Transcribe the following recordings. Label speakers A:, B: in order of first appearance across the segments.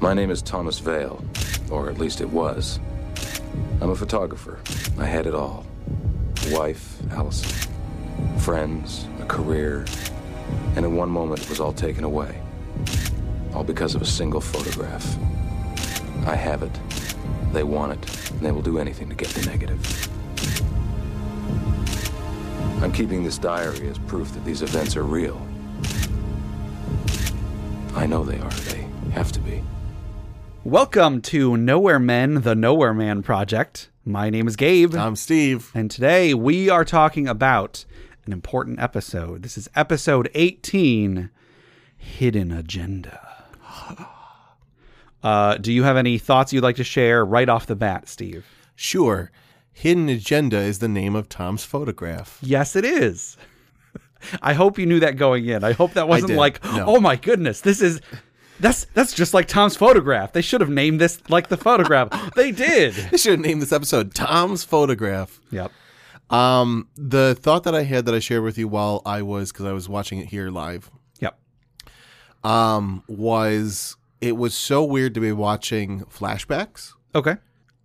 A: My name is Thomas Vale, or at least it was. I'm a photographer. I had it all a wife, Allison, friends, a career, and in one moment it was all taken away. All because of a single photograph. I have it. They want it, and they will do anything to get the negative. I'm keeping this diary as proof that these events are real. I know they are. They have to be.
B: Welcome to Nowhere Men, the Nowhere Man Project. My name is Gabe,
C: I'm Steve.
B: and today we are talking about an important episode. This is episode 18 Hidden Agenda. Uh, do you have any thoughts you'd like to share right off the bat, Steve?
C: Sure, Hidden Agenda is the name of Tom's photograph.
B: Yes, it is. I hope you knew that going in. I hope that wasn't
C: did.
B: like,
C: No.
B: oh my goodness, this is that's that's just like Tom's photograph. They should have named this like the photograph. they did.
C: I should have named this episode Tom's Photograph.
B: Yep.
C: Um, the thought that I had that I shared with you while I was, because I was watching it here live,
B: Yep.
C: um, was it was so weird to be watching flashbacks.
B: Okay.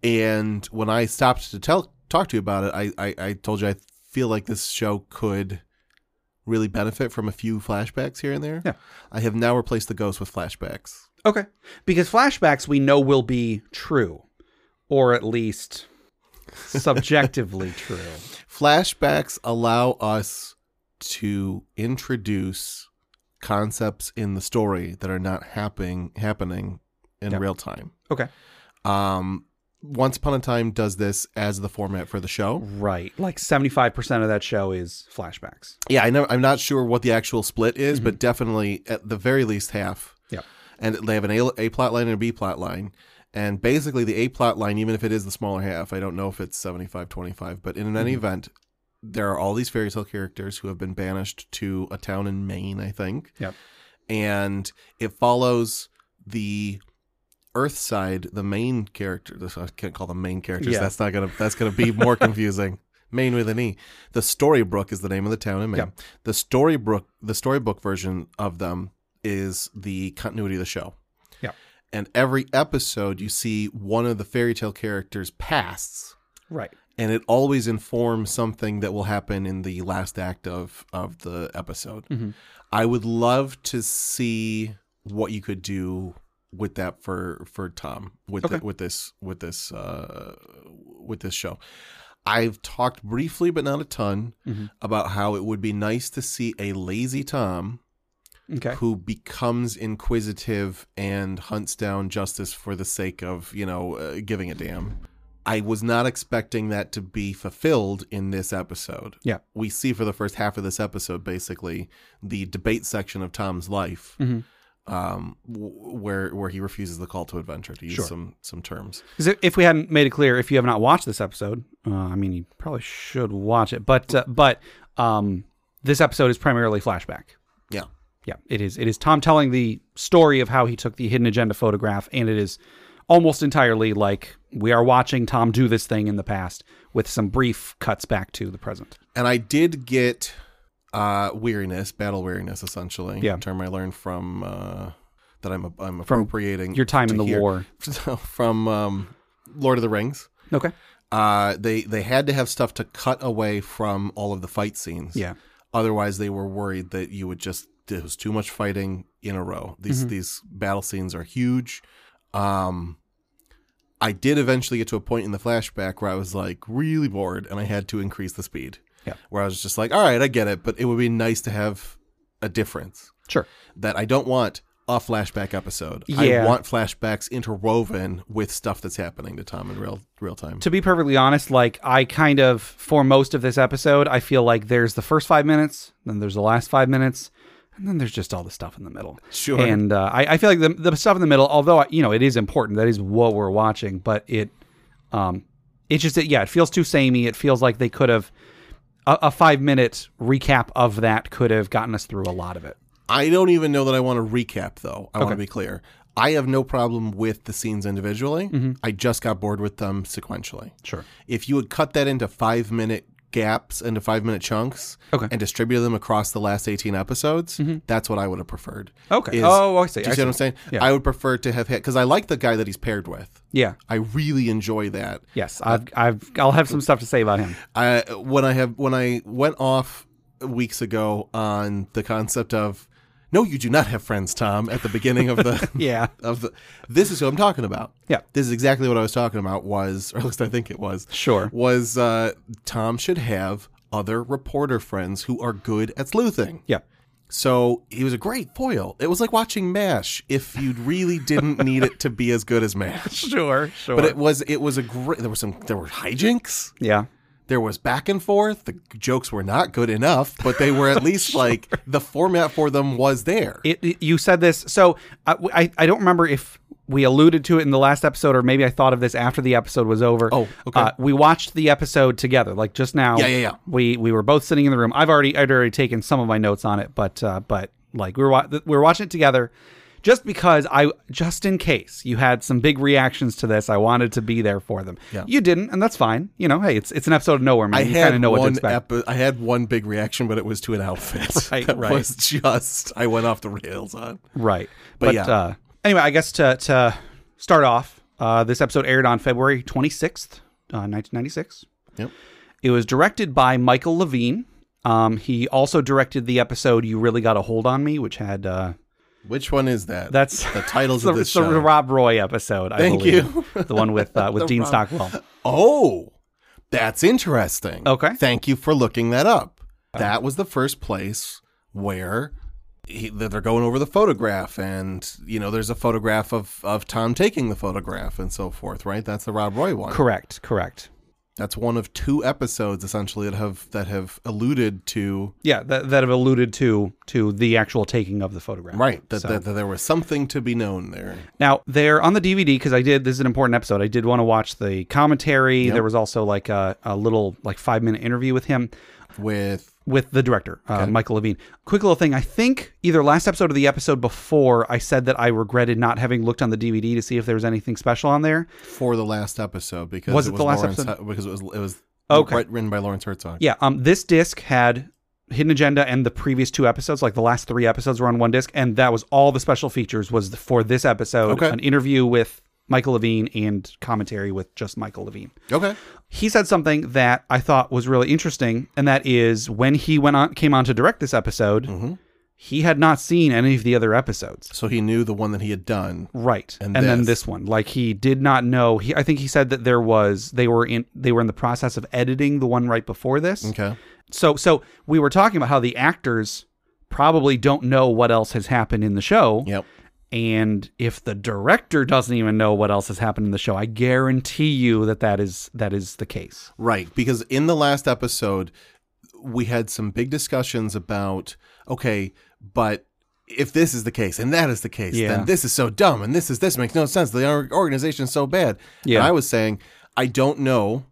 C: And when I stopped to tell talk to you about it, I, I, I told you I feel like this show could really benefit from a few flashbacks here and there.
B: Yeah.
C: I have now replaced the ghost with flashbacks.
B: Okay. Because flashbacks we know will be true or at least subjectively true.
C: flashbacks allow us to introduce concepts in the story that are not happening happening in
B: Yeah.
C: real time.
B: Okay.
C: Um, Once Upon a Time does this as the format for the show.
B: Right. Like 75% of that show is flashbacks.
C: Yeah, I know. I'm not sure what the actual split is, but definitely at the very least half.
B: Yep.
C: And they have an A, a plot line and a B plot line. And basically, the A plot line, even if it is the smaller half, I don't know if it's 75 25, but in any event, there are all these fairy tale characters who have been banished to a town in Maine, I think.
B: Yep.
C: And it follows the Earth side, the main character. This I can't call them main characters.
B: Yeah.
C: That's not gonna. That's gonna be more confusing. Maine with an E. The Storybrooke is the name of the town in Maine.
B: Yep.
C: The Storybrooke, the storybook version of them is the continuity of the show.
B: Yep.
C: And every episode, you see one of the fairy tale characters' pasts
B: Right.
C: and it always informs something that will happen in the last act of of the episode. I would love to see what you could do with that for for Tom with the, with this with this uh, with this show. I've talked briefly, but not a ton, about how it would be nice to see a lazy Tom
B: Okay.
C: who becomes inquisitive and hunts down justice for the sake of, you know, uh, giving a damn. I was not expecting that to be fulfilled in this episode.
B: Yeah.
C: We see for the first half of this episode, basically, the debate section of Tom's life,
B: Mm-hmm.
C: um, w- where where he refuses the call to adventure, to use
B: Sure.
C: some some terms.
B: Because if we hadn't made it clear, if you have not watched this episode, uh, I mean, you probably should watch it. But uh, but um, this episode is primarily flashback.
C: Yeah.
B: Yeah, it is. It is Tom telling the story of how he took the hidden agenda photograph, and it is almost entirely like we are watching Tom do this thing in the past with some brief cuts back to the present.
C: and I did get uh weariness, battle weariness, essentially.
B: Yeah.
C: a term I learned from uh that I'm I'm
B: From
C: appropriating
B: your time
C: to
B: in the
C: hear-
B: war.
C: from um, Lord of the Rings.
B: Okay.
C: Uh, they they had to have stuff to cut away from all of the fight scenes.
B: Yeah.
C: Otherwise, they were worried that you would just there was too much fighting in a row. These
B: Mm-hmm.
C: these battle scenes are huge. Um, I did eventually get to a point in the flashback where I was like really bored, and I had to increase the speed.
B: Yeah.
C: Where I was just like, all right, I get it, but it would be nice to have a difference
B: Sure.
C: that I don't want a flashback episode.
B: Yeah.
C: I want flashbacks interwoven with stuff that's happening to Tom in real real time.
B: to be perfectly honest, like I kind of for most of this episode, I feel like there's the first five minutes, then there's the last five minutes, and then there's just all the stuff in the middle.
C: Sure.
B: And uh, I, I feel like the the stuff in the middle, although you know it is important, that is what we're watching, but it, um, it just yeah, it feels too samey. It feels like they could have a, a five minute recap of that could have gotten us through a lot of it.
C: I don't even know that I want to recap though. I want to be clear. I have no problem with the scenes individually. I just got bored with them sequentially.
B: Mm-hmm. Sure.
C: If you would cut that into five minute gaps into five minute chunks
B: Okay. Mm-hmm.
C: and distributed them across the last 18 episodes, that's what I would have preferred.
B: Okay. Oh, I see.
C: Do
B: I
C: you see what I'm
B: see.
C: saying?
B: Yeah.
C: I would prefer to have hit because I like the guy that he's paired with.
B: Yeah.
C: I really enjoy that.
B: Yes. I've, I've, I'll have some stuff to say about him.
C: I when I have when I went off weeks ago on the concept of no, you do not have friends, Tom. At the beginning of the
B: Yeah.
C: of the this is what I'm talking about.
B: Yeah.
C: this is exactly what I was talking about. Was or at least I think it was.
B: Sure.
C: was uh, Tom should have other reporter friends who are good at sleuthing.
B: Yeah.
C: So he was a great foil. It was like watching MASH if you really didn't need it to be as good as MASH.
B: Sure. Sure.
C: But it was it was a great. There were some there were hijinks
B: yeah.
C: there was back and forth. The jokes were not good enough, but they were at least like the format for them was there.
B: It, it- you said this. So I, I, I don't remember if we alluded to it in the last episode or maybe I thought of this after the episode was over.
C: Oh, okay.
B: Uh, we watched the episode together, like just now.
C: Yeah, yeah, yeah.
B: We, we were both sitting in the room. I've already, I'd already taken some of my notes on it, but, uh, but like we were, wa- we were watching it together just because I, just in case you had some big reactions to this, I wanted to be there for them.
C: Yeah.
B: You didn't, and that's fine. You know, hey, it's, it's an episode of nowhere, man.
C: I
B: you kind
C: had
B: of know what to
C: one
B: expect.
C: epi- I had one big reaction, but it was to an outfit.
B: Right,
C: that
B: right.
C: was just I went off the rails on.
B: Right. But,
C: But yeah.
B: uh, anyway, I guess to, to start off, uh, this episode aired on February 26th, uh, 1996.
C: Yep.
B: It was directed by Michael Levine. Um, he also directed the episode "You Really Got a Hold on Me," which had uh,
C: Which one is that?
B: that's
C: the titles
B: it's the,
C: of this
B: it's the
C: show.
B: Rob Roy episode. I
C: Thank
B: believe.
C: you.
B: the one with uh, with Dean Stockwell.
C: oh, that's interesting.
B: Okay. Uh-huh.
C: Thank you for looking that up. That was the first place where he, that they're going over the photograph, and you know, there's a photograph of of Tom taking the photograph and so forth. Right? That's the Rob Roy one.
B: Correct. Correct.
C: That's one of two episodes essentially that have that have alluded to
B: Yeah, that, that have alluded to to the actual taking of the photograph.
C: right that,
B: So-
C: that, that there was something to be known there.
B: Now they're on the DVD because I did. This is an important episode. I did want to watch the commentary. There was also like a, a little like five minute interview with him
C: With
B: with the director, uh, Michael Levine. Quick little thing. I think either last episode or the episode before, I said that I regretted not having looked on the DVD to see if there was anything special on there.
C: for the last episode because
B: Was
C: it
B: it
C: was
B: the last
C: Lawrence,
B: episode?
C: Hu- because it was it was
B: Okay.
C: writ- written by Lawrence Herzog.
B: Yeah. Um. This disc had Hidden Agenda and the previous two episodes, like the last three episodes, were on one disc, and that was all the special features was the, for this episode.
C: Okay.
B: An interview with Michael Levine and commentary with just Michael Levine.
C: Okay.
B: he said something that I thought was really interesting, and that is when he went on came on to direct this episode,
C: Mm-hmm.
B: he had not seen any of the other episodes.
C: So he knew the one that he had done.
B: Right. And,
C: And
B: then
C: this.
B: this one. Like he did not know he I think he said that there was they were in they were in the process of editing the one right before this.
C: Okay.
B: So so we were talking about how the actors probably don't know what else has happened in the show.
C: Yep.
B: And if the director doesn't even know what else has happened in the show, I guarantee you that that is that is the case.
C: Right. Because in the last episode, we had some big discussions about okay, but if this is the case and that is the case,
B: Yeah.
C: then this is so dumb and this is this makes no sense. The or- organization is so bad.
B: Yeah. Mm-hmm.
C: And I was saying, I don't know.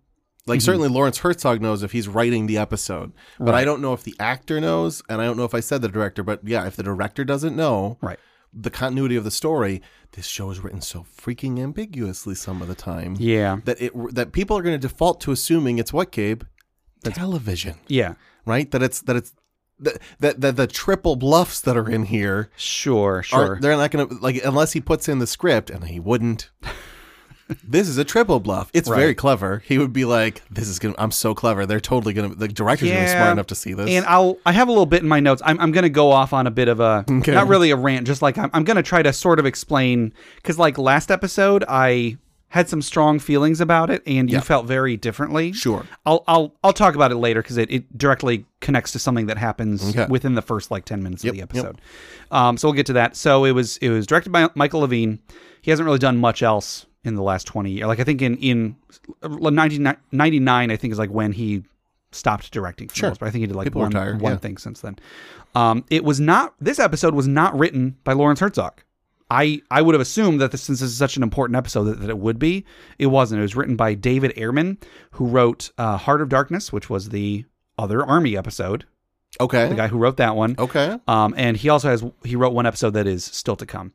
C: Like certainly Lawrence Herzog knows if he's writing the episode, but I don't know if the actor knows, and I don't know if I said the director. But yeah, if the director doesn't know,
B: Right.
C: the continuity of the story, this show is written so freaking ambiguously some of the time
B: Yeah.
C: that it that people are going to default to assuming it's what Gabe television,
B: Yeah.
C: right? That it's that it's that that, that the triple bluffs that are in here
B: Sure, sure.
C: are they're not going to like unless he puts in the script and he wouldn't. this is a triple bluff. It's
B: Right.
C: very clever. He would be like, "This is gonna. I'm so clever. They're totally gonna. The director's gonna be
B: Yeah.
C: smart enough to see this."
B: and I'll I have a little bit in my notes. I'm I'm gonna go off on a bit of a
C: Okay.
B: not really a rant, just like I'm I'm gonna try to sort of explain because like last episode I had some strong feelings about it and you felt very differently.
C: Sure.
B: I'll I'll I'll talk about it later because it, it directly connects to something that happens
C: Okay.
B: within the first like ten minutes of the episode. Um, so we'll get to that. So it was it was directed by Michael Levine. He hasn't really done much else in the last twenty years. Like I think in in uh, 1999, I think is like when he stopped directing. For sure, but I think he did like
C: People
B: one,
C: retire,
B: one
C: yeah.
B: thing since then. Um, it was not this episode was not written by Lawrence Herzog. I, I would have assumed that this, since this is such an important episode that, that it would be. It wasn't. It was written by David Ehrman, who wrote uh, Heart of Darkness, which was the other Army episode.
C: okay.
B: The guy who wrote
C: Oh,
B: that one.
C: okay.
B: Um, and he also has he wrote one episode that is still to come,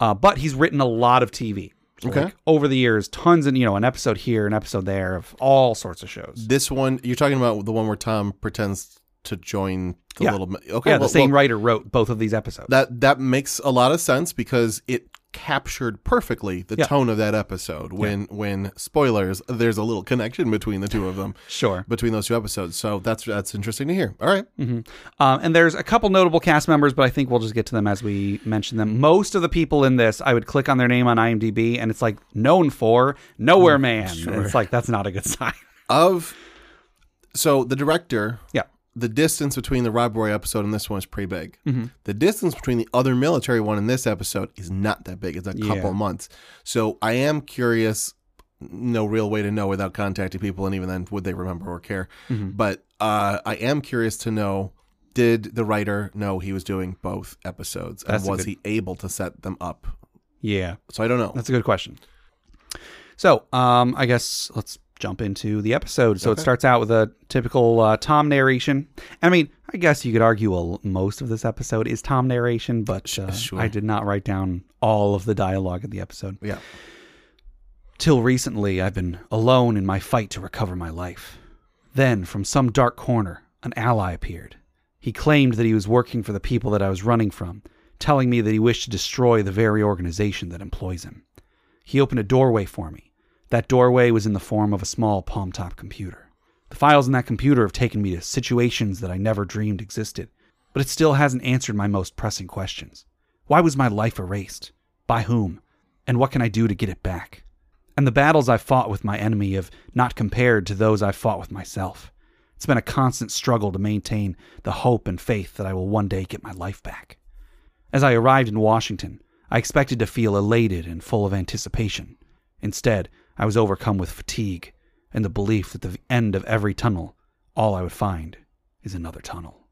B: uh, but he's written a lot of TV.
C: Okay.
B: Like, over the years, tons and you know, an episode here, an episode there of all sorts of shows.
C: This one you're talking about the one where Tom pretends to join the
B: Yeah.
C: little. ma- Okay,
B: Yeah,
C: well-
B: the same
C: well,
B: writer wrote both of these episodes.
C: That that makes a lot of sense because it captured perfectly the
B: Yeah.
C: tone of that episode. When when spoilers, there's a little connection between the two of them,
B: sure.
C: between those two episodes. So that's that's interesting to hear. All right.
B: Um, and there's a couple notable cast members, but I think we'll just get to them as we mention them. Most of the people in this, I would click on their name on IMDb, and it's like known for Nowhere
C: Mm,
B: Man. And it's like that's not a good sign.
C: Of so the director,
B: yeah,
C: the distance between the Rob Roy episode and this one is pretty big.
B: Mm-hmm.
C: The distance between the other military one and this episode is not that big. It's a couple
B: Yeah.
C: of months. So I am curious. No real way to know without contacting people, and even then, would they remember or care?
B: Mm-hmm.
C: But uh, I am curious to know: Did the writer know he was doing both episodes,
B: That's a
C: and was
B: good-
C: he able to set them up?
B: yeah,
C: So I don't know.
B: that's a good question. So, um, I guess let's jump into the episode. So it starts out with a typical uh, Tom narration. I mean, I guess you could argue a, most of this episode is Tom narration, but uh,
C: sure.
B: I did not write down all of the dialogue in the episode.
C: yeah,
B: Till recently, I've been alone in my fight to recover my life. Then, from some dark corner, an ally appeared. He claimed that he was working for the people that I was running from, telling me that he wished to destroy the very organization that employs him. He opened a doorway for me. That doorway was in the form of a small palm top computer. The files in that computer have taken me to situations that I never dreamed existed, but it still hasn't answered my most pressing questions. Why was my life erased? By whom? And what can I do to get it back? and the battles I've fought with my enemy have not compared to those I've fought with myself. It's been a constant struggle to maintain the hope and faith that I will one day get my life back. As I arrived in Washington, I expected to feel elated and full of anticipation. Instead, I was overcome with fatigue and the belief that the end of every tunnel, all I would find is another tunnel.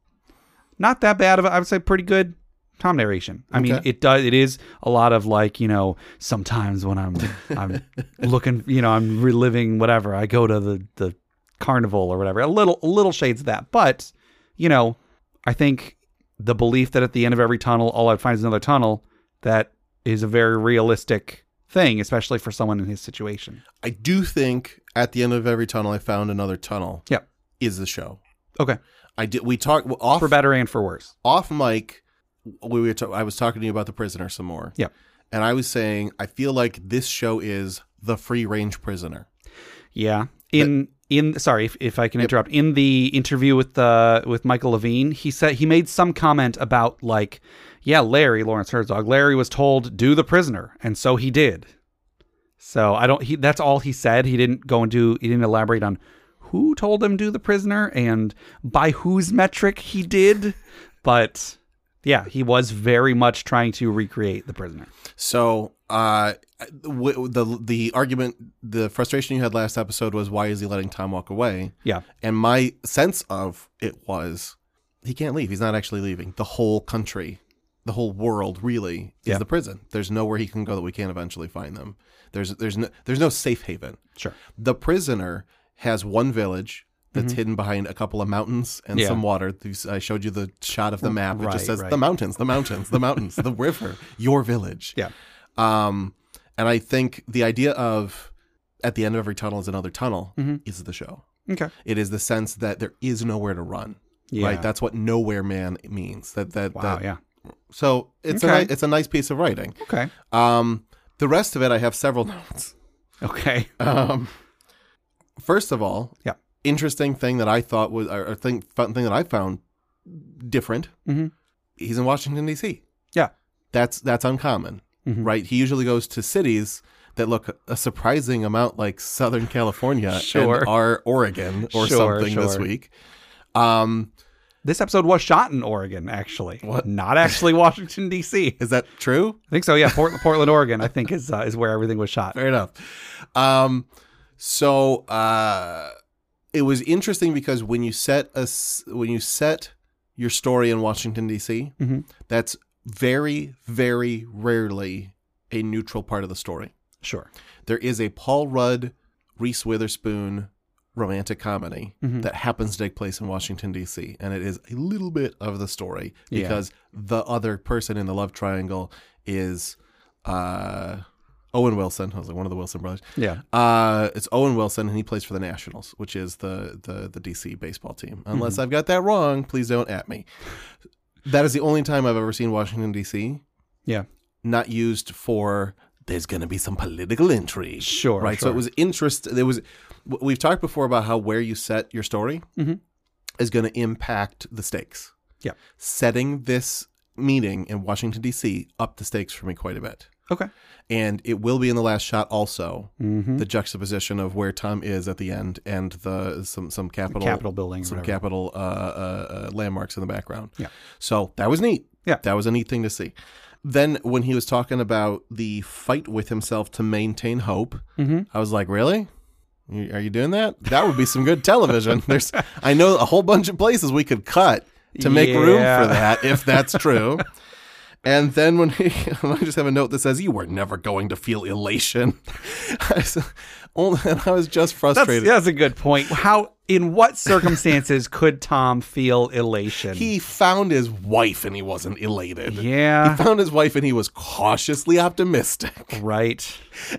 B: Not that bad of a, I would say pretty good Tom narration. I mean,
C: Okay.
B: it does it is a lot of like, you know, sometimes when I'm I'm looking, you know, I'm reliving whatever, I go to the the carnival or whatever. A little a little shades of that, but you know, I think the belief that at the end of every tunnel, all I'd find is another tunnel, that is a very realistic thing, especially for someone in his situation.
C: I do think at the end of every tunnel, I found another tunnel.
B: Yeah.
C: Is the show?
B: Okay.
C: I did. We talked off
B: For better and for worse.
C: off mic, we were ta- I was talking to you about the prisoner some more.
B: Yep.
C: And I was saying, I feel like this show is the free range prisoner.
B: Yeah. In in sorry if, if I can interrupt. In the interview with the with Michael Levine, he said he made some comment about like, yeah, Larry Lawrence Herzog. Larry was told do the prisoner, and so he did. So I don't. He that's all he said. He didn't go and do. He didn't elaborate on who told him do the prisoner and by whose metric he did. But yeah, he was very much trying to recreate the prisoner.
C: So, uh, w- the the argument, the frustration you had last episode was why is he letting Tom walk away?
B: Yeah.
C: And my sense of it was he can't leave. He's not actually leaving. The whole country, the whole world, really is
B: Yeah.
C: the prison. There's nowhere he can go that we can't eventually find them. There's there's no there's no safe haven.
B: Sure.
C: the prisoner has one village that's hidden behind a couple of mountains and
B: Mm-hmm. Yeah.
C: some water. These- I showed you the shot of the map. it
B: right,
C: just says
B: right.
C: the mountains, the mountains, the mountains, the river, your village.
B: Yeah.
C: Um, and I think the idea of at the end of every tunnel is another tunnel
B: Mm-hmm.
C: is the show.
B: Okay.
C: It is the sense that there is nowhere to run.
B: Yeah.
C: Right. That's what nowhere man means. That that,
B: Wow.
C: that
B: yeah.
C: so it's a
B: Okay.
C: ni- it's a nice piece of writing.
B: Okay.
C: Um, the rest of it I have several notes.
B: Okay.
C: Um, first of all,
B: Yeah.
C: interesting thing that I thought was or or thing fun thing that I found different.
B: Mhm.
C: He's in Washington D.C.
B: Yeah.
C: That's that's uncommon,
B: Mhm.
C: right? He usually goes to cities that look a surprising amount like Southern California
B: Sure.
C: and are Oregon or
B: Sure,
C: something this
B: sure.
C: week. Um,
B: This episode was shot in Oregon, actually.
C: What?
B: Not actually Washington D.C. I
C: is that true?
B: think so. Yeah, Portland, Portland, Oregon. I think is uh, is where everything was shot.
C: fair enough. Um, so uh, it was interesting because when you set a s- when you set your story in Washington D.C.,
B: Mhm.
C: that's very very rarely a neutral part of the story.
B: Sure.
C: There is a Paul Rudd, Reese Witherspoon romantic comedy
B: Mhm.
C: that happens to take place in Washington D.C. and it is a little bit of the story
B: Yeah.
C: because the other person in the love triangle is uh Owen Wilson. I was like one of the Wilson brothers.
B: Yeah.
C: Uh, it's Owen Wilson, and he plays for the Nationals, which is the the, the DC baseball team. Unless I've got that wrong, please don't at me. That is the only time I've ever seen Washington D.C.
B: Yeah.
C: not used for. There's going to be some political intrigue,
B: Sure,
C: Right. So
B: sure.
C: it was interest. There was. w- We've talked before about how where you set your story
B: Mm-hmm.
C: is going to impact the stakes.
B: Yeah.
C: Setting this meeting in Washington D.C. up the stakes for me quite a bit
B: Okay.
C: and it will be in the last shot also
B: Mm-hmm.
C: the juxtaposition of where Tom is at the end and the some some capital
B: Capitol building or
C: some
B: whatever.
C: capital uh, uh, uh, landmarks in the background.
B: Yeah.
C: So that was neat.
B: Yeah.
C: that was a neat thing to see. Then when he was talking about the fight with himself to maintain hope,
B: Mm-hmm.
C: I was like, really. You- Are you doing that? That would be some good television. There's, I know a whole bunch of places we could cut to make room
B: Yeah.
C: for that if that's true. And then when he, I just have a note that says, "You were never going to feel elation." I was, only, and I was just
B: That's,
C: frustrated.
B: that's a good point. How, in what circumstances could Tom feel elation?
C: He found his wife, and he wasn't elated.
B: yeah,
C: He found his wife, and he was cautiously optimistic,
B: right.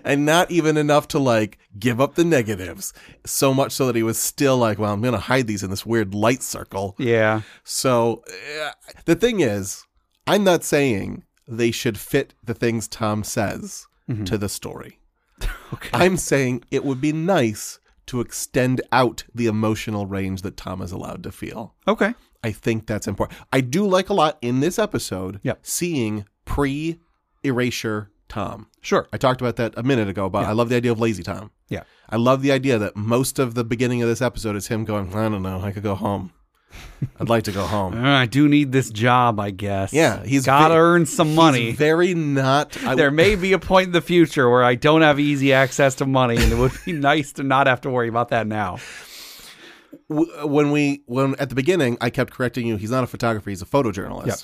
C: and not even enough to like give up the negatives. So much so that he was still like, "Well, I'm going to hide these in this weird light circle."
B: Yeah,
C: So uh, the thing is, I'm not saying they should fit the things Tom says
B: Mm-hmm.
C: to the story. I'm saying it would be nice to extend out the emotional range that Tom is allowed to feel.
B: okay.
C: I think that's important. I do like a lot in this episode
B: Yep.
C: seeing pre erasure Tom.
B: Sure.
C: I talked about that a minute ago, but I love the idea of lazy Tom.
B: Yeah.
C: I love the idea that most of the beginning of this episode is him going, I don't know, I could go home. I'd like to go home.
B: Uh, I do need this job, I guess.
C: Yeah, he's
B: got to
C: ve-
B: earn some money.
C: He's very not. I,
B: there may be a point in the future where I don't have easy access to money, and it would be nice to not have to worry about that now.
C: w- when we when at the beginning, I kept correcting you. He's not a photographer. He's a photojournalist.
B: Yep.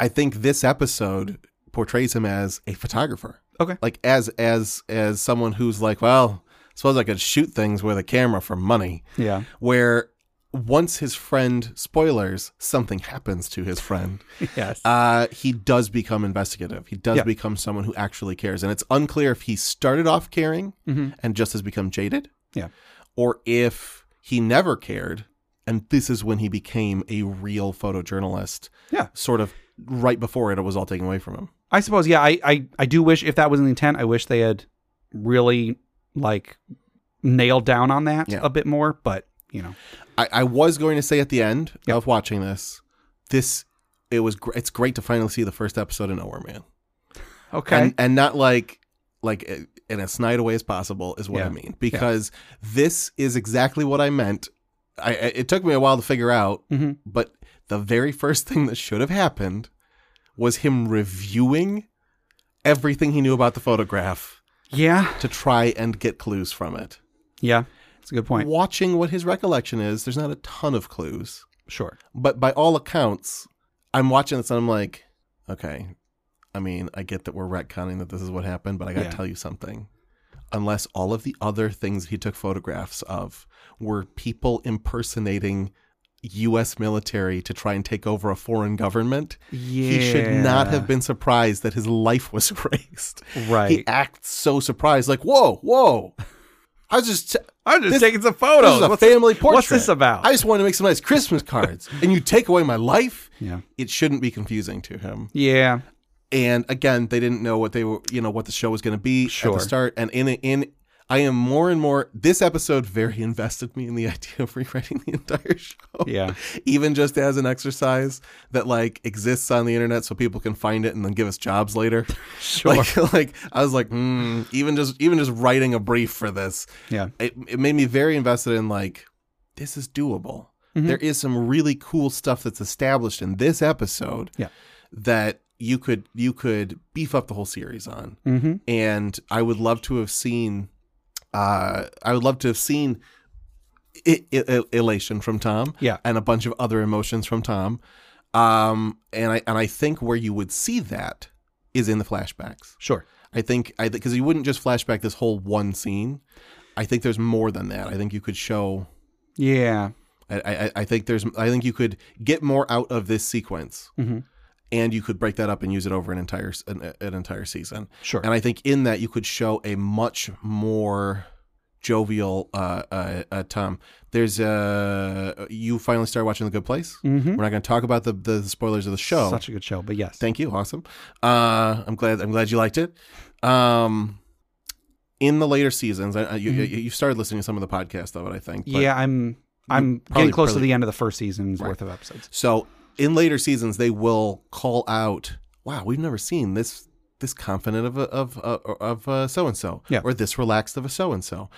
C: I think this episode portrays him as a photographer,
B: Okay.
C: like as as as someone who's like, well, suppose I could shoot things with a camera for money.
B: Yeah.
C: Where once his friend spoilers something happens to his friend,
B: Yes.
C: uh, he does become investigative. He does
B: Yeah.
C: become someone who actually cares, and it's unclear if he started off caring
B: Mm-hmm.
C: and just has become jaded.
B: yeah.
C: or if he never cared and this is when he became a real photojournalist
B: Yeah.
C: sort of right before it, it was all taken away from him
B: I suppose, yeah, I, I, I do wish, if that was the intent, I wish they had really, like, nailed down on that
C: Yeah.
B: a bit more, but, you know.
C: i, I was going to say at the end
B: Yeah.
C: of watching this this it was gr- it's great to finally see the first episode of nowhere man
B: Okay.
C: and, and not like like uh, in as snide a way as possible is what
B: Yeah.
C: i mean because this is exactly what i meant I, I it took me a while to figure out
B: Mhm.
C: but the very first thing that should have happened was him reviewing everything he knew about the photograph
B: yeah.
C: to try and get clues from it
B: Yeah. That's a good point.
C: watching what his recollection is there's not a ton of clues
B: Sure.
C: but by all accounts, I'm watching this and I'm like, okay, I mean, I get that we're retconning that this is what happened, but I got to
B: Yeah.
C: tell you something. Unless all of the other things he took photographs of were people impersonating U.S. military to try and take over a foreign government, he should not have been surprised that his life was erased.
B: Right.
C: He acts so surprised, like, whoa, whoa. I was just.
B: I'm just
C: This-
B: taking some photos.
C: this is a
B: What's-
C: family portrait.
B: What's this about?
C: I just wanted to make some nice Christmas cards, and you take away my life.
B: Yeah.
C: It shouldn't be confusing to him.
B: yeah.
C: And again, they didn't know what they were, you know, what the show was going to be at
B: Sure.
C: the start. And in in, I am more and more. This episode very invested me in the idea of rewriting the entire show.
B: Yeah.
C: Even just as an exercise that like exists on the internet, so people can find it and then give us jobs later.
B: Sure.
C: Like, like I was like, mm, even just even just writing a brief for this
B: yeah.
C: it, it made me very invested in like this is doable
B: Mm-hmm.
C: There is some really cool stuff that's established in this episode
B: Yeah.
C: that you could you could beef up the whole series on
B: Mm-hmm.
C: and i would love to have seen uh i would love to have seen I- I- I- elation from tom
B: Yeah.
C: and a bunch of other emotions from tom um and i and i think where you would see that is in the flashbacks
B: Sure.
C: I think I because you wouldn't just flashback this whole one scene. I think there's more than that. I think you could show.
B: Yeah. Mm-hmm.
C: I I, I think there's. I think you could get more out of this sequence. and you could break that up and use it over an entire an, an entire season.
B: Sure.
C: And I think in that you could show a much more jovial uh, uh, uh, Tom. There's uh, you finally started watching The Good Place.
B: Mhm.
C: We're not going to talk about the the spoilers of the show.
B: Such a good show, but yes,
C: Thank you. Awesome. Uh, I'm glad. I'm glad you liked it. Um, in the later seasons, I, I, you, you you started listening to some of the podcasts of it, I think. but-
B: Mm-hmm. yeah, I'm I'm
C: probably-
B: getting close to
C: probably-
B: the end of the first season's worth of episodes.
C: So in later seasons, they will call out, "Wow, we've never seen this this confident of a, of a, of so and so,
B: Yeah. Mm-hmm.
C: or this relaxed of a so and so,"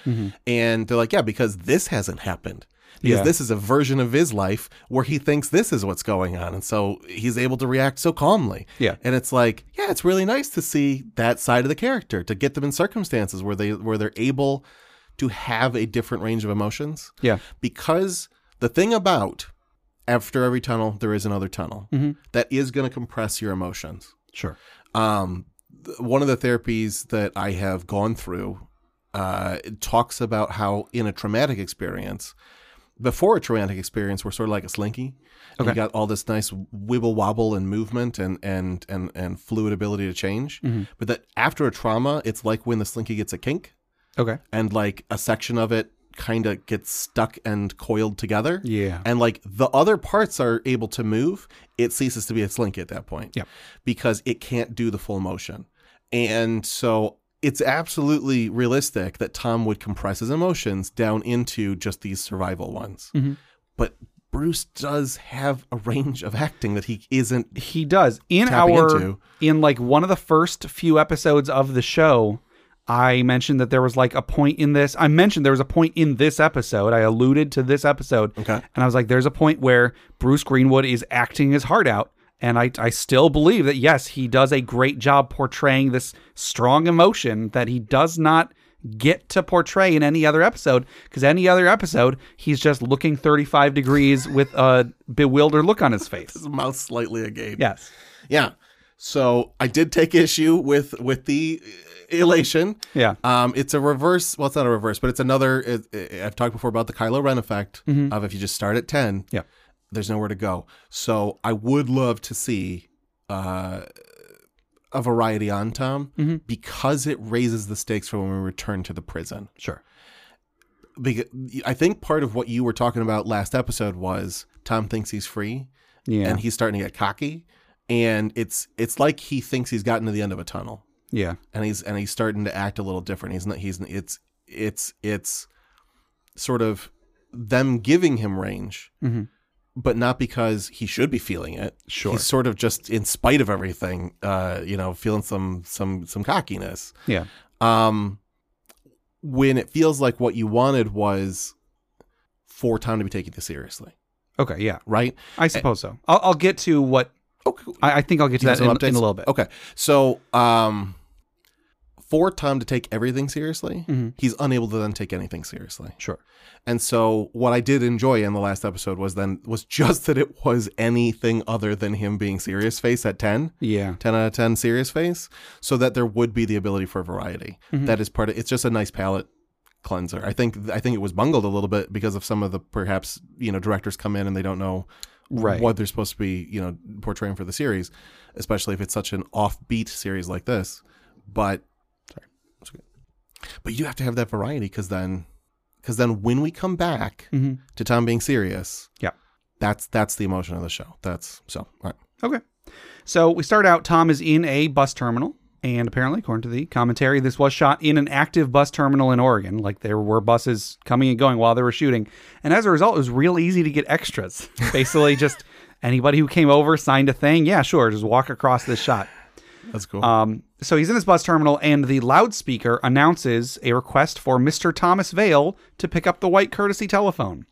C: and they're like, "Yeah, because this hasn't happened." Because
B: Yeah.
C: this is a version of his life where he thinks this is what's going on, and so he's able to react so calmly.
B: Yeah.
C: and it's like, yeah, it's really nice to see that side of the character to get them in circumstances where they where they're able to have a different range of emotions
B: Yeah,
C: because the thing about after every tunnel there is another tunnel That is going to compress your emotions
B: sure.
C: um, th- one of the therapies that I have gone through uh, it talks about how in a traumatic experience, before a traumatic experience, we're sort of like a slinky. And You
B: Okay.
C: got all this nice wibble wobble and movement and and and and fluid ability to change. But that after a trauma, it's like when the slinky gets a kink
B: Okay,
C: and like a section of it kind of gets stuck and coiled together.
B: Yeah.
C: And like the other parts are able to move, it ceases to be a slink at that point.
B: Yep.
C: Because it can't do the full motion. And so it's absolutely realistic that Tom would compress his emotions down into just these survival ones.
B: Mm-hmm.
C: But Bruce does have a range of acting that he isn't.
B: he does in
C: Tapping
B: our
C: into.
B: in like one of the first few episodes of the show. I mentioned that there was like a point in this. I mentioned there was a point in this episode. I alluded to this episode.
C: Okay.
B: And I was like, there's a point where Bruce Greenwood is acting his heart out. And I, I still believe that, yes, he does a great job portraying this strong emotion that he does not get to portray in any other episode. Because any other episode, he's just looking 35 degrees with a bewildered look on his face.
C: His mouth slightly agape.
B: Yes.
C: Yeah. So I did take issue with with the uh, elation.
B: Yeah.
C: Um, it's a reverse. Well, it's not a reverse, but it's another. It, it- I've talked before about the Kylo Ren effect of if you just start at ten,
B: Mm-hmm. Yeah.
C: there's nowhere to go. So I would love to see uh, a variety on Tom
B: Mm-hmm.
C: because it raises the stakes for when we return to the prison.
B: Sure.
C: Because I think part of what you were talking about last episode was Tom thinks he's free,
B: Yeah.
C: and he's starting to get cocky, and it's it's like he thinks he's gotten to the end of a tunnel
B: yeah.
C: and he's and he's starting to act a little different. He's not. He's it's it's it's sort of them giving him range, but not because he should be feeling it.
B: Sure.
C: he's sort of just in spite of everything, uh, you know, feeling some some some cockiness.
B: Yeah.
C: Um, when it feels like what you wanted was for Tom to be taking this seriously,
B: Okay. Yeah.
C: right?
B: I suppose so. I'll, I'll get to what
C: Okay,
B: I, I think I'll get to
C: Give
B: that
C: us some
B: in,
C: updates? Oh.
B: in a little bit.
C: Okay. So, um, for Tom to take everything seriously, he's unable to then take anything seriously.
B: Mm-hmm. Sure.
C: And so, what I did enjoy in the last episode was then was just that it was anything other than him being serious face at 10.
B: Yeah.
C: 10 out of 10 serious face so that there would be the ability for variety That is part of it's just a nice palette cleanser i think i think it was bungled a little bit because of some of the perhaps you know directors come in and they don't know
B: Right.
C: what they're supposed to be you know portraying for the series especially if it's such an offbeat series like this but sorry it's okay. but you do have to have that variety because then because then when we come back to tom being serious
B: Yeah.
C: that's that's the emotion of the show that's so all right
B: Okay. So we start out. Tom is in a bus terminal, and apparently, according to the commentary, this was shot in an active bus terminal in Oregon. Like there were buses coming and going while they were shooting, and as a result, it was real easy to get extras. Basically, just anybody who came over signed a thing. Yeah, sure, just walk across this shot.
C: that's cool
B: Um, so he's in his bus terminal, and the loudspeaker announces a request for Mr. Thomas Vale to pick up the white courtesy telephone.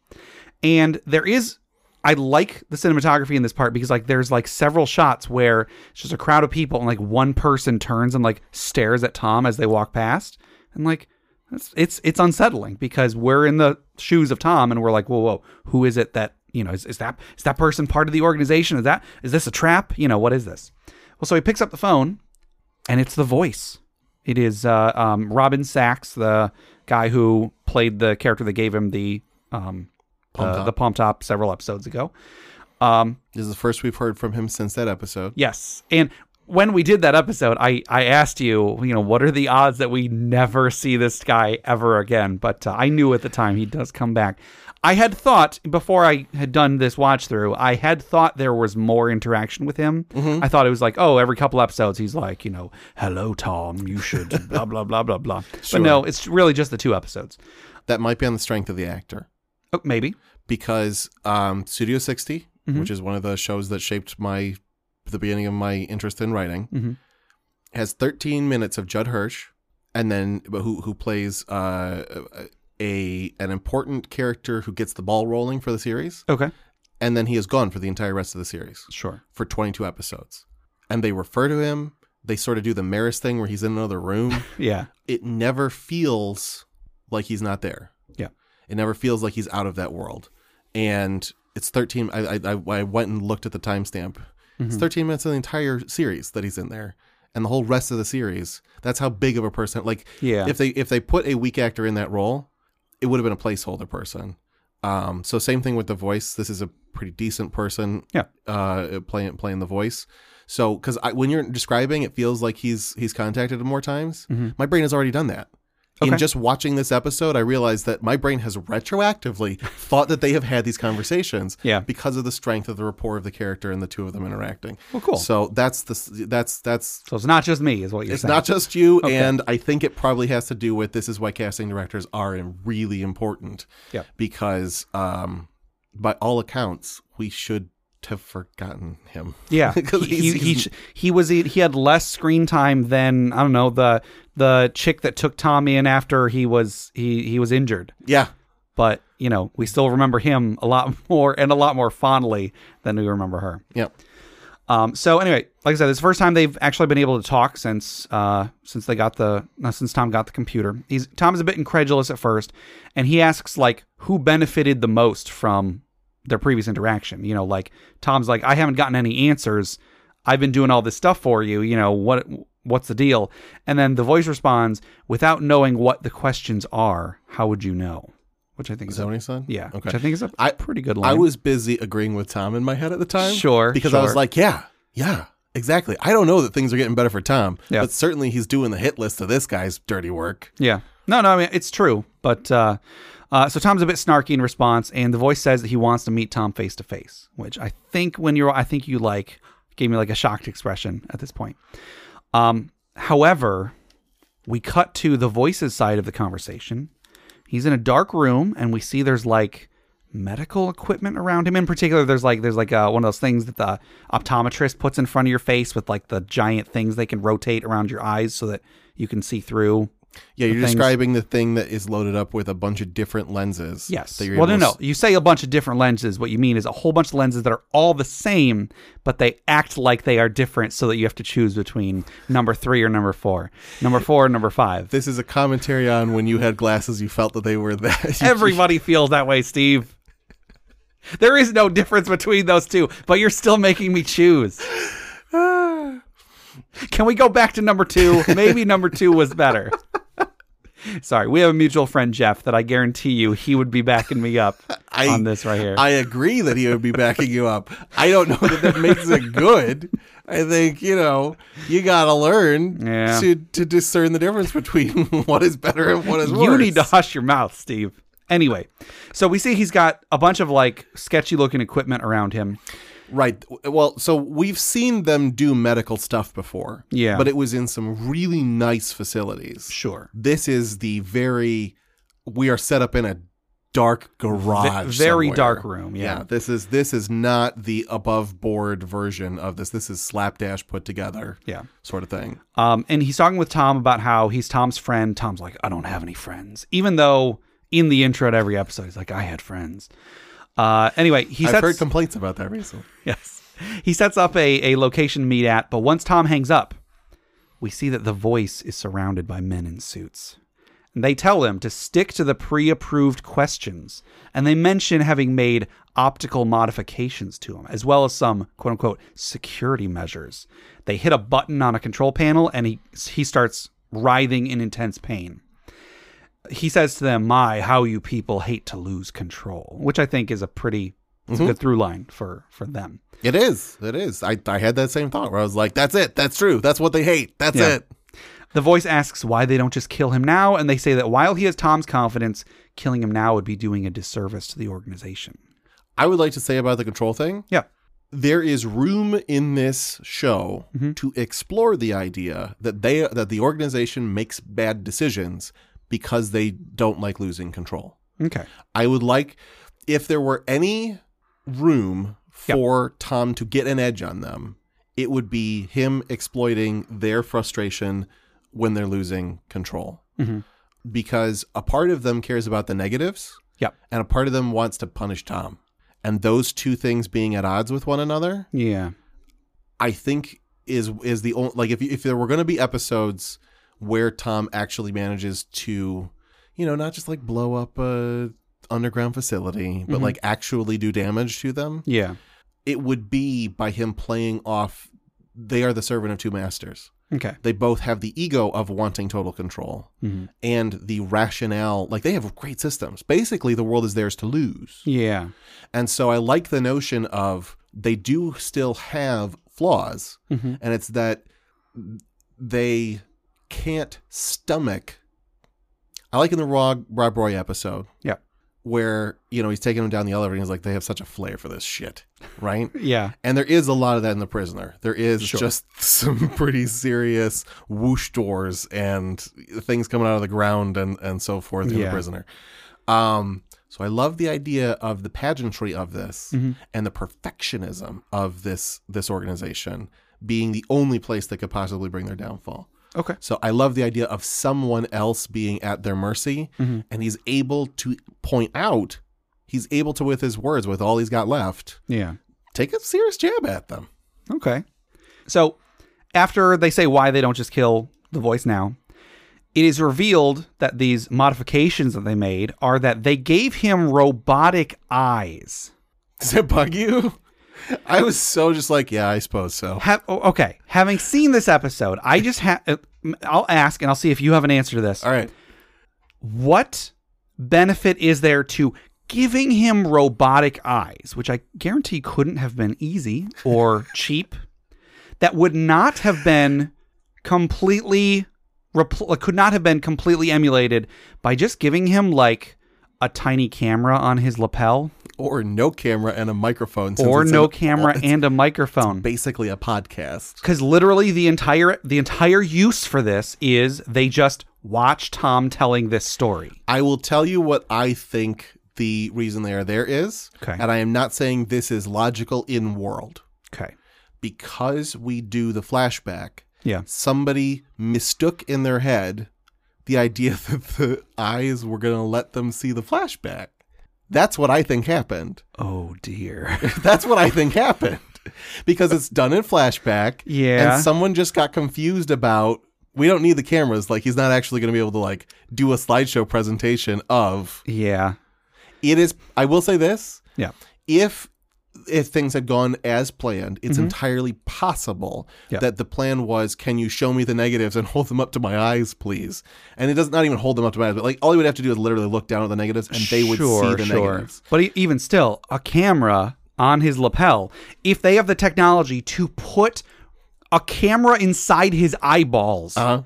B: And there is, I like the cinematography in this part because like there's like several shots where it's just a crowd of people, and like one person turns and like stares at Tom as they walk past, and like it's it's, it's unsettling because we're in the shoes of Tom, and we're like, whoa, whoa, who is it that you know is, is that is that person part of the organization? Is that is this a trap? You know what is this? Well, so he picks up the phone and it's the voice. It is uh, um, Robin Sachs, the guy who played the character that gave him the um, uh, the pump top several episodes ago. Um,
C: This is the first we've heard from him since that episode.
B: yes, and when we did that episode, I I asked you, you know, what are the odds that we never see this guy ever again? But uh, I knew at the time he does come back. I had thought before I had done this watch through, I had thought there was more interaction with him. I thought it was like, oh, every couple episodes he's like, you know, hello Tom, you should blah blah blah blah blah. But no, it's really just the two episodes.
C: That might be on the strength of the actor
B: Oh, maybe.
C: because um, Studio 60, which is one of the shows that shaped my the beginning of my interest in writing,
B: Mhm.
C: has 13 minutes of Judd Hirsch, and then who who plays uh, a an important character who gets the ball rolling for the series,
B: Okay.
C: and then he is gone for the entire rest of the series.
B: Sure.
C: for 22 episodes. And they refer to him. They sort of do the Maris thing where he's in another room.
B: Yeah.
C: it never feels like he's not there.
B: Yeah.
C: It never feels like he's out of that world. And it's 13. I, I, I- I went and looked at the timestamp. It's 13 minutes of the entire series that he's in there. And the whole rest of the series. That's how big of a person. Like,
B: Yeah.
C: if they if they put a weak actor in that role, it would have been a placeholder person. Um, so same thing with the voice. This is a pretty decent person.
B: Yeah.
C: Uh, playing playing the voice. So because when you're describing, it feels like he's he's contacted him more times. My brain has already done
B: Mm-hmm.
C: that.
B: Okay.
C: In just watching this episode, I realized that my brain has retroactively thought that they have had these conversations.
B: Yeah.
C: Because of the strength of the rapport of the character and the two of them interacting.
B: Well, cool.
C: So that's the s- that's that's
B: So it's not just me, is what you're
C: it's
B: saying.
C: not just you, and I think it probably has to do with this is why casting directors are im- really important.
B: Yeah.
C: Because um, by all accounts, we should have forgotten him.
B: Yeah, he,
C: 'Cause
B: he,
C: he's-
B: he sh- he was he had less screen time than I don't know the the chick that took Tom in after he was he he was injured.
C: Yeah.
B: But you know we still remember him a lot more and a lot more fondly than we remember her.
C: Yeah.
B: Um, so anyway, like I said, it's the first time they've actually been able to talk since uh, since they got the no, since Tom got the computer. He's Tom's a bit incredulous at first, and he asks like who benefited the most from their previous interaction. You know, like Tom's like I haven't gotten any answers. I've been doing all this stuff for you. You know what what's the deal? And then the voice responds without knowing what the questions are. How would you know? Which I think is,
C: Is that what he said?
B: yeah,
C: Okay.
B: which I think is a
C: I-
B: pretty good line.
C: I was busy agreeing with Tom in my head at the time.
B: Sure,
C: Because I was
B: sure.
C: like, yeah, yeah, exactly. I don't know that things are getting better for Tom,
B: Yeah.
C: but certainly he's doing the hit list of this guy's dirty work.
B: Yeah. No, no, I mean it's true, but uh, uh, so Tom's a bit snarky in response, and the voice says that he wants to meet Tom face to face, which I think when you're, I think you like gave me like a shocked expression at this point. Um, however, we cut to the voices side of the conversation. He's in a dark room, and we see there's like medical equipment around him. In particular, there's like there's like uh, one of those things that the optometrist puts in front of your face with like the giant things they can rotate around your eyes so that you can see through
C: Yeah, you're
B: things-
C: describing the thing that is loaded up with a bunch of different lenses.
B: Yes.
C: that you're
B: Well, no,
C: able to
B: no. You say a bunch of different lenses. What you mean is a whole bunch of lenses that are all the same, but they act like they are different, so that you have to choose between number three or number four, number four or number five.
C: This is a commentary on when you had glasses, you felt that they were that.
B: Everybody feels that way, Steve. There is no difference between those two, but you're still making me choose. Can we go back to number two? Maybe number two was better. Sorry, we have a mutual friend, Jeff, that I guarantee you he would be backing me up
C: I-
B: on this right here.
C: I agree that he would be backing you up. I don't know that that makes it good. I think you know you gotta learn
B: Yeah.
C: to to discern the difference between what is better and what is worse.
B: You need to hush your mouth, Steve. Anyway, so we see he's got a bunch of like sketchy looking equipment around him.
C: right. Well, so we've seen them do medical stuff before.
B: Yeah.
C: but it was in some really nice facilities.
B: Sure.
C: This is the very we are set up in a dark garage
B: very
C: somewhere.
B: dark room, yeah.
C: this is this is not the above board version of this this is slapdash put together
B: Yeah.
C: sort of thing
B: Um, and he's talking with Tom about how he's Tom's friend. Tom's like, I don't have any friends, even though in the intro to every episode, he's like, I had friends. Uh, anyway, he
C: i've
B: sets,
C: heard complaints about that recently
B: yes, he sets up a, a location to meet at, but once Tom hangs up, we see that the voice is surrounded by men in suits. And they tell him to stick to the pre approved questions, and they mention having made optical modifications to him, as well as some quote unquote security measures. They hit a button on a control panel, and he, he starts writhing in intense pain. He says to them, My, how you people hate to lose control, which I think is a pretty It's a good through line for for them.
C: It is. It is. I, I had that same thought where I was like, that's it. That's true. That's what they hate. That's
B: Yeah.
C: it.
B: The voice asks why they don't just kill him now, and they say that while he has Tom's confidence, killing him now would be doing a disservice to the organization.
C: I would like to say about the control thing
B: Yeah.
C: there is room in this show
B: Mm-hmm.
C: to explore the idea that they that the organization makes bad decisions because they don't like losing control.
B: Okay.
C: I would like if there were any room
B: Yep.
C: for Tom to get an edge on them, it would be him exploiting their frustration when they're losing control.
B: Mhm.
C: Because a part of them cares about the negatives
B: Yep.
C: and a part of them wants to punish Tom. And those two things being at odds with one another,
B: Yeah.
C: I think is is the only like if if there were going to be episodes where Tom actually manages to, you know, not just like blow up a underground facility, but like actually do damage to them,
B: Yeah.
C: it would be by him playing off they are the servant of two masters.
B: Okay.
C: They both have the ego of wanting total control
B: Mhm.
C: and the rationale like they have great systems. Basically the world is theirs to lose.
B: Yeah.
C: And so I like the notion of they do still have flaws,
B: Mhm.
C: and it's that they can't stomach. I like in the Rob, Rob Roy episode
B: Yeah.
C: where, you know, he's taking him down the elevator and he's like, they have such a flair for this shit, right?
B: Yeah.
C: And there is a lot of that in The Prisoner. There is
B: Sure.
C: just some pretty serious whoosh doors and things coming out of the ground and, and so forth in
B: Yeah.
C: The Prisoner. Um, so I love the idea of the pageantry of this
B: Mm-hmm.
C: and the perfectionism of this this organization being the only place that could possibly bring their downfall.
B: Okay.
C: So I love the idea of someone else being at their mercy,
B: Mm-hmm.
C: and he's able to point out, he's able to with his words, with all he's got left,
B: Yeah.
C: take a serious jab at them.
B: Okay. So after they say why they don't just kill the voice now, it is revealed that these modifications that they made are that they gave him robotic eyes.
C: Does that bug you? I was so just like, yeah, I suppose so.
B: Have, oh, okay, having seen this episode, I just ha- uh, I'll ask and I'll see if you have an answer to this.
C: All right.
B: What benefit is there to giving him robotic eyes, which I guarantee couldn't have been easy or cheap, that would not have been completely repl- could not have been completely emulated by just giving him like a tiny camera on his lapel
C: Or no camera and a microphone. since
B: or
C: it's
B: no
C: an-
B: camera
C: it's
B: and a microphone.
C: basically a podcast.
B: because literally the entire the entire use for this is they just watch Tom telling this story.
C: I will tell you what I think the reason they are there is.
B: Okay.
C: And I am not saying this is logical in world.
B: Okay.
C: Because we do the flashback,
B: Yeah.
C: somebody mistook in their head the idea that the eyes were going to let them see the flashback. That's what I think happened.
B: Oh dear.
C: That's what I think happened because it's done in flashback.
B: Yeah.
C: And someone just got confused about we don't need the cameras. Like he's not actually going to be able to like do a slideshow presentation of
B: yeah.
C: it is. I will say this:
B: Yeah.
C: if if things had gone as planned, it's entirely possible
B: Mm-hmm. Yeah.
C: that the plan was, "Can you show me the negatives and hold them up to my eyes, please?" And it does not even hold them up to my eyes, but like all he would have to do is literally look down at the negatives, and they would see the negatives.
B: But e- even still, a camera on his lapel. If they have the technology to put a camera inside his eyeballs,
C: Uh-huh.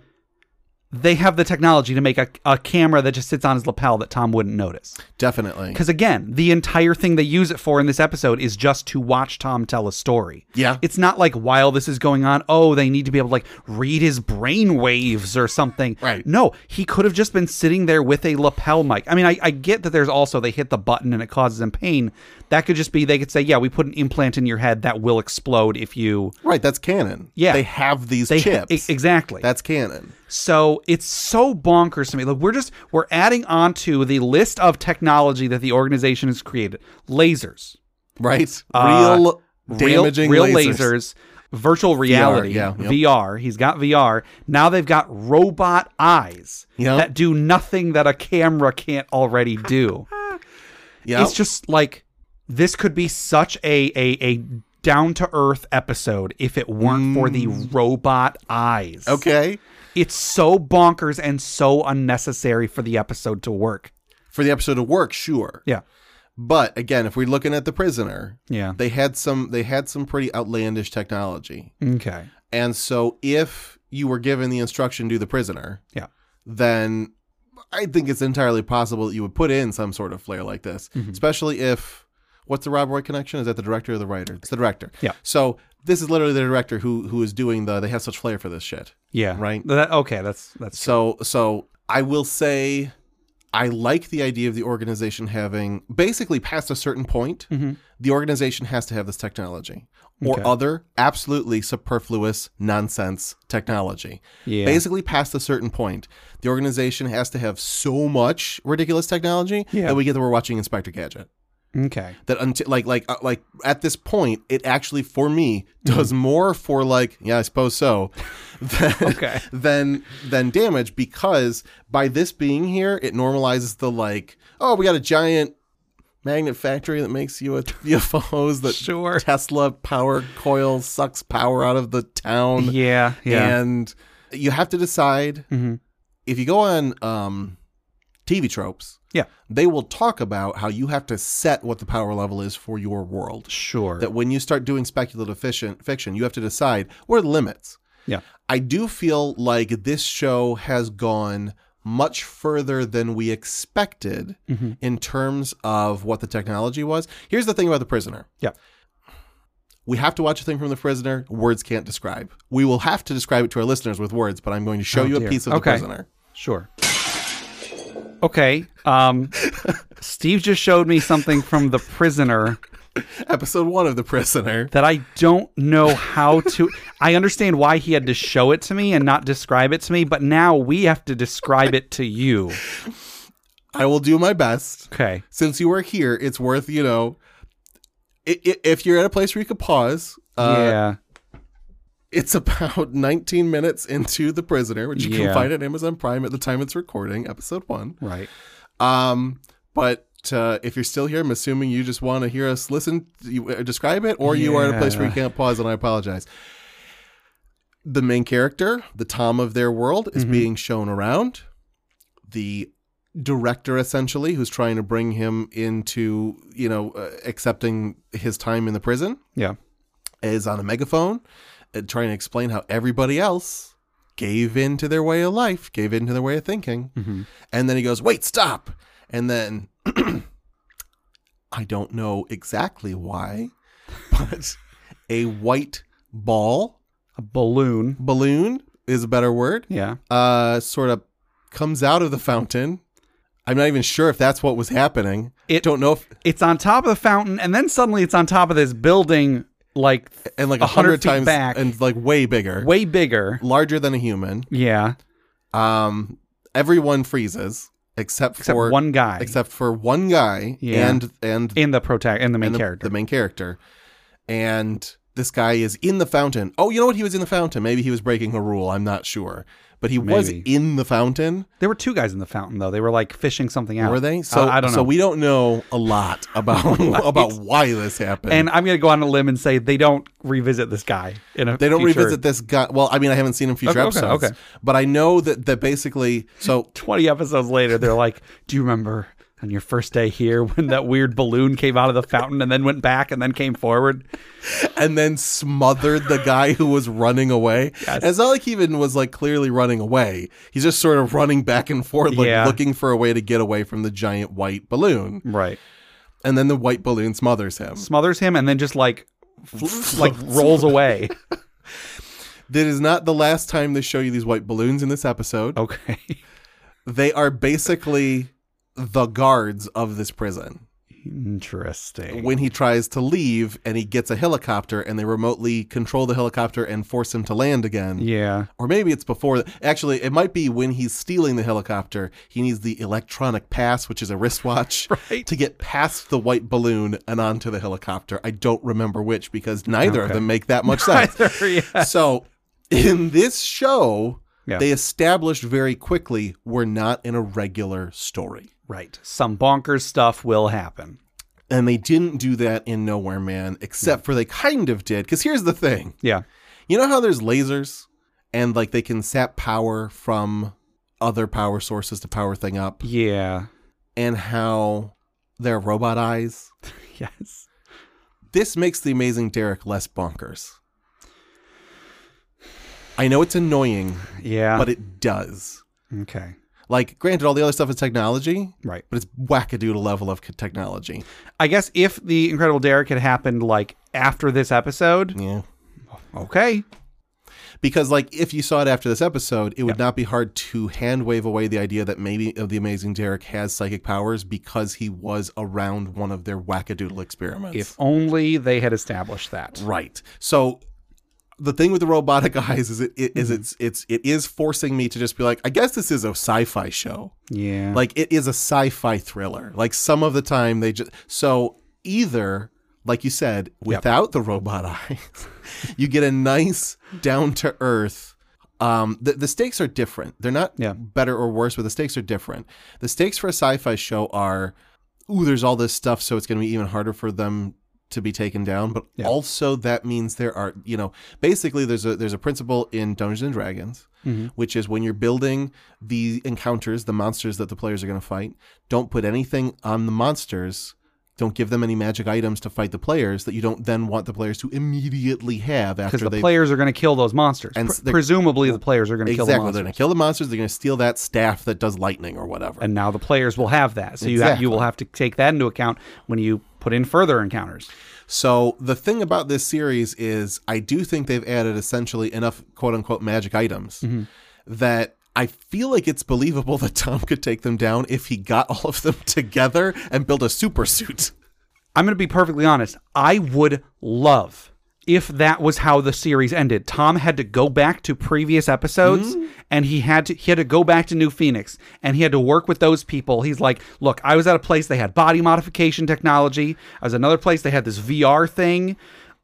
B: they have the technology to make a, a camera that just sits on his lapel that Tom wouldn't notice.
C: Definitely.
B: Because again, the entire thing they use it for in this episode is just to watch Tom tell a story.
C: Yeah.
B: It's not like while this is going on, oh, they need to be able to like read his brain waves or something.
C: Right.
B: No, he could have just been sitting there with a lapel mic. I mean, I, I get that there's also they hit the button and it causes him pain. That could just be they could say, yeah, we put an implant in your head that will explode if you.
C: Right, that's canon.
B: Yeah.
C: They have these
B: They
C: chips.
B: e- exactly.
C: That's canon.
B: So it's so bonkers to me. Look, we're just we're adding on to the list of technology that the organization has created. Lasers,
C: Right?
B: Uh,
C: Real
B: real-
C: damaging
B: real,
C: lasers.
B: lasers. virtual reality,
C: yeah, yep.
B: VR. He's got VR. Now they've got robot eyes
C: Yep.
B: that do nothing that a camera can't already do.
C: Yeah.
B: It's just like this could be such a a, a down to earth episode if it weren't for the robot eyes.
C: Mm. okay.
B: It's so bonkers and so unnecessary for the episode to work.
C: For the episode to work, sure.
B: Yeah.
C: But again, if we're looking at the prisoner,
B: Yeah.
C: they had some they had some pretty outlandish technology.
B: Okay.
C: And so if you were given the instruction to the prisoner,
B: Yeah.
C: then I think it's entirely possible that you would put in some sort of flair like this,
B: Mm-hmm.
C: especially if what's the Rob Roy connection? Is that the director or the writer? It's the director.
B: Yeah.
C: So this is literally the director who who is doing the they have such flair for this shit.
B: Yeah.
C: Right.
B: That, okay. That's that's
C: So so I will say I like the idea of the organization having basically past a certain point, the organization has to have this technology or
B: Mm-hmm. Okay.
C: other absolutely superfluous nonsense technology.
B: Yeah.
C: Basically past a certain point, the organization has to have so much ridiculous technology
B: Yeah.
C: that we get that we're watching Inspector Gadget.
B: okay.
C: That until like like uh, like at this point, it actually for me
B: Mm-hmm.
C: does more for like yeah I suppose so, than,
B: Okay.
C: than than damage because by this being here, it normalizes the like oh we got a giant magnet factory that makes you a UFOs that
B: Sure.
C: Tesla power coil sucks power out of the town
B: Yeah. Yeah.
C: and you have to decide
B: Mhm.
C: if you go on um, TV tropes
B: yeah.
C: they will talk about how you have to set what the power level is for your world.
B: Sure.
C: That when you start doing speculative fiction, fiction you have to decide where the limits.
B: yeah.
C: I do feel like this show has gone much further than we expected
B: Mm-hmm.
C: in terms of what the technology was. Here's the thing about the prisoner.
B: Yeah.
C: We have to watch a thing from the prisoner. Words can't describe. We will have to describe it to our listeners with words, but I'm going to show
B: Oh,
C: you
B: dear.
C: a piece of
B: Okay.
C: the prisoner.
B: Sure. Okay. Um, Steve just showed me something from The Prisoner
C: Episode one of the prisoner.
B: that I don't know how to. I understand why he had to show it to me and not describe it to me, but now we have to describe it to you.
C: I will do my best.
B: Okay.
C: since you are here, it's worth you know, i- i- if you're at a place where you could pause. Uh,
B: yeah.
C: It's about 19 minutes into the prisoner, which you
B: Yeah.
C: can find on Amazon Prime at the time it's recording, episode one.
B: Right.
C: Um, but uh, if you're still here, I'm assuming you just want to hear us listen, you, uh, describe it, or you are at a place where you can't pause, and I apologize. The main character, the Tom of their world, is being shown around. The director, essentially, who's trying to bring him into, you know, uh, accepting his time in the prison,
B: Yeah.
C: is on a megaphone and trying to explain how everybody else gave in to their way of life, gave in to their way of thinking.
B: Mm-hmm.
C: And then he goes, wait, stop. And then I don't know exactly why, but a white ball,
B: A balloon.
C: balloon is a better word,
B: Yeah.
C: uh, sort of comes out of the fountain. I'm not even sure if that's what was happening.
B: It-
C: don't know if,
B: It's on top of the fountain, and then suddenly it's on top of this building, like
C: and like a
B: 100
C: hundred
B: feet
C: times
B: back.
C: and like way bigger,
B: way bigger.
C: larger than a human.
B: Yeah.
C: Um, everyone freezes except,
B: Except
C: for
B: one guy.
C: except for one guy
B: Yeah.
C: and and,
B: in the protag in the main
C: and the,
B: character.
C: the main character, and this guy is in the fountain. Oh, you know what? He was in the fountain. Maybe he was breaking a rule. I'm not sure, but he was
B: Maybe.
C: in the fountain.
B: there were two guys in the fountain though. They were like fishing something out.
C: Were they? So
B: I, I don't know.
C: So we don't know a lot about about why this happened.
B: and I'm gonna go on a limb and say they don't revisit this guy in a
C: They don't
B: future
C: revisit this guy. Well, I mean, I haven't seen him in future
B: Okay, okay,
C: episodes,
B: okay.
C: but I know that that basically. So
B: twenty episodes later. They're like, do you remember? On your first day here, when that weird balloon came out of the fountain and then went back and then came forward,
C: and then smothered the guy who was running away. And It's not like he even was like clearly running away. He's just sort of running back and forth, like
B: Yeah.
C: looking for a way to get away from the giant white balloon.
B: right?
C: And then the white balloon smothers him.
B: Smothers him and then just like, f- like rolls away.
C: This is not the last time they show you these white balloons in this episode.
B: Okay,
C: They are basically the guards of this prison.
B: interesting.
C: When he tries to leave and he gets a helicopter and they remotely control the helicopter and force him to land again.
B: yeah,
C: Or maybe it's before. Actually, it might be when he's stealing the helicopter. He needs the electronic pass, which is a wristwatch,
B: Right.
C: to get past the white balloon and onto the helicopter. I don't remember which because neither of them make that much sense.
B: yeah,
C: so, in this show,
B: Yeah.
C: they established very quickly we're not in a regular story.
B: right. Some bonkers stuff will happen.
C: And they didn't do that in Nowhere Man, except for they kind of did. Because here's the thing
B: Yeah,
C: You know how there's lasers and like they can sap power from other power sources to power thing up
B: yeah.
C: and how their robot eyes.
B: yes.
C: This makes the amazing Derek less bonkers. I know it's annoying,
B: Yeah.
C: but it does.
B: okay.
C: Like, granted, all the other stuff is technology,
B: Right.
C: but it's wackadoodle level of c- technology.
B: I guess if the Incredible Derek had happened like after this episode,
C: Yeah.
B: okay.
C: Because, like, if you saw it after this episode, it would not be hard to hand wave away the idea that maybe of the amazing Derek has psychic powers because he was around one of their wackadoodle experiments.
B: If only they had established that.
C: Right. So the thing with the robotic eyes is it, it is it's it's it is forcing me to just be like, I guess this is a sci-fi show.
B: Yeah.
C: Like it is a sci-fi thriller. Like some of the time they just so either like you said, without the robot eyes, you get a nice down to earth. Um, the, the stakes are different. They're not
B: Yeah.
C: better or worse, but the stakes are different. The stakes for a sci-fi show are, ooh, there's all this stuff, so it's going to be even harder for them to be taken down. But
B: Yeah.
C: also that means there are, you know, basically there's a there's a principle in Dungeons and Dragons,
B: Mm-hmm.
C: which is when you're building the encounters, the monsters that the players are going to fight, don't put anything on the monsters. Don't give them any magic items to fight the players that you don't then want the players to immediately have after
B: because the
C: they
B: players are going to kill those monsters.
C: And
B: Pre-
C: s- they're-
B: presumably, the players are going to
C: exactly
B: kill the
C: they're going
B: monsters,
C: to kill the monsters. They're going to steal that staff that does lightning or whatever.
B: and now the players will have that. So you have,
C: Exactly.
B: you will have to take that into account when you put in further encounters.
C: So the thing about this series is I do think they've added essentially enough quote unquote magic items that I feel like it's believable that Tom could take them down if he got all of them together and built a super suit.
B: I'm going to be perfectly honest. I would love if that was how the series ended. Tom had to go back to previous episodes and he had to he had to go back to New Phoenix and he had to work with those people. He's like, "Look, I was at a place they had body modification technology. I was at another place they had this VR thing.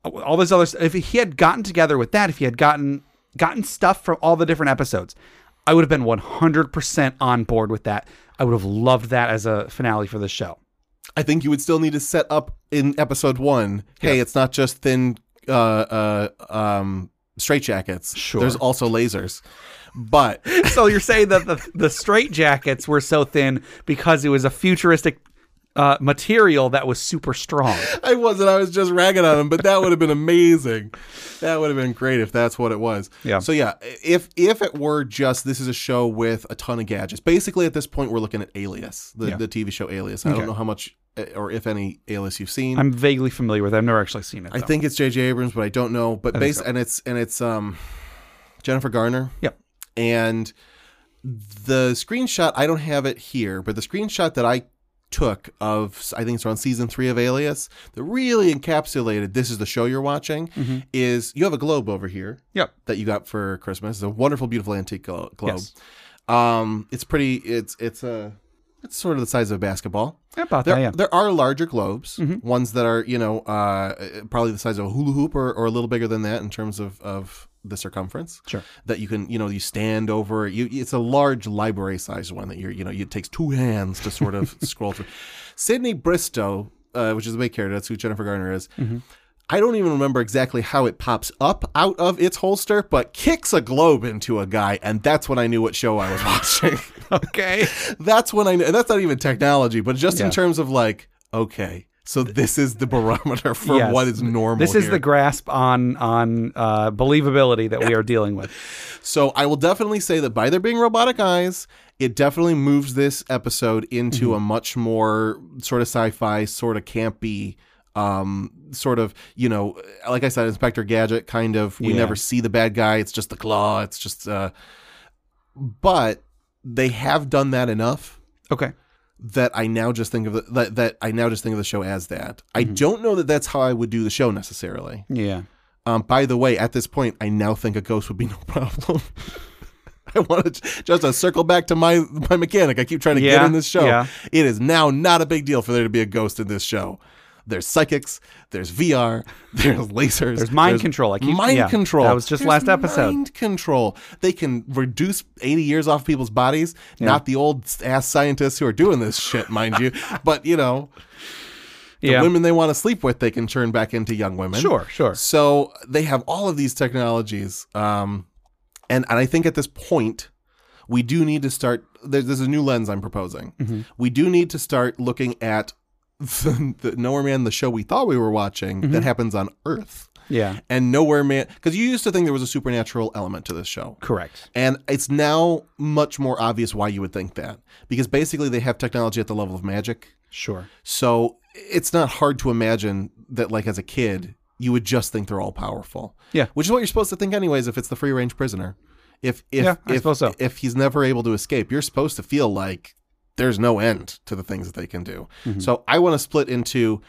B: All this other stuff. If he had gotten together with that, if he had gotten gotten stuff from all the different episodes, I would have been 100% on board with that. I would have loved that as a finale for the show.
C: I think you would still need to set up in episode one. Hey, it's not just thin uh, uh, um, straitjackets.
B: Sure.
C: There's also lasers, but
B: so you're saying that the, the straight jackets were so thin because it was a futuristic uh, material that was super strong.
C: I wasn't. I was just ragging on him, but that would have been amazing. That would have been great if that's what it was.
B: Yeah.
C: So yeah, if if it were just this is a show with a ton of gadgets. Basically, at this point, we're looking at Alias, the,
B: Yeah.
C: the TV show Alias. I don't know how much uh, or if any Alias you've seen.
B: I'm vaguely familiar with it. I've never actually seen it.
C: I
B: though.
C: think it's J.J. Abrams, but I don't know. But
B: think
C: based
B: so.
C: and it's and it's um Jennifer Garner.
B: Yep.
C: And the screenshot I don't have it here, but the screenshot that I took of I think it's around season three of Alias that really encapsulated this is the show you're watching
B: Mm-hmm.
C: is you have a globe over here
B: Yep.
C: that you got for Christmas. It's a wonderful, beautiful antique glo- globe.
B: Yes.
C: Um, it's pretty. It's it's a it's sort of the size of a basketball.
B: About
C: There,
B: that, yeah. Mm-hmm.
C: there are larger globes, ones that are you know uh, probably the size of a hula hoop or, or a little bigger than that in terms of of the circumference.
B: Sure.
C: That you can you know you stand over. You it's a large library sized one that you're you know it takes two hands to sort of scroll through. Sydney Bristow, uh, which is the main character, that's who Jennifer Garner is.
B: Mm-hmm.
C: I don't even remember exactly how it pops up out of its holster, but kicks a globe into a guy, and that's when I knew what show I was watching.
B: Okay.
C: that's when I know. And that's not even technology, but just
B: Yeah.
C: in terms of like, okay, so this is the barometer for
B: Yes.
C: what is normal.
B: This is
C: here.
B: the grasp on on uh, believability that we are dealing with.
C: So I will definitely say that by there being robotic eyes, it definitely moves this episode into
B: Mm-hmm.
C: a much more sort of sci-fi, sort of campy, um, sort of you know, like I said, Inspector Gadget kind of. We
B: Yeah.
C: never see the bad guy. It's just the claw. It's just. Uh, but they have done that enough
B: Okay.
C: that I now just think of the, that that I now just think of the show as that. I
B: Mm-hmm.
C: don't know that that's how I would do the show necessarily.
B: Yeah.
C: Um, by the way, at this point, I now think a ghost would be no problem. I want to just to circle back to my my mechanic. I keep trying to get
B: Yeah,
C: in this show.
B: yeah.
C: It is now not a big deal for there to be a ghost in this show. There's psychics. There's VR. There's lasers.
B: There's mind control. I keep-
C: mind
B: yeah,
C: control.
B: that was just
C: There's
B: last episode.
C: Mind control. They can reduce 80 years off people's bodies. Not the old ass scientists who are doing this shit, mind you. But you know, the
B: Yeah.
C: women they want to sleep with, they can turn back into young women.
B: Sure, sure.
C: So they have all of these technologies, um, and and I think at this point,
B: Mm-hmm.
C: we do need to start. There's, there's a new lens I'm proposing. We do need to start looking at the, the Nowhere Man, the show we thought we were watching,
B: Mm-hmm.
C: that happens on Earth.
B: Yeah.
C: And Nowhere Man, because you used to think there was a supernatural element to this show.
B: Correct.
C: And it's now much more obvious why you would think that. Because basically, they have technology at the level of magic.
B: Sure.
C: So it's not hard to imagine that, like, as a kid, you would just think they're all powerful.
B: Yeah.
C: Which is what you're supposed to think, anyways, if it's the free range prisoner. If, if,
B: Yeah, I
C: if,
B: suppose so.
C: if he's never able to escape, you're supposed to feel like there's no end to the things that they can do.
B: Mm-hmm.
C: So I want to split into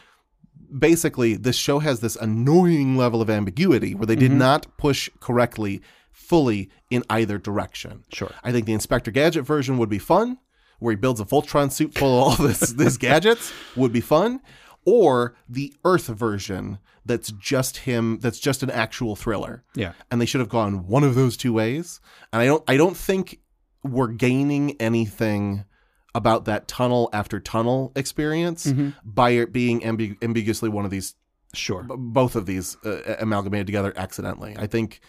C: basically this show has this annoying level of ambiguity where they did not push correctly fully in either direction.
B: Sure.
C: I think the Inspector Gadget version would be fun, where he builds a Voltron suit full of all this this gadgets would be fun, or the Earth version that's just him that's just an actual thriller.
B: Yeah.
C: And they should have gone one of those two ways. And I don't I don't think we're gaining anything about that tunnel after tunnel experience by it being ambi- ambiguously one of these
B: Sure.
C: b- both of these uh, amalgamated together accidentally. I think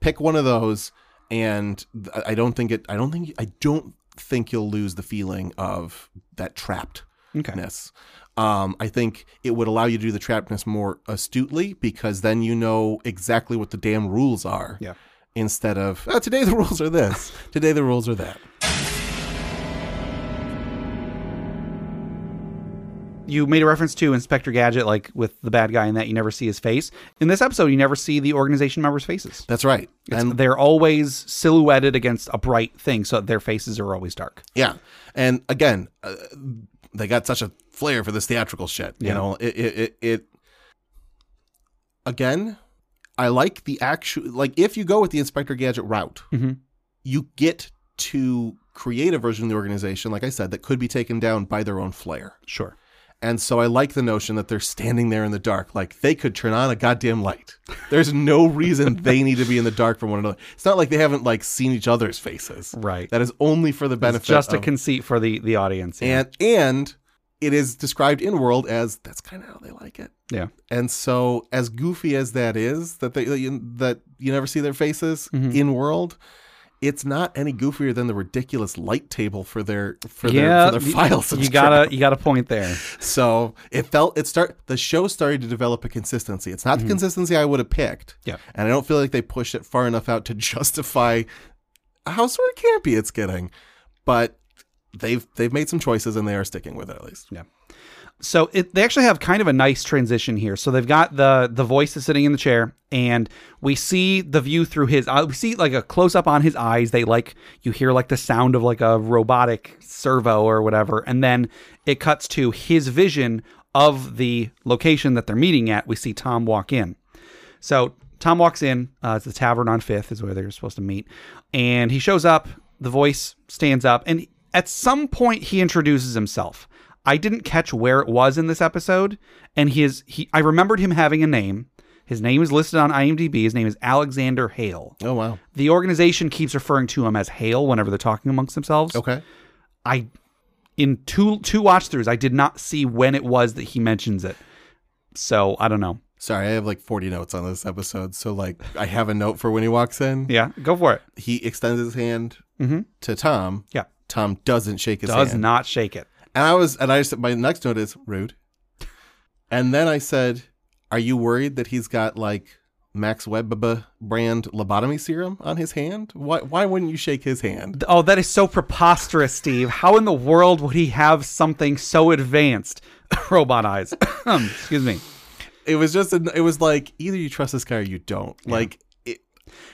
C: pick one of those, and th- I don't think it. I don't think. I don't think you'll lose the feeling of that trappedness.
B: Okay.
C: Um, I think it would allow you to do the trappedness more astutely because then you know exactly what the damn rules are.
B: Yeah.
C: Instead of "Ah, today the rules are this, today the rules are that.
B: you made a reference to Inspector Gadget, like with the bad guy, and that you never see his face. In this episode, you never see the organization members' faces.
C: That's right.
B: It's-
C: and
B: they're always silhouetted against a bright thing, so their faces are always dark.
C: Yeah, and again, uh, they got such a flair for this theatrical shit. You
B: Yeah.
C: know, it it, it it again. I like the actual like if you go with the Inspector Gadget route,
B: Mhm.
C: you get to create a version of the organization, like I said, that could be taken down by their own flair.
B: Sure.
C: And so I like the notion that they're standing there in the dark, like they could turn on a goddamn light. There's no reason they need to be in the dark from one another. It's not like they haven't like seen each other's faces.
B: Right.
C: That is only for the benefit.
B: It's just a
C: of-
B: conceit for the the audience. Yeah.
C: and and it is described in world as that's kind of how they like it
B: yeah.
C: and so as goofy as that is that they that you, that you never see their faces
B: Mm-hmm.
C: in world it's not any goofier than the ridiculous light table for their for
B: yeah.
C: their for their
B: you-
C: files
B: You gotta you got a point there.
C: so it felt it start the show started to develop a consistency it's
B: Mm-hmm.
C: not the consistency i would have picked
B: Yeah.
C: and i don't feel like they pushed it far enough out to justify how sort of campy it's getting but they've they've made some choices and they are sticking with it at least
B: so it, they actually have kind of a nice transition here. So they've got the the voice is sitting in the chair, and we see the view through his. Uh, we see like a close up on his eyes. They like you hear like the sound of like a robotic servo or whatever, and then it cuts to his vision of the location that they're meeting at. We see Tom walk in. So Tom walks in. Uh, it's the tavern on Fifth is where they're supposed to meet, and he shows up. The voice stands up, and at some point he introduces himself. I didn't catch where it was in this episode, and he is he. I remembered him having a name. His name is listed on IMDb. His name is Alexander Hale.
C: Oh wow.
B: The organization keeps referring to him as Hale whenever they're talking amongst themselves.
C: Okay.
B: I in two two watch throughs, I did not see when it was that he mentions it. So I don't know.
C: Sorry, I have like 40 notes on this episode. So like I have a note for when he walks in.
B: Yeah, go for it.
C: He extends his hand to Tom.
B: Yeah.
C: Tom Mm-hmm. doesn't shake his
B: Does
C: hand.
B: not shake it.
C: And I was and I just my next note is rude. And then I said, "Are you worried that he's got like Max Webb brand lobotomy serum on his hand? Why why wouldn't you shake his hand?"
B: Oh, that is so preposterous, Steve. How in the world would he have something so advanced? Robot eyes. Excuse me.
C: It was just an, it was like either you trust this guy or you don't. Like it,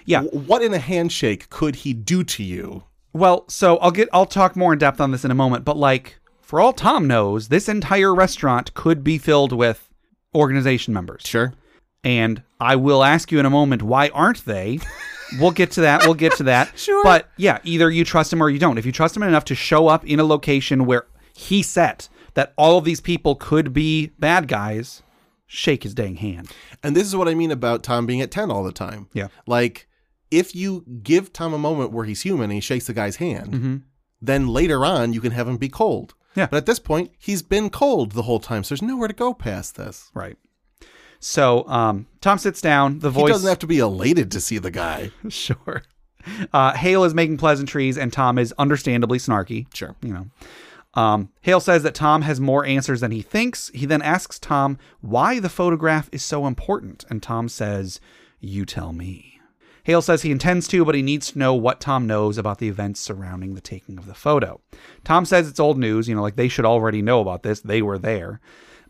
B: Yeah.
C: w- what in a handshake could he do to you?
B: Well, so I'll get I'll talk more in depth on this in a moment, but like for all Tom knows, this entire restaurant could be filled with organization members.
C: Sure.
B: And I will ask you in a moment why aren't they? We'll get to that. We'll get to that.
C: Sure.
B: But yeah, either you trust him or you don't. If you trust him enough to show up in a location where he set that all of these people could be bad guys, shake his dang hand.
C: And this is what I mean about Tom being at 10 all the time.
B: Yeah.
C: Like, if you give Tom a moment where he's human and he shakes the guy's hand, then later on you can have him be cold.
B: Mm-hmm. Yeah.
C: But at this point, he's been cold the whole time, so there's nowhere to go past this.
B: Right. So um, Tom sits down. The voice
C: He doesn't have to be elated to see the guy.
B: sure. Uh, Hale is making pleasantries, and Tom is understandably snarky.
C: Sure.
B: You know. Um, Hale says that Tom has more answers than he thinks. He then asks Tom why the photograph is so important, and Tom says, You tell me. Hale says he intends to, but he needs to know what Tom knows about the events surrounding the taking of the photo. Tom says it's old news, you know, like they should already know about this. They were there.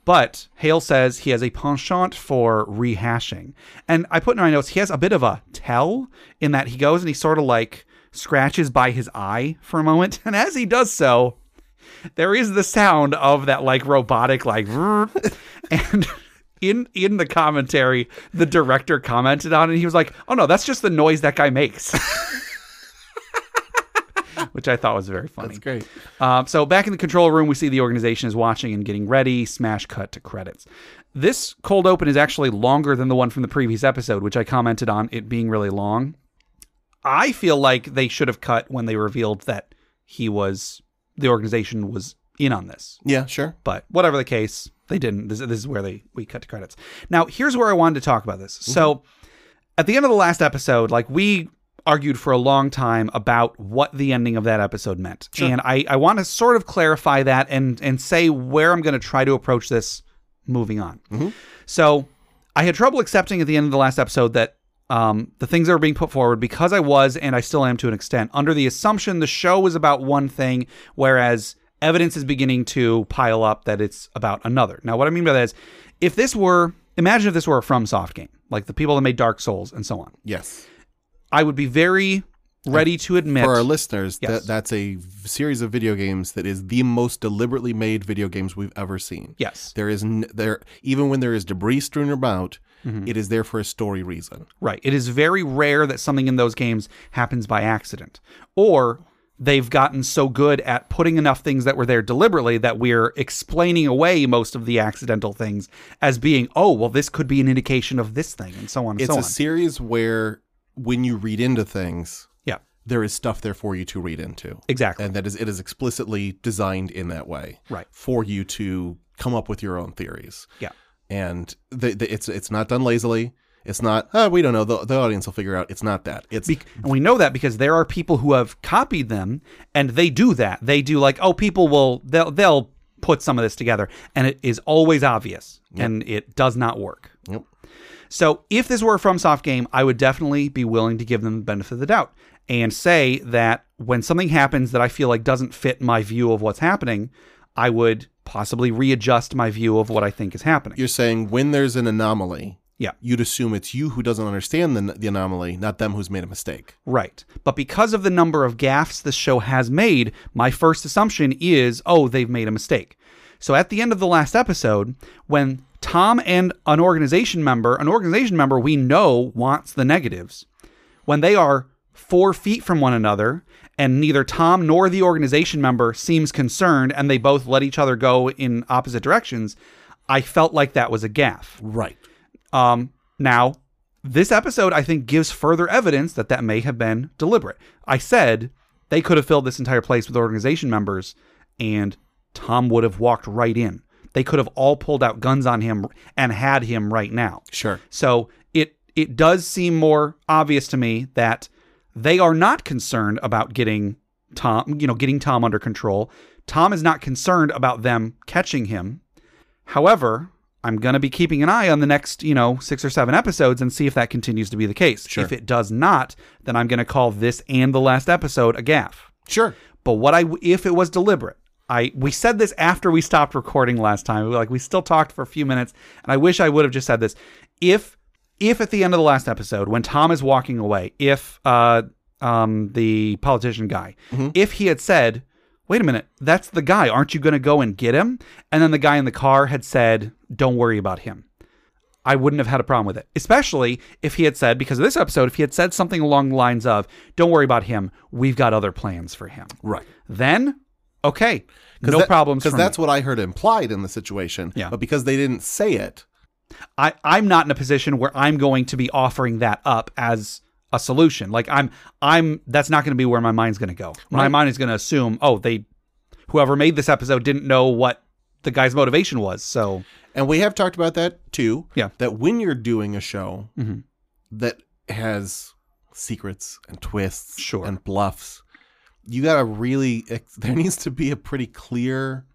B: But Hale says he has a penchant for rehashing. And I put in my notes, he has a bit of a tell in that he goes and he sort of like scratches by his eye for a moment. And as he does so, there is the sound of that like robotic like "Vrrr." and in in the commentary the director commented on it and he was like oh no that's just the noise that guy makes which i thought was very funny
C: That's great.
B: um, so back in the control room, we see the organization is watching and getting ready. Smash cut to credits. This cold open is actually longer than the one from the previous episode, which I commented on it being really long. I feel like they should have cut when they revealed that he was the organization was in on this.
C: Yeah, sure.
B: But whatever the case, they didn't. This, this is where they we cut to credits. Now, here's where I wanted to talk about this. So, at the end of the last episode, like we argued for a long time about what the ending of that episode meant, and I I want to sort of clarify that and and say where I'm going to try to approach this moving on. So, I had trouble accepting at the end of the last episode that. Um, the things that were being put forward because I was and I still am to an extent under the assumption the show was about one thing, whereas evidence is beginning to pile up that it's about another. Now, what I mean by that is, if this were, imagine if this were a FromSoft game, like the people that made Dark Souls and so on,
C: Yes.
B: I would be very ready to admit.
C: For our listeners,
B: Yes.
C: that that's a v- series of video games that is the most deliberately made video games we've ever seen.
B: yes,
C: There is n- there even when there is debris strewn about,
B: Mm-hmm.
C: it is there for a story reason.
B: right. It is very rare that something in those games happens by accident, or they've gotten so good at putting enough things that were there deliberately that we're explaining away most of the accidental things as being, oh, well, this could be an indication of this thing, and so on and
C: It's
B: so
C: a
B: on.
C: series where when you read into things,
B: yeah,
C: there is stuff there for you to read into.
B: exactly.
C: And that is it is explicitly designed in that way.
B: Right.
C: For you to come up with your own theories.
B: yeah.
C: And the, the, it's it's not done lazily. It's not, oh, we don't know. The, the audience will figure out. It's not that. It's
B: Bec- and we know that because there are people who have copied them and they do that. They do like, oh, people will they'll they'll put some of this together and it is always obvious and it does not work.
C: Yep.
B: So if this were a FromSoft game, I would definitely be willing to give them the benefit of the doubt and say that when something happens that I feel like doesn't fit my view of what's happening, I would possibly readjust my view of what I think is happening.
C: you're saying when there's an anomaly,
B: Yeah.
C: you'd assume it's you who doesn't understand the, the anomaly, not them who's made a mistake.
B: Right. But because of the number of gaffes this show has made, my first assumption is, oh, they've made a mistake. So at the end of the last episode, when Tom and an organization member, an organization member we know wants the negatives, when they are four feet from one another and neither Tom nor the organization member seems concerned and they both let each other go in opposite directions, I felt like that was a gaff.
C: Right.
B: Um, now, this episode, I think, gives further evidence that that may have been deliberate. I said they could have filled this entire place with organization members, and Tom would have walked right in. They could have all pulled out guns on him and had him right now.
C: Sure.
B: So it it does seem more obvious to me that they are not concerned about getting Tom, you know, getting Tom under control. Tom is not concerned about them catching him. However, I'm going to be keeping an eye on the next, you know, 6 or 7 episodes and see if that continues to be the case. If it does not, then I'm going to call this and the last episode a gaff.
C: Sure.
B: But what I if it was deliberate, I we said this after we stopped recording last time. We, like we still talked for a few minutes, and I wish I would have just said this. If if at the end of the last episode, when Tom is walking away, if uh um the politician guy, if he had said, "Wait a minute, that's the guy. Aren't you going to go and get him?" and then the guy in the car had said, "Don't worry about him." I wouldn't have had a problem with it, especially if he had said, because of this episode, if he had said something along the lines of, don't worry about him, we've got other plans for him
C: Right.
B: then okay no problems
C: Because
B: for
C: that's
B: me.
C: what I heard implied in the situation.
B: Yeah.
C: But because they didn't say it,
B: I, i'm not in a position where i'm going to be offering that up as a solution like i'm i'm that's not going to be where my mind's going to go my mind is going to assume oh they whoever made this episode didn't know what the guy's motivation was so
C: and we have talked about that too.
B: Yeah. Mm-hmm.
C: That when you're doing a show that has secrets and twists
B: Sure.
C: and bluffs, you got to really there needs to be a pretty clear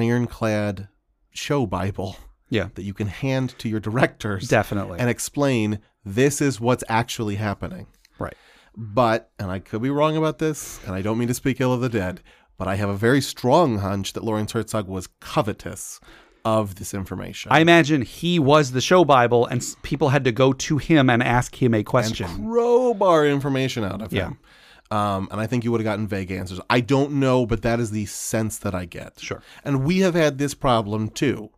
C: ironclad show bible
B: Yeah.
C: that you can hand to your directors
B: Definitely.
C: and explain this is what's actually happening.
B: right.
C: But, and I could be wrong about this, and I don't mean to speak ill of the dead, but I have a very strong hunch that Lawrence Herzog was covetous of this information.
B: I imagine he was the show Bible, and s- people had to go to him and ask him a question.
C: crowbar information out of
B: Yeah.
C: him. Um, and I think you would have gotten vague answers. I don't know, but that is the sense that I get.
B: Sure. Mm-hmm.
C: And we have had this problem too,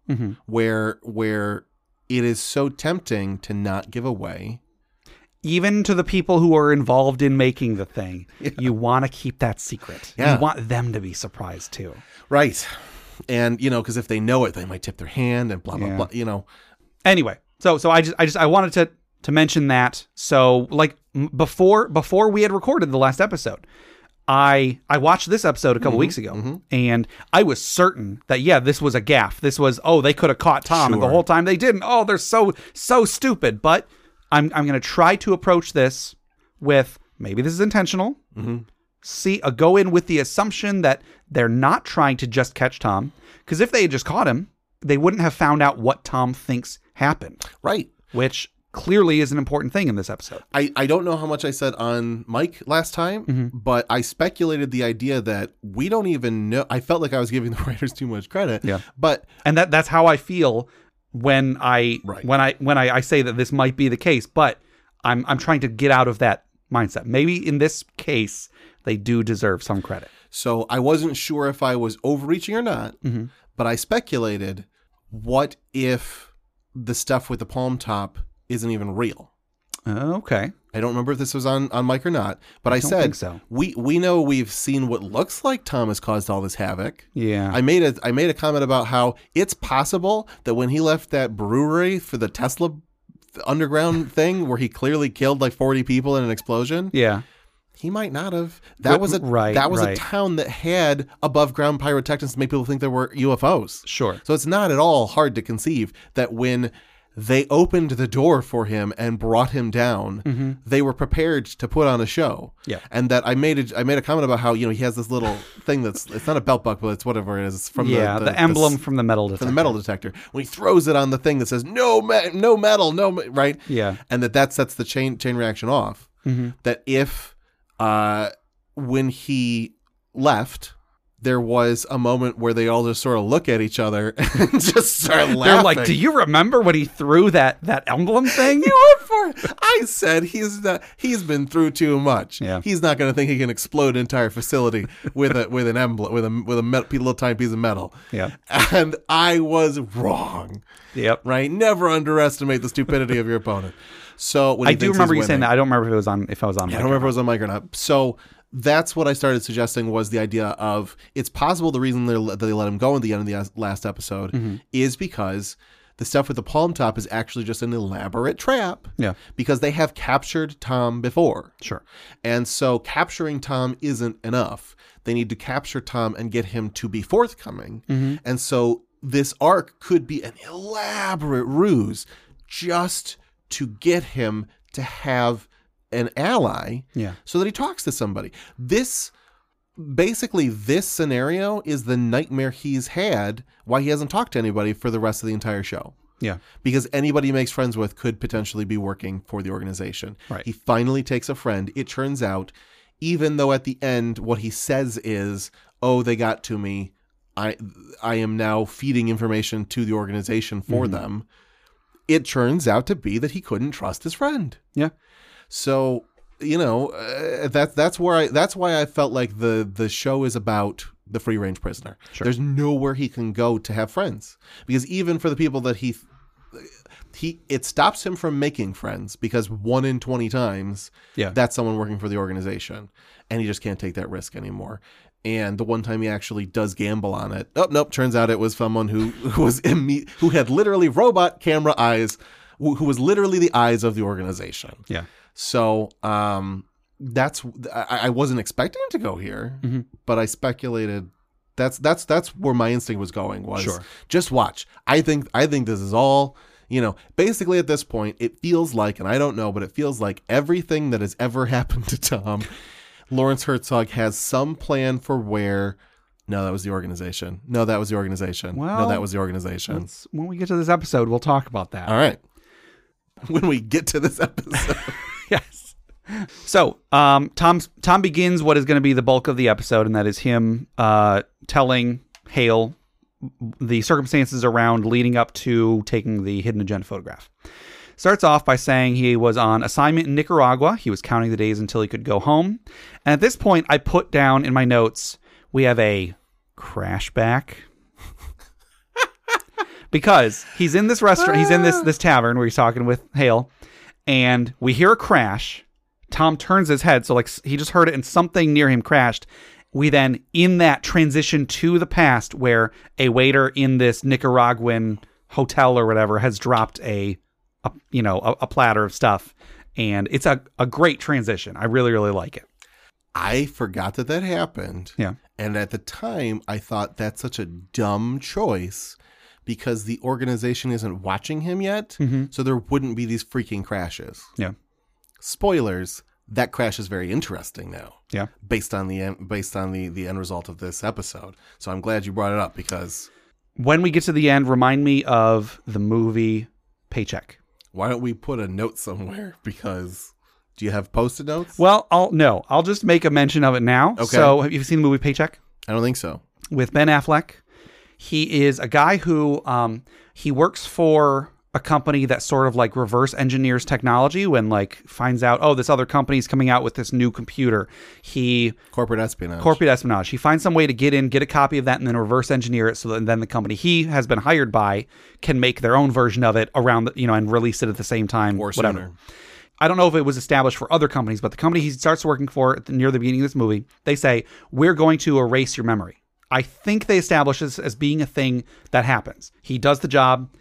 C: where where it is so tempting to not give away
B: Even to the people who are involved in making the thing, you want to keep that secret.
C: Yeah.
B: You want them to be surprised too.
C: Right. And you know, because if they know it, they might tip their hand and blah blah
B: Yeah.
C: blah. You know,
B: anyway so so i just i just i wanted to to mention that so like m- before before we had recorded the last episode i i watched this episode a couple weeks ago and i was certain that yeah this was a gaff this was oh they could have caught tom and the
C: Sure.
B: whole time they didn't oh they're so so stupid but i'm i'm going to try to approach this with maybe this is intentional see uh, go in with the assumption that they're not trying to just catch Tom because if they had just caught him, they wouldn't have found out what Tom thinks happened,
C: right.
B: which clearly is an important thing in this episode.
C: I, I don't know how much I said on Mike last time,
B: Mm-hmm.
C: but I speculated the idea that we don't even know. I felt like I was giving the writers too much credit.
B: Yeah.
C: But
B: And that that's how I feel when I
C: Right.
B: when I when I, I say that this might be the case, but I'm I'm trying to get out of that mindset. Maybe in this case they do deserve some credit.
C: so I wasn't sure if I was overreaching or not,
B: Mm-hmm.
C: but I speculated what if the stuff with the palm top isn't even real?
B: Uh, Okay.
C: I don't remember if this was on, on Mike or not, but I,
B: don't
C: said
B: think so.
C: we we know we've seen what looks like Tom has caused all this havoc.
B: Yeah.
C: I made a I made a comment about how it's possible that when he left that brewery for the Tesla underground thing where he clearly killed like 40 people in an explosion,
B: yeah.
C: he might not have. That was a
B: right,
C: that was a
B: right.
C: town that had above ground pyrotechnics to make people think there were UFOs.
B: Sure.
C: So it's not at all hard to conceive that when they opened the door for him and brought him down, they were prepared to put on a show.
B: Mm-hmm. Yeah.
C: And that I made a I made a comment about how, you know, he has this little thing that's it's not a belt buckle, it's whatever it is. It's from
B: yeah, the, emblem
C: s-
B: from the metal
C: from
B: detector.
C: the metal detector. When he throws it on the thing that says no me- no metal, no me-" right?
B: Yeah. Mm-hmm.
C: And that that sets the chain chain reaction off. That if uh when he left there was a moment where they all just sort of look at each other and just start laughing.
B: They're like, "Do you remember when he threw that that emblem thing?"
C: you went for it. I said he's not, he's been through too much.
B: Yeah.
C: He's not going to think he can explode an entire facility with a with an emblem with a with a metal, little tiny piece of metal.
B: Yeah.
C: And I was wrong.
B: Yep.
C: right? Never underestimate the stupidity of your opponent. So when
B: I
C: he
B: do
C: thinks
B: remember you
C: he's
B: saying
C: winning-
B: that. I don't remember if it was on if I was on.
C: I don't remember if it was on mic or not. So that's what I started suggesting was the idea of it's possible the reason they that they let him go in the end of the as- last episode
B: Mm-hmm.
C: is because the stuff with the palm top is actually just an elaborate trap.
B: Yeah.
C: Because they have captured Tom before.
B: Sure.
C: And so capturing Tom isn't enough. They need to capture Tom and get him to be forthcoming.
B: Mm-hmm.
C: And so this arc could be an elaborate ruse just to get him to have an ally
B: Yeah.
C: so that he talks to somebody. This basically this scenario is the nightmare he's had why he hasn't talked to anybody for the rest of the entire show
B: Yeah.
C: because anybody he makes friends with could potentially be working for the organization.
B: Right.
C: He finally takes a friend. It turns out, even though at the end what he says is, "Oh, they got to me. I I am now feeding information to the organization for them." It turns out to be that he couldn't trust his friend.
B: Yeah.
C: So you know uh, that that's where I that's why I felt like the the show is about the free range prisoner. There's nowhere he can go to have friends because even for the people that he he it stops him from making friends because one in 20 times
B: Yeah.
C: that's someone working for the organization and he just can't take that risk anymore and the one time he actually does gamble on it oh nope turns out it was someone who, who was imme- who had literally robot camera eyes who who was literally the eyes of the organization
B: Yeah.
C: so um, that's I, I wasn't expecting it to go here,
B: Mm-hmm.
C: but I speculated. That's that's that's where my instinct was going. Was
B: Sure.
C: just watch. I think I think this is all. You know, basically at this point, it feels like, and I don't know, but it feels like everything that has ever happened to Tom Lawrence Herzog has some plan for where. No, that was the organization. No, that was the organization.
B: Well,
C: no, that was the organization.
B: Let's- when we get to this episode, we'll talk about that.
C: All right. When we get to this episode,
B: yes. So um, Tom Tom begins what is going to be the bulk of the episode, and that is him uh, telling Hale the circumstances around leading up to taking the hidden agenda photograph. Starts off by saying he was on assignment in Nicaragua. He was counting the days until he could go home. And at this point, I put down in my notes we have a crash back because he's in this restaurant, he's in this this tavern where he's talking with Hale, and we hear a crash. Tom turns his head, so like s- he just heard it, and something near him crashed. We then, in that transition to the past, where a waiter in this Nicaraguan hotel or whatever has dropped a, a you know, a, a platter of stuff, and it's a, a great transition. I really really like it.
C: I forgot that that happened.
B: Yeah.
C: And at the time, I thought that's such a dumb choice because the organization isn't watching him yet.
B: Mm-hmm.
C: So there wouldn't be these freaking crashes.
B: Yeah,
C: Spoilers, that crash is very interesting now
B: yeah.
C: based on the based on the the end result of this episode. So I'm glad you brought it up because
B: When we get to the end, remind me of the movie Paycheck.
C: why don't we put a note somewhere because do you have post-it notes?
B: Well, I'll no, I'll just make a mention of it now.
C: Okay.
B: So, have you seen the movie Paycheck
C: I don't think so.
B: with Ben Affleck? He is a guy who um, he works for a company that sort of like reverse engineers technology when like finds out oh this other company's coming out with this new computer. He
C: Corporate espionage.
B: corporate espionage. He finds some way to get in, get a copy of that, and then reverse engineer it so that then the company he has been hired by can make their own version of it around the, you know and release it at the same time
C: or
B: whatever.
C: sooner.
B: I don't know if it was established for other companies, but the company he starts working for at the, near the beginning of this movie, they say, We're going to erase your memory. I think they establish this as being a thing that happens. He does the job,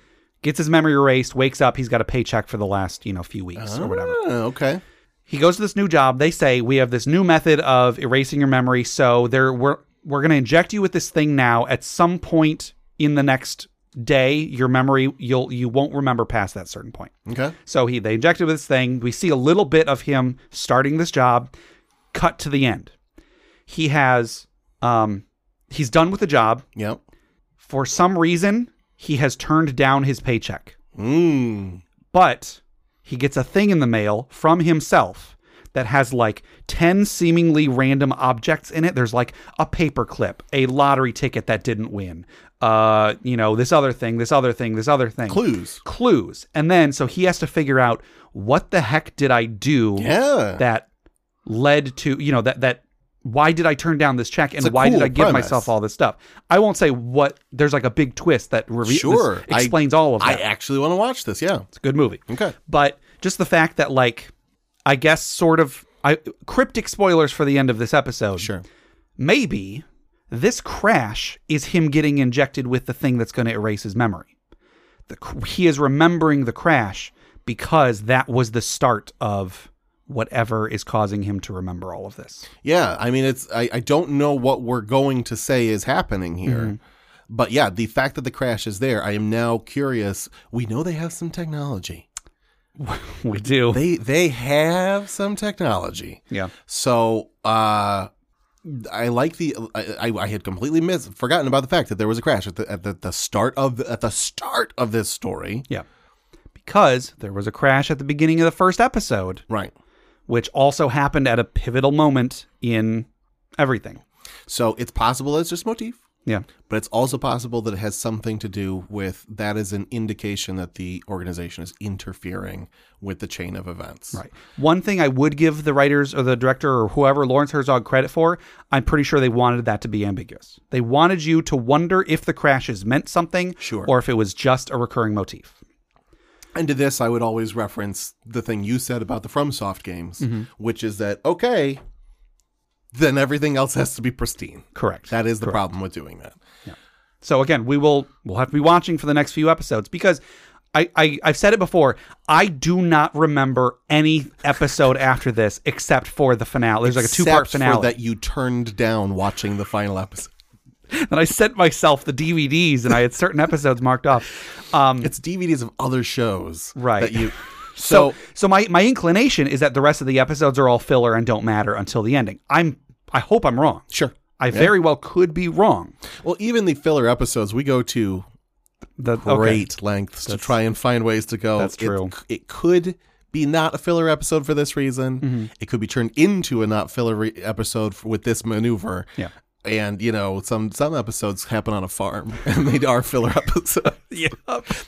B: gets his memory erased, wakes up, he's got a paycheck for the last, you know, few weeks or whatever.
C: Ah, okay.
B: He goes to this new job. They say, We have this new method of erasing your memory. So there we're we're gonna inject you with this thing now. At some point in the next day, your memory you'll you won't remember past that certain point.
C: Okay.
B: So he they injected with this thing. We see a little bit of him starting this job. Cut to the end. He has um he's done with the job.
C: Yep.
B: For some reason, he has turned down his paycheck.
C: Mm.
B: But he gets a thing in the mail from himself that has like 10 seemingly random objects in it. There's like a paperclip, a lottery ticket that didn't win. Uh, you know, this other thing, this other thing, this other thing
C: Clues.
B: clues. And then so he has to figure out what the heck did I do
C: Yeah.
B: that led to, you know, that that why did I turn down this check and
C: It's a
B: why did
C: cool
B: I give
C: premise.
B: myself all this stuff? I won't say what there's like a big twist that reveals
C: Sure. I-
B: explains all of
C: I
B: that.
C: actually want to watch this. Yeah.
B: it's a good movie.
C: Okay.
B: But just the fact that like I guess sort of I cryptic spoilers for the end of this episode.
C: Sure.
B: Maybe this crash is him getting injected with the thing that's going to erase his memory. The, cr- he is remembering the crash because that was the start of whatever is causing him to remember all of this.
C: Yeah. I mean, it's, I, I don't know what we're going to say is happening here. But yeah, the fact that the crash is there, I am now curious. We know they have some technology.
B: We do.
C: They they have some technology.
B: yeah.
C: So uh, I like the I, I- I had completely mis forgotten about the fact that there was a crash at the at the, the start of the, at the start of this story.
B: Yeah. Because there was a crash at the beginning of the first episode,
C: Right.
B: which also happened at a pivotal moment in everything.
C: So it's possible it's just motif,
B: Yeah.
C: but it's also possible that it has something to do with that is an indication that the organization is interfering with the chain of events.
B: Right. One thing I would give the writers or the director or whoever Lawrence Herzog credit for, I'm pretty sure they wanted that to be ambiguous. They wanted you to wonder if the crashes meant something
C: Sure.
B: or if it was just a recurring motif.
C: And to this, I would always reference the thing you said about the FromSoft games,
B: Mm-hmm.
C: which is that okay, then everything else has to be pristine.
B: Correct.
C: That is the problem with doing that.
B: so again, we will we'll have to be watching for the next few episodes because I, I I've said it before, I do not remember any episode after this except for the finale. There's like a two part
C: Except for
B: finale.
C: that you turned down watching the final episode.
B: And I sent myself the DVDs and I had certain episodes marked off. Um
C: It's DVDs of other shows
B: Right.
C: that you
B: So, so, my, my inclination is that the rest of the episodes are all filler and don't matter until the ending. I'm I hope I'm wrong.
C: Sure.
B: I very well could be wrong.
C: Well, even the filler episodes, we go to
B: The, okay.
C: great lengths to try and find ways to go.
B: that's
C: It-
B: true.
C: It, could be not a filler episode for this reason.
B: Mm-hmm.
C: It could be turned into a not filler re- episode for, with this maneuver.
B: Yeah.
C: And you know, some some episodes happen on a farm, and they are filler episodes.
B: Yeah.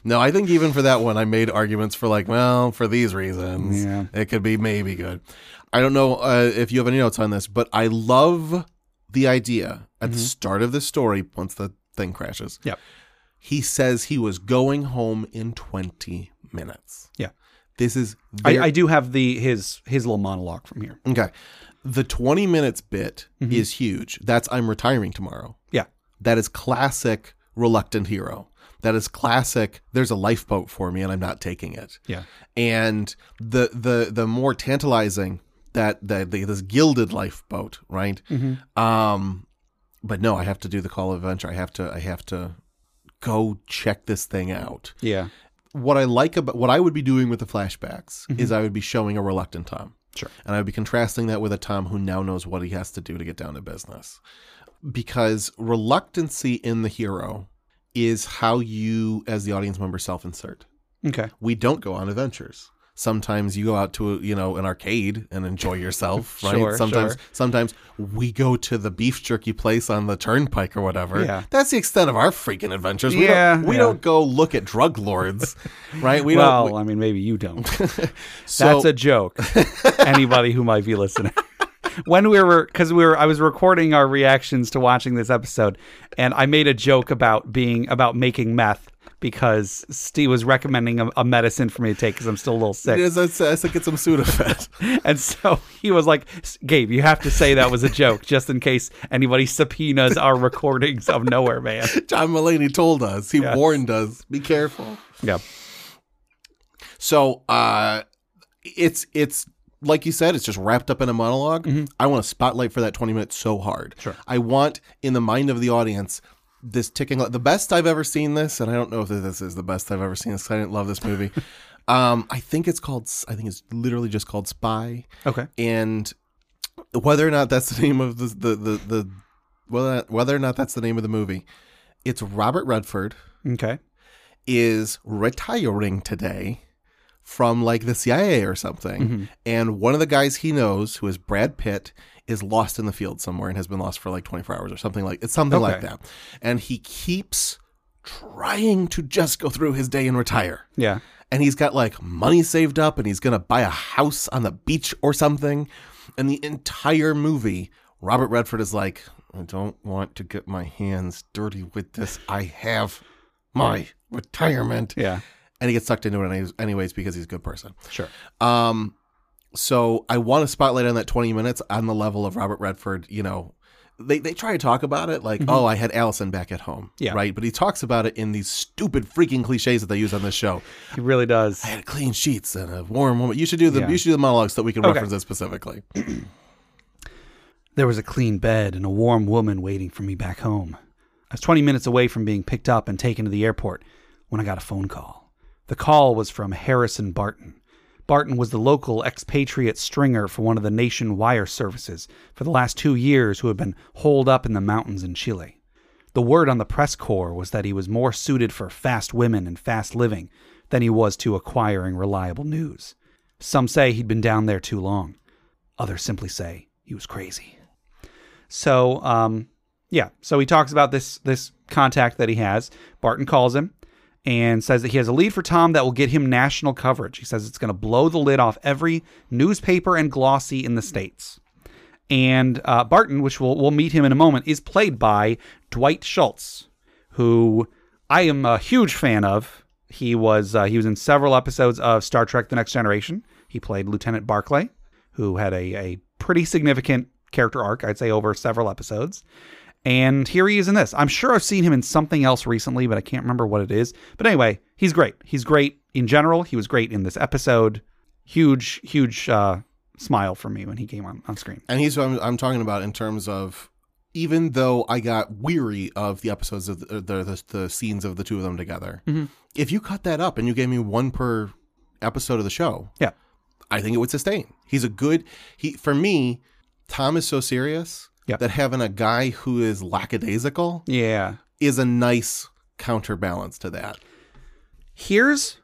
C: No, I think even for that one, I made arguments for like, well, for these reasons,
B: Yeah.
C: it could be maybe good. I don't know uh, if you have any notes on this, but I love the idea at
B: Mm-hmm.
C: the start of the story once the thing crashes.
B: Yep.
C: He says he was going home in 20 minutes.
B: Yeah.
C: This is
B: I,
C: very,
B: I do have the his his little monologue from here.
C: okay. The 20 minutes bit is huge. That's I'm retiring tomorrow.
B: Yeah.
C: That is classic reluctant hero. That is classic. There's a lifeboat for me and I'm not taking it.
B: Yeah.
C: and the the the more tantalizing that that the, this gilded lifeboat, right? Um, but no, I have to do the call of adventure. I have to I have to go check this thing out.
B: Yeah.
C: What I like about what I would be doing with the flashbacks is I would be showing a reluctant Tom,
B: Sure.
C: and I would be contrasting that with a Tom who now knows what he has to do to get down to business, because reluctancy in the hero is how you, as the audience member, self insert
B: Okay.
C: we don't go on adventures. Sometimes you go out to you know an arcade and enjoy yourself, right?
B: Sure,
C: sometimes
B: sure.
C: sometimes we go to the beef jerky place on the turnpike or whatever.
B: Yeah.
C: That's the extent of our freaking adventures. We
B: Yeah,
C: don't, we
B: yeah.
C: don't go look at drug lords, right? We
B: well,
C: don't. we-
B: I mean, maybe you don't.
C: so
B: That's a joke. Anybody who might be listening. When we were, because we were, I was recording our reactions to watching this episode, and I made a joke about being about making meth because Steve was recommending a, a medicine for me to take because I'm still a little sick.
C: Yes, I said, I said get some Sudafed.
B: And so he was like, "S- Gabe, you have to say that was a joke just in case anybody subpoenas our recordings of Nowhere Man.
C: John Mulaney told us. He
B: Yes.
C: warned us. Be careful.
B: Yeah.
C: So uh it's it's like you said, it's just wrapped up in a monolog I want a spotlight for that twenty minutes so hard.
B: Mm-hmm. Sure.
C: I want in the mind of the audience this ticking. The best I've ever seen this, and I don't know if this is the best I've ever seen this. 'cause I didn't love this movie. um, I think it's called. I think it's literally just called Spy,
B: Okay.
C: and whether or not that's the name of the the the, the whether whether or not that's the name of the movie, it's Robert Redford
B: Okay.
C: is retiring today from like the CIA or something. And one of the guys he knows, who is Brad Pitt, is lost in the field somewhere and has been lost for like 24 hours or something like it's something like
B: Okay.
C: that. And he keeps trying to just go through his day and retire.
B: Yeah.
C: And he's got like money saved up and he's going to buy a house on the beach or something. And the entire movie, Robert Redford is like, I don't want to get my hands dirty with this. I have my retirement
B: Yeah.
C: and he gets sucked into it anyways, anyways because he's a good person.
B: Sure.
C: Um, so I want to spotlight on that 20 minutes on the level of Robert Redford. You know, they they try to talk about it like, oh, I had Allison back at home,
B: Yeah.
C: right? But he talks about it in these stupid freaking cliches that they use on this show.
B: He really does.
C: I had clean sheets and a warm woman. You should do the
B: Yeah.
C: you should do the monologues so that we can
B: Okay.
C: reference it specifically.
B: There was a clean bed and a warm woman waiting for me back home. I was 20 minutes away from being picked up and taken to the airport when I got a phone call. The call was from Harrison Barton. Barton was the local expatriate stringer for one of the nation wire services for the last two years who had been holed up in the mountains in Chile. The word on the press corps was that he was more suited for fast women and fast living than he was to acquiring reliable news. Some say he'd been down there too long. Others simply say he was crazy. So, um, yeah. So he talks about this this contact that he has. Barton calls him and says that he has a lead for Tom that will get him national coverage. He says it's going to blow the lid off every newspaper and glossy in the states. And uh, Barton, which we'll we'll meet him in a moment, is played by Dwight Schultz, who I am a huge fan of. He was uh, he was in several episodes of Star Trek: The Next Generation. He played Lieutenant Barclay, who had a, a pretty significant character arc, I'd say, over several episodes. And here he is in this. I'm sure I've seen him in something else recently, but I can't remember what it is. But anyway, he's great. He's great in general. He was great in this episode. Huge, huge uh, smile for me when he came on, on screen.
C: And he's what I'm, I'm talking about in terms of even though I got weary of the episodes of
B: Mm-hmm.
C: the the, the, the scenes of the two of them together, if you cut that up and you gave me one per episode of the show,
B: Yeah.
C: I think it would sustain. He's a good he for me. Tom is so serious
B: Yep.
C: that having a guy who is lackadaisical
B: Yeah.
C: is a nice counterbalance to that.
B: here's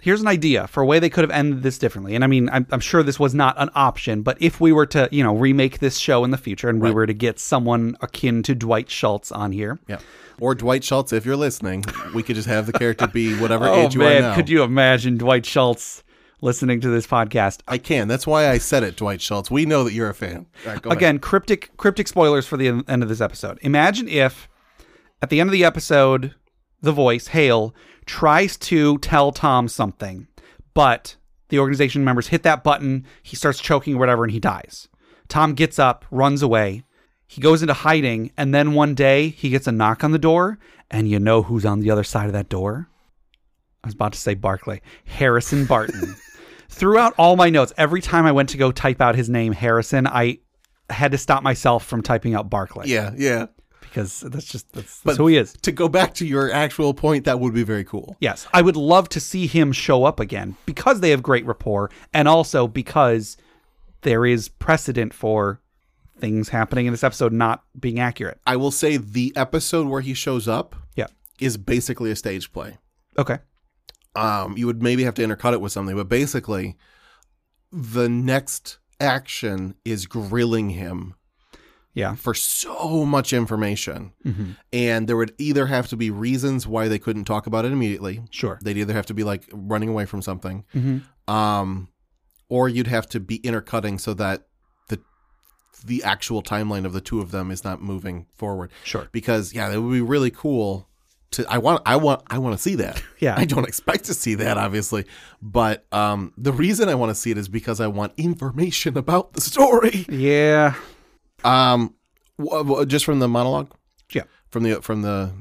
B: here's an idea for a way they could have ended this differently and i mean i'm, I'm sure this was not an option but if we were to you know remake this show in the future and we
C: Right.
B: were to get someone akin to dwight schultz on here
C: Yeah. Or Dwight Schultz, if you're listening, we could just have the character be whatever
B: oh
C: age you are
B: man
C: now.
B: could you imagine dwight schultz listening to this podcast
C: I can. That's why I said it, Dwight Schultz. We know that you're a fan. All right, go ahead.
B: again cryptic cryptic spoilers for the en- end of this episode imagine if at the end of the episode the voice hale tries to tell tom something but the organization members hit that button he starts choking or whatever and he dies tom gets up runs away he goes into hiding and then one day he gets a knock on the door and you know who's on the other side of that door I was about to say Barclay. Harrison Barton. Throughout all my notes, every time I went to go type out his name, Harrison, I had to stop myself from typing out Barclay
C: Yeah, yeah.
B: because that's just that's,
C: But-
B: that's who he is.
C: To go back to your actual point, that would be very cool.
B: Yes, I would love to see him show up again because they have great rapport, and also because there is precedent for things happening in this episode not being accurate.
C: I will say the episode where he shows up
B: Yeah.
C: is basically a stage play.
B: Okay.
C: Um, you would maybe have to intercut it with something, but basically, the next action is grilling him
B: Yeah. Mm-hmm.
C: for so much information. And there would either have to be reasons why they couldn't talk about it immediately.
B: Sure.
C: They'd either have to be like running away from something,
B: Mm-hmm.
C: um, or you'd have to be intercutting so that the the actual timeline of the two of them is not moving forward.
B: Sure.
C: Because yeah, that would be really cool. To I want I want I want to see that.
B: Yeah.
C: I don't expect to see that obviously, but um, the reason I want to see it is because I want information about the story.
B: Yeah.
C: Um, w- w- just from the monologue
B: Yeah.
C: from the from the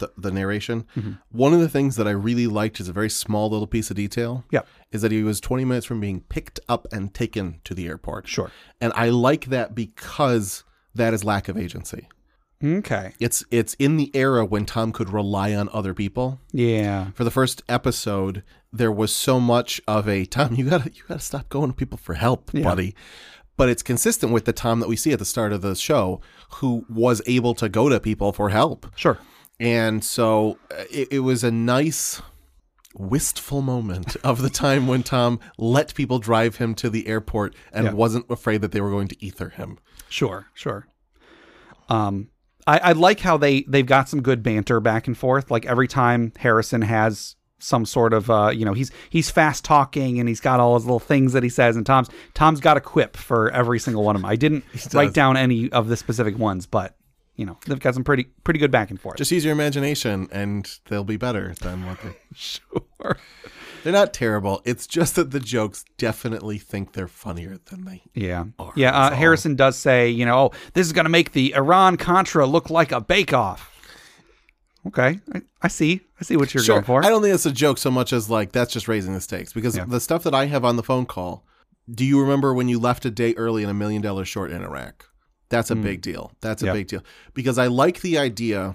C: the, the narration.
B: Mm-hmm.
C: One of the things that I really liked is a very small little piece of detail.
B: Yeah.
C: is that he was 20 minutes from being picked up and taken to the airport.
B: Sure.
C: and I like that because that is lack of agency.
B: Okay.
C: It's it's in the era when Tom could rely on other people.
B: Yeah.
C: For the first episode, there was so much of a Tom. You gotta you gotta stop going to people for help, buddy. But it's consistent with the Tom that we see at the start of the show, who was able to go to people for help.
B: Sure.
C: And so uh, it, it was a nice wistful moment of the time when Tom let people drive him to the airport and
B: Yeah.
C: wasn't afraid that they were going to ether him.
B: Sure, sure. Um, I, I like how they they've got some good banter back and forth. Like every time Harrison has some sort of uh, you know, he's he's fast talking and he's got all his little things that he says. And Tom's Tom's got a quip for every single one of them. I didn't write down any of the specific ones, but you know, they've got some pretty pretty good back and forth.
C: Just use your imagination and they'll be better than what they
B: sure.
C: They're not terrible. It's just that the jokes definitely think they're funnier than they
B: Yeah. yeah. Uh, Harrison does say, you know, oh, this is going to make the Iran Contra look like a bake off. Okay. I, I see. I see what you're going for.
C: I don't think it's a joke so much as like that's just raising the stakes because the stuff that I have on the phone call. Do you remember when you left a day early and a million dollars short in Iraq? That's a big deal. That's a
B: Hmm. Yeah.
C: big deal because I like the idea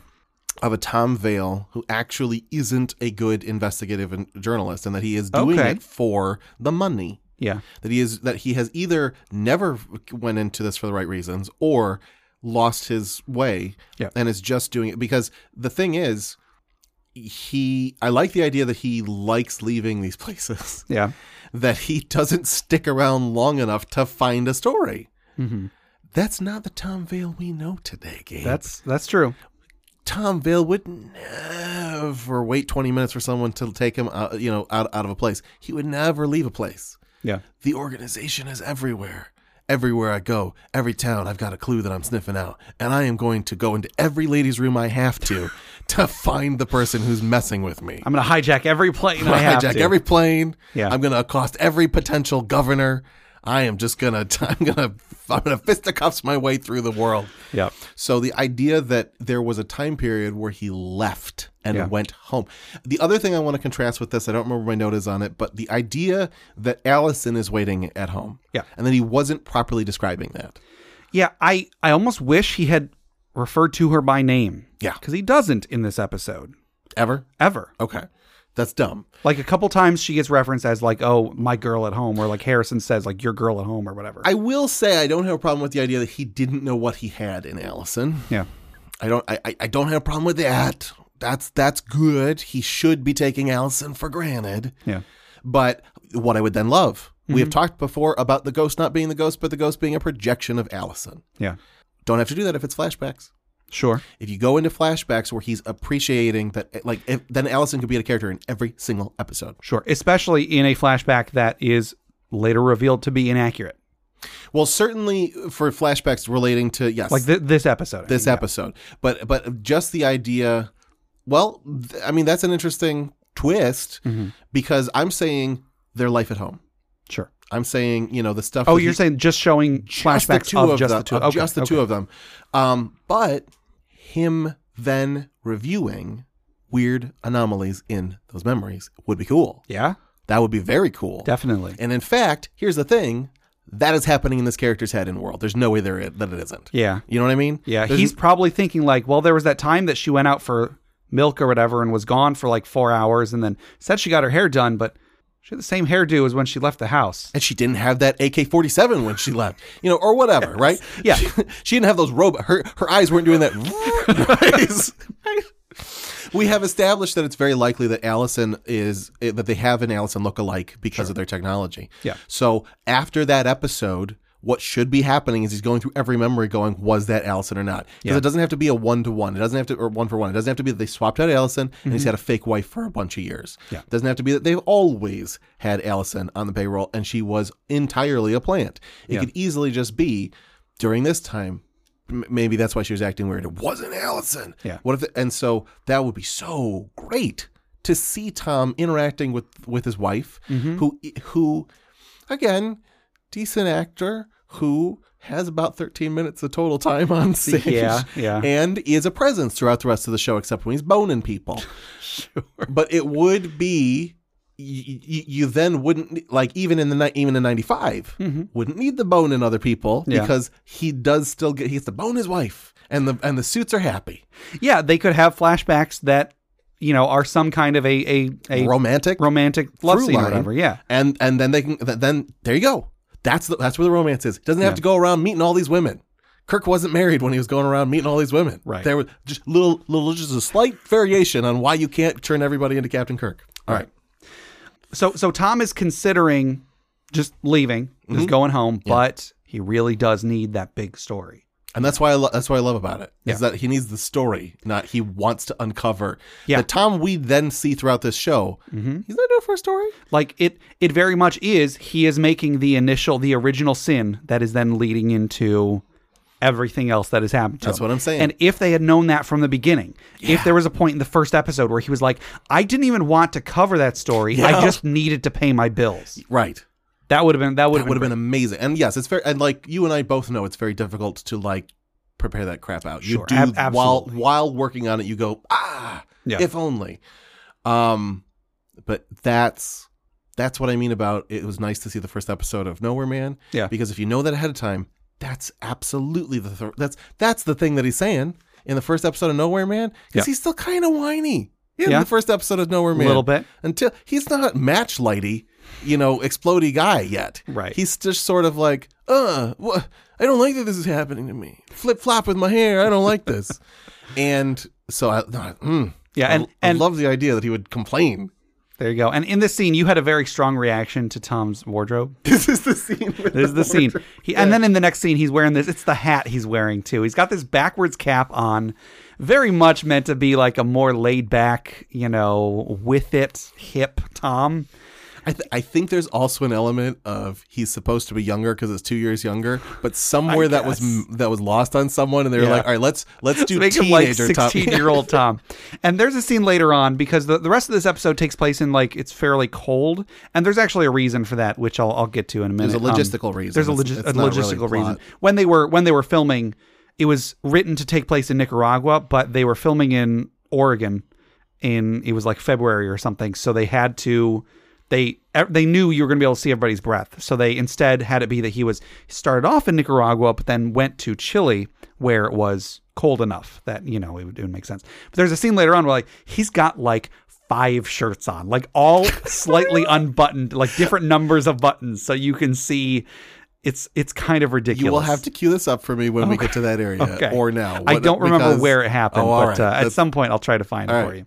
C: of a Tom Vale who actually isn't a good investigative in- journalist and that he is doing
B: Okay.
C: it for the money.
B: yeah.
C: That he is that he has either never went into this for the right reasons or lost his way
B: Yeah.
C: and is just doing it because the thing is he I like the idea that he likes leaving these places
B: Yeah.
C: that he doesn't stick around long enough to find a story. That's not the Tom Vale we know today, Gabe.
B: That's that's true.
C: Tom Vale would never wait 20 minutes for someone to take him out, you know, out, out of a place. He would never leave a place.
B: Yeah.
C: The organization is everywhere. Everywhere I go, every town, I've got a clue that I'm sniffing out. And I am going to go into every ladies' room I have to to find the person who's messing with me.
B: I'm gonna hijack every plane I
C: I'm
B: have
C: going to hijack
B: to.
C: every plane.
B: Yeah.
C: I'm going to accost every potential governor. I am just going to, I'm going to, I'm going to fisticuffs my way through the world.
B: yeah.
C: So the idea that there was a time period where he left and
B: Yeah.
C: went home. The other thing I want to contrast with this, I don't remember what my note is on it, but the idea that Allison is waiting at home.
B: Yeah.
C: And that he wasn't properly describing that.
B: Yeah. I I almost wish he had referred to her by name.
C: Yeah.
B: Because he doesn't in this episode
C: Ever?
B: ever.
C: Okay. That's dumb.
B: Like a couple times she gets referenced as like, oh, my girl at home, or like Harrison says, like your girl at home or whatever.
C: I will say I don't have a problem with the idea that he didn't know what he had in Allison.
B: yeah.
C: I don't I, I- I don't have a problem with that. That's that's good. He should be taking Allison for granted.
B: Yeah.
C: But what I would then love, we
B: Mm-hmm.
C: have talked before about the ghost not being the ghost, but the ghost being a projection of Allison.
B: Yeah.
C: Don't have to do that if it's flashbacks.
B: Sure.
C: If you go into flashbacks where he's appreciating that, eh, like, if, then Allison could be a character in every single episode.
B: Sure. Especially in a flashback that is later revealed to be inaccurate.
C: Well, certainly for flashbacks relating to yes,
B: Like th- this episode. I
C: this
B: mean, yeah.
C: episode, but but just the idea. Well, th- I mean that's an interesting twist
B: Mm-hmm.
C: because I'm saying their life at home.
B: Sure.
C: I'm saying you know the stuff.
B: Oh,
C: that
B: you're
C: he-
B: saying just showing
C: just the
B: flashbacks
C: two
B: of,
C: of
B: just
C: them,
B: the two,
C: of
B: okay,
C: just the
B: okay.
C: two of them. Um, but him then reviewing weird anomalies in those memories would be cool.
B: Yeah,
C: That would be very cool.
B: definitely.
C: And in fact, here's the thing: that is happening in this character's head and world. There's no way there that it isn't.
B: Yeah,
C: You know what I mean?
B: yeah.
C: There's-
B: He's probably thinking like, well, there was that time that she went out for milk or whatever and was gone for like four hours, and then said she got her hair done, but she had the same hairdo as when she left the house.
C: and she didn't have that AK forty seven when she left, you know, or whatever, right?
B: Yeah.
C: she, she didn't have those robot. Her her eyes weren't doing that. noise. we have established that it's very likely that Allison is that they have an Allison lookalike because of their technology.
B: Yeah.
C: So after that episode. What should be happening is he's going through every memory, going, "Was that Allison or not?" Because it doesn't have to be a one to one. It doesn't have to or one for one. It doesn't have to be that they swapped out Allison and he's had a fake wife for a bunch of years.
B: Mm-hmm. Yeah.
C: Doesn't have to be that they've always had Allison on the payroll and she was entirely a plant. It
B: Yeah.
C: could easily just be during this time. m- Maybe that's why she was acting weird. It wasn't Allison.
B: Yeah.
C: What if? and so that would be so great to see Tom interacting with with his wife,
B: Mm-hmm.
C: who who, again, decent actor who has about 13 minutes of total time on stage.
B: Yeah, yeah.
C: And is a presence throughout the rest of the show, except when he's boning people but it would be you, you then wouldn't like even in the ni- even in 95 wouldn't need the bone in other people
B: Mm-hmm. Yeah.
C: because he does still get he gets to bone his wife and the and the suits are happy
B: Yeah, they could have flashbacks that you know are some kind of a a, a
C: romantic
B: romantic love
C: through
B: scene or
C: line.
B: whatever. Yeah,
C: and and then they can th- then there you go that's the, that's where the romance is doesn't have to go around meeting all these women Kirk wasn't married when he was going around meeting all these women
B: Right.
C: there was just little little just a slight variation on why you can't turn everybody into Captain Kirk all right
B: so so Tom is considering just leaving,
C: Mm-hmm.
B: just going home, but he really does need that big story.
C: And that's why I lo- that's what I love about it is
B: Yeah.
C: that he needs the story, not he wants to uncover.
B: Yeah. Mm-hmm.
C: The Tom we then see throughout this show, he's not doing it for a story.
B: Like it it very much is he is making the initial the original sin that is then leading into everything else that has happened to
C: That's
B: him.
C: what I'm saying.
B: And if they had known that from the beginning, if there was a point in the first episode where he was like, I didn't even want to cover that story. I
C: Yeah.
B: just needed to pay my bills.
C: Right.
B: That would have been that would have
C: Would have
B: been,
C: been amazing. And yes, it's very and like you and I both know it's very difficult to like prepare that crap out.
B: Sure,
C: you do
B: ab-
C: while
B: absolutely.
C: while working on it, you go, ah,
B: Yeah.
C: if only. Um but that's that's what I mean about it was nice to see the first episode of Nowhere Man.
B: Yeah.
C: Because if you know that ahead of time, that's absolutely the th- that's that's the thing that he's saying in the first episode of Nowhere Man. Because
B: Yeah.
C: he's still kind of whiny in
B: Yeah.
C: the first episode of Nowhere Man.
B: Little bit.
C: until he's not match lighty, you know, explodey guy yet.
B: Right.
C: He's just sort of like, uh, wha- I don't like that this is happening to me. Flip flop with my hair. I don't like this. and so I, no, I- mm,
B: Yeah,
C: I-
B: and-
C: I
B: and-
C: love the idea that he would complain.
B: there you go. And in this scene you had a very strong reaction to Tom's wardrobe.
C: This is the scene. with
B: This is the scene. He, And then in the next scene, he's wearing this. It's the hat he's wearing too. He's got this backwards cap on, very much meant to be like a more laid back, you know, with it hip Tom.
C: I, th- I think there's also an element of he's supposed to be younger because it's two years younger, but somewhere that was m- that was lost on someone, and they were
B: Yeah.
C: like, "All right, let's let's do
B: Make him like
C: teenager Tom."
B: 16 year old Tom. And there's a scene later on because the, the rest of this episode takes place in like it's fairly cold. And there's actually a reason for that, which I'll, I'll get to in a minute.
C: a
B: Um,
C: logistical reason.
B: There's a,
C: It's-
B: logi-
C: it's
B: a
C: not really
B: logistical
C: plot.
B: reason. When they were when they were filming, it was written to take place in Nicaragua, but they were filming in Oregon in it was like February or something. So they had to they ev- they knew you were going to be able to see everybody's breath. So they instead had it be that he was started off in Nicaragua, but then went to Chile where it was cold enough that you know it would, it would make sense. But there's a scene later on where like he's got like five shirts on, like all slightly unbuttoned, like different numbers of buttons, so you can see. It's it's kind of ridiculous.
C: You will have to cue this up for me when we get to that area
B: Okay.
C: or now.
B: I
C: What-
B: don't remember
C: because-
B: where it happened,
C: Oh, all
B: but
C: right.
B: uh, at
C: That's-
B: some point I'll try to find it
C: All
B: for
C: right.
B: you.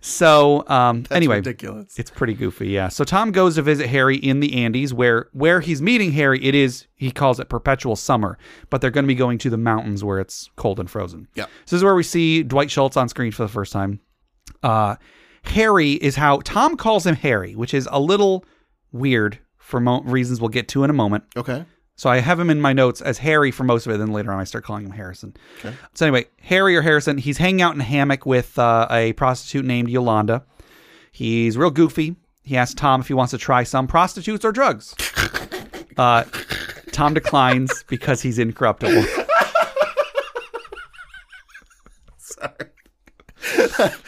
B: So um,
C: that's
B: anyway,
C: ridiculous.
B: it's pretty goofy, yeah. So Tom goes to visit Harry in the Andes, where where he's meeting Harry. It is he calls it perpetual summer, but they're going to be going to the mountains where it's cold and frozen.
C: Yeah.
B: So this is where we see Dwight Schultz on screen for the first time. Uh, Harry is how Tom calls him Harry, which is a little weird for mo- reasons we'll get to in a moment.
C: Okay.
B: So I have him in my notes as Harry for most of it. Then later on, I start calling him Harrison. So anyway, Harry or Harrison, he's hanging out in a hammock with uh, a prostitute named Yolanda. He's real goofy. He asks Tom if he wants to try some prostitutes or drugs. Uh, Tom declines because he's incorruptible.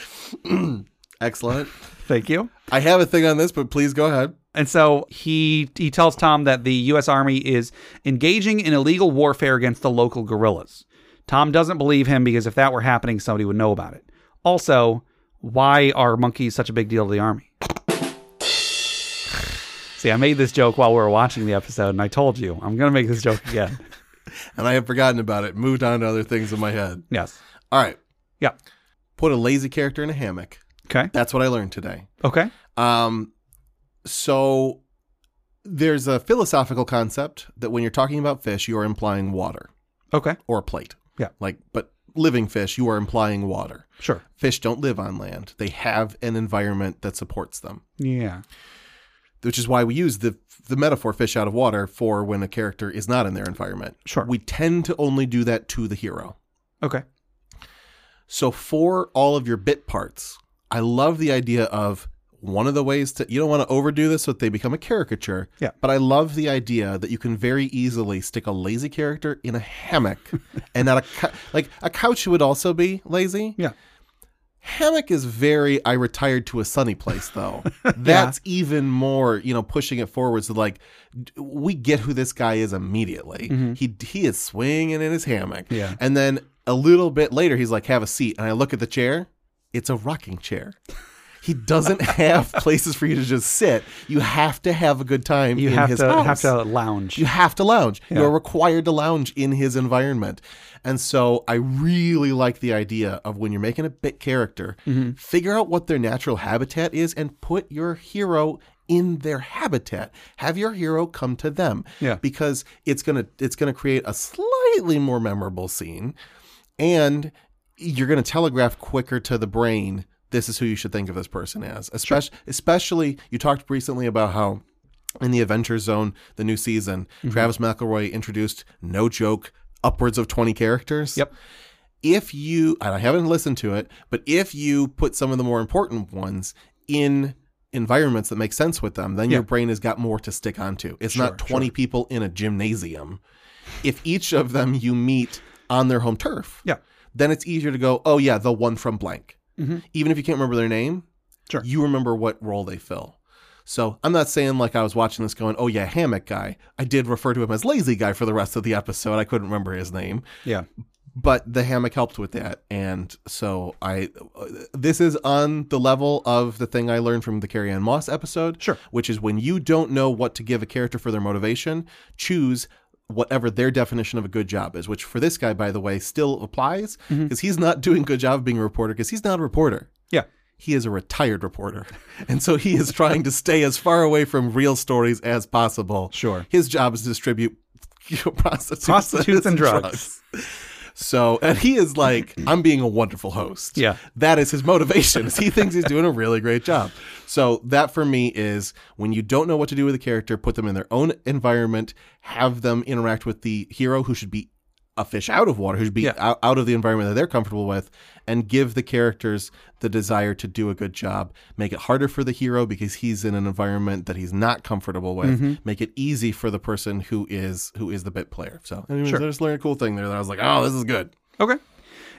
C: Excellent.
B: Thank you.
C: I have a thing on this, but please go ahead.
B: And so he he tells Tom that the U.S. Army is engaging in illegal warfare against the local guerrillas. Tom doesn't believe him because if that were happening, somebody would know about it. Also, why are monkeys such a big deal to the army? See, I made this joke while we were watching the episode, and I told you I'm going to make this joke again.
C: And I have forgotten about it, moved on to other things in my head.
B: yes.
C: All right.
B: Yeah.
C: Put a lazy character in a hammock.
B: Okay.
C: That's what I learned today.
B: Okay.
C: Um, so there's a philosophical concept that when you're talking about fish, you are implying water
B: Okay.
C: or a plate.
B: Yeah.
C: Like, but living fish, you are implying water.
B: Sure.
C: Fish don't live on land, they have an environment that supports them,
B: Yeah.
C: which is why we use the, the metaphor fish out of water for when a character is not in their environment.
B: Sure.
C: We tend to only do that to the hero.
B: Okay.
C: So for all of your bit parts, I love the idea of one of the ways to you don't want to overdo this so that they become a caricature.
B: Yeah.
C: But I love the idea that you can very easily stick a lazy character in a hammock and not a cou- like a couch would also be lazy.
B: Yeah.
C: Hammock is very I retired to a sunny place though. That's even more, you know, pushing it forward so like d- we get who this guy is immediately. He he is swinging in his hammock.
B: Mm-hmm. Yeah.
C: And then a little bit later he's like have a seat and I look at the chair. It's a rocking chair. He doesn't have places for you to just sit. You have to have a good time
B: You
C: in
B: have
C: his
B: to have
C: house.
B: to lounge.
C: You have to lounge. You're required to lounge in his environment. And so I really like the idea of when you're making a bit character, figure out what their natural habitat is and put your hero in their habitat. Have your hero come to them.
B: Yeah.
C: Because it's gonna it's gonna create a slightly more memorable scene and you're going to telegraph quicker to the brain this is who you should think of this person as especially especially you talked recently about how in the adventure zone the new season
B: Mm-hmm.
C: travis mcelroy introduced no joke upwards of 20 characters
B: Yep.
C: if you and i haven't listened to it but if you put some of the more important ones in environments that make sense with them then your
B: Yeah.
C: brain has got more to stick onto it's not
B: Sure,
C: 20 people in a gymnasium if each of them you meet on their home turf
B: Yeah.
C: then it's easier to go, oh yeah, the one from blank.
B: Mhm.
C: Even if you can't remember their name,
B: Sure.
C: you remember what role they fill. So I'm not saying like I was watching this going, oh yeah, hammock guy. I did refer to him as lazy guy for the rest of the episode. I couldn't remember his name,
B: Yeah.
C: but the hammock helped with that. And so I, this is on the level of the thing I learned from the Carrie Ann Moss episode,
B: Sure.
C: which is when you don't know what to give a character for their motivation, choose whatever their definition of a good job is, which for this guy, by the way, still applies
B: Mm-hmm.
C: because he's not doing a good job of being a reporter because he's not a reporter.
B: Yeah.
C: He is a retired reporter. And so he is trying to stay as far away from real stories as possible.
B: Sure.
C: His job is to distribute you know, prostitutes,
B: Prostitutes and drugs.
C: So, and he is like, I'm being a wonderful host.
B: Yeah.
C: That is his motivation. is he thinks he's doing a really great job. So, that for me is when you don't know what to do with a character, put them in their own environment, have them interact with the hero who should be a fish out of water, who should be
B: Yeah.
C: out, out of the environment that they're comfortable with, and give the characters the desire to do a good job. Make it harder for the hero because he's in an environment that he's not comfortable with. Make it easy for the person who is who is the bit player. So, anyways, I just learned a cool thing there that I was like, oh, this is good.
B: Okay.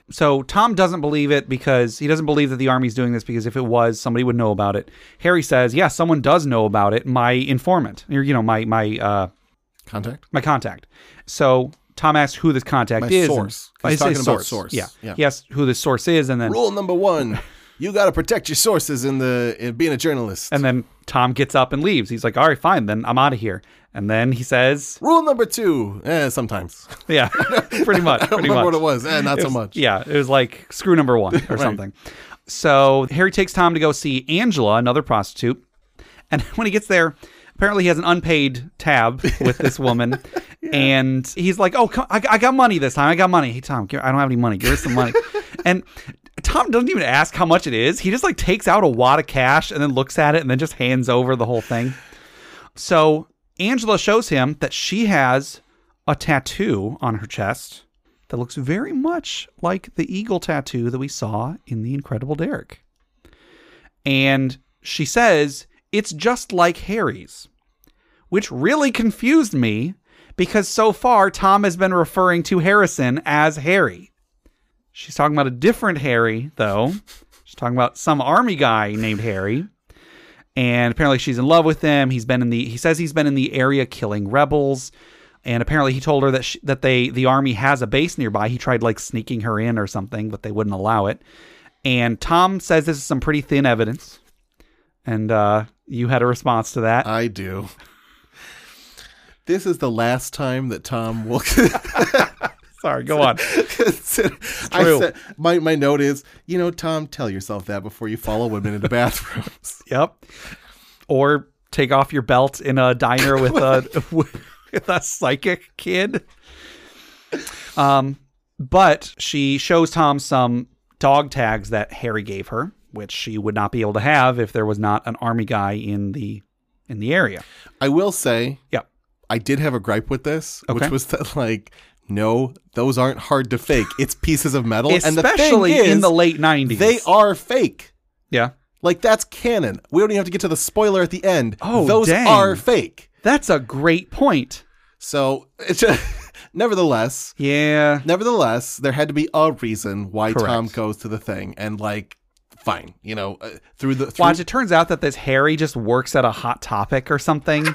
B: So Tom doesn't believe it because he doesn't believe that the army's doing this because if it was, somebody would know about it. Harry says, "Yeah, someone does know about it. My informant, or you know, my my uh,
C: Contact.
B: my contact." So Tom asks who this contact
C: My
B: is.
C: source.
B: and-
C: He's
B: his-
C: talking
B: his
C: about source.
B: Yeah.
C: Yeah.
B: He asks who this source is, and then
C: Rule number one you got to protect your sources in the in being a journalist.
B: And then Tom gets up and leaves. He's like, all right, fine, then I'm out of here. And then he says,
C: Rule number two, eh, sometimes.
B: yeah, pretty much.
C: I don't
B: pretty
C: remember
B: much.
C: what it was. Eh, not so
B: was-
C: much.
B: Yeah, it was like screw number one or something. So Harry takes Tom to go see Angela, another prostitute. And when he gets there, apparently he has an unpaid tab with this woman. And he's like, oh, come, I, I got money this time. I got money. Hey, Tom, give- I don't have any money. Give us some money. and Tom doesn't even ask how much it is. He just like takes out a wad of cash and then looks at it and then just hands over the whole thing. So Angela shows him that she has a tattoo on her chest that looks very much like the eagle tattoo that we saw in The Incredible Derek. And she says, it's just like Harry's, which really confused me because so far Tom has been referring to Harrison as Harry. She's talking about a different Harry, though. She's talking about some army guy named Harry and apparently she's in love with him. He's been in the he says he's been in the area killing rebels, and apparently he told her that she, that they the army has a base nearby. He tried like sneaking her in or something, but they wouldn't allow it. And Tom says this is some pretty thin evidence, and uh, you had a response to that.
C: I do. This is the last time that Tom will
B: Sorry, go on.
C: consider. I
B: true.
C: said, my, my note is, you know, Tom, tell yourself that before you follow women into bathrooms.
B: Yep. Or take off your belt in a diner with a with a psychic kid. Um, but she shows Tom some dog tags that Harry gave her, which she would not be able to have if there was not an army guy in the in the area.
C: I will say,
B: Yep.
C: I did have a gripe with this,
B: Okay.
C: which was that, like, no, those aren't hard to fake. It's pieces of metal. and the thing
B: Especially
C: is,
B: in the late nineties.
C: they are fake.
B: yeah.
C: Like that's canon. We don't even have to get to the spoiler at the end.
B: Oh,
C: those
B: dang.
C: are fake.
B: That's a great point.
C: So, it's just, nevertheless,
B: Yeah.
C: nevertheless, there had to be a reason why
B: Correct.
C: Tom goes to the thing, and like, fine, you know, uh, through the through,
B: Watch, it turns out that this Harry just works at a hot topic or something.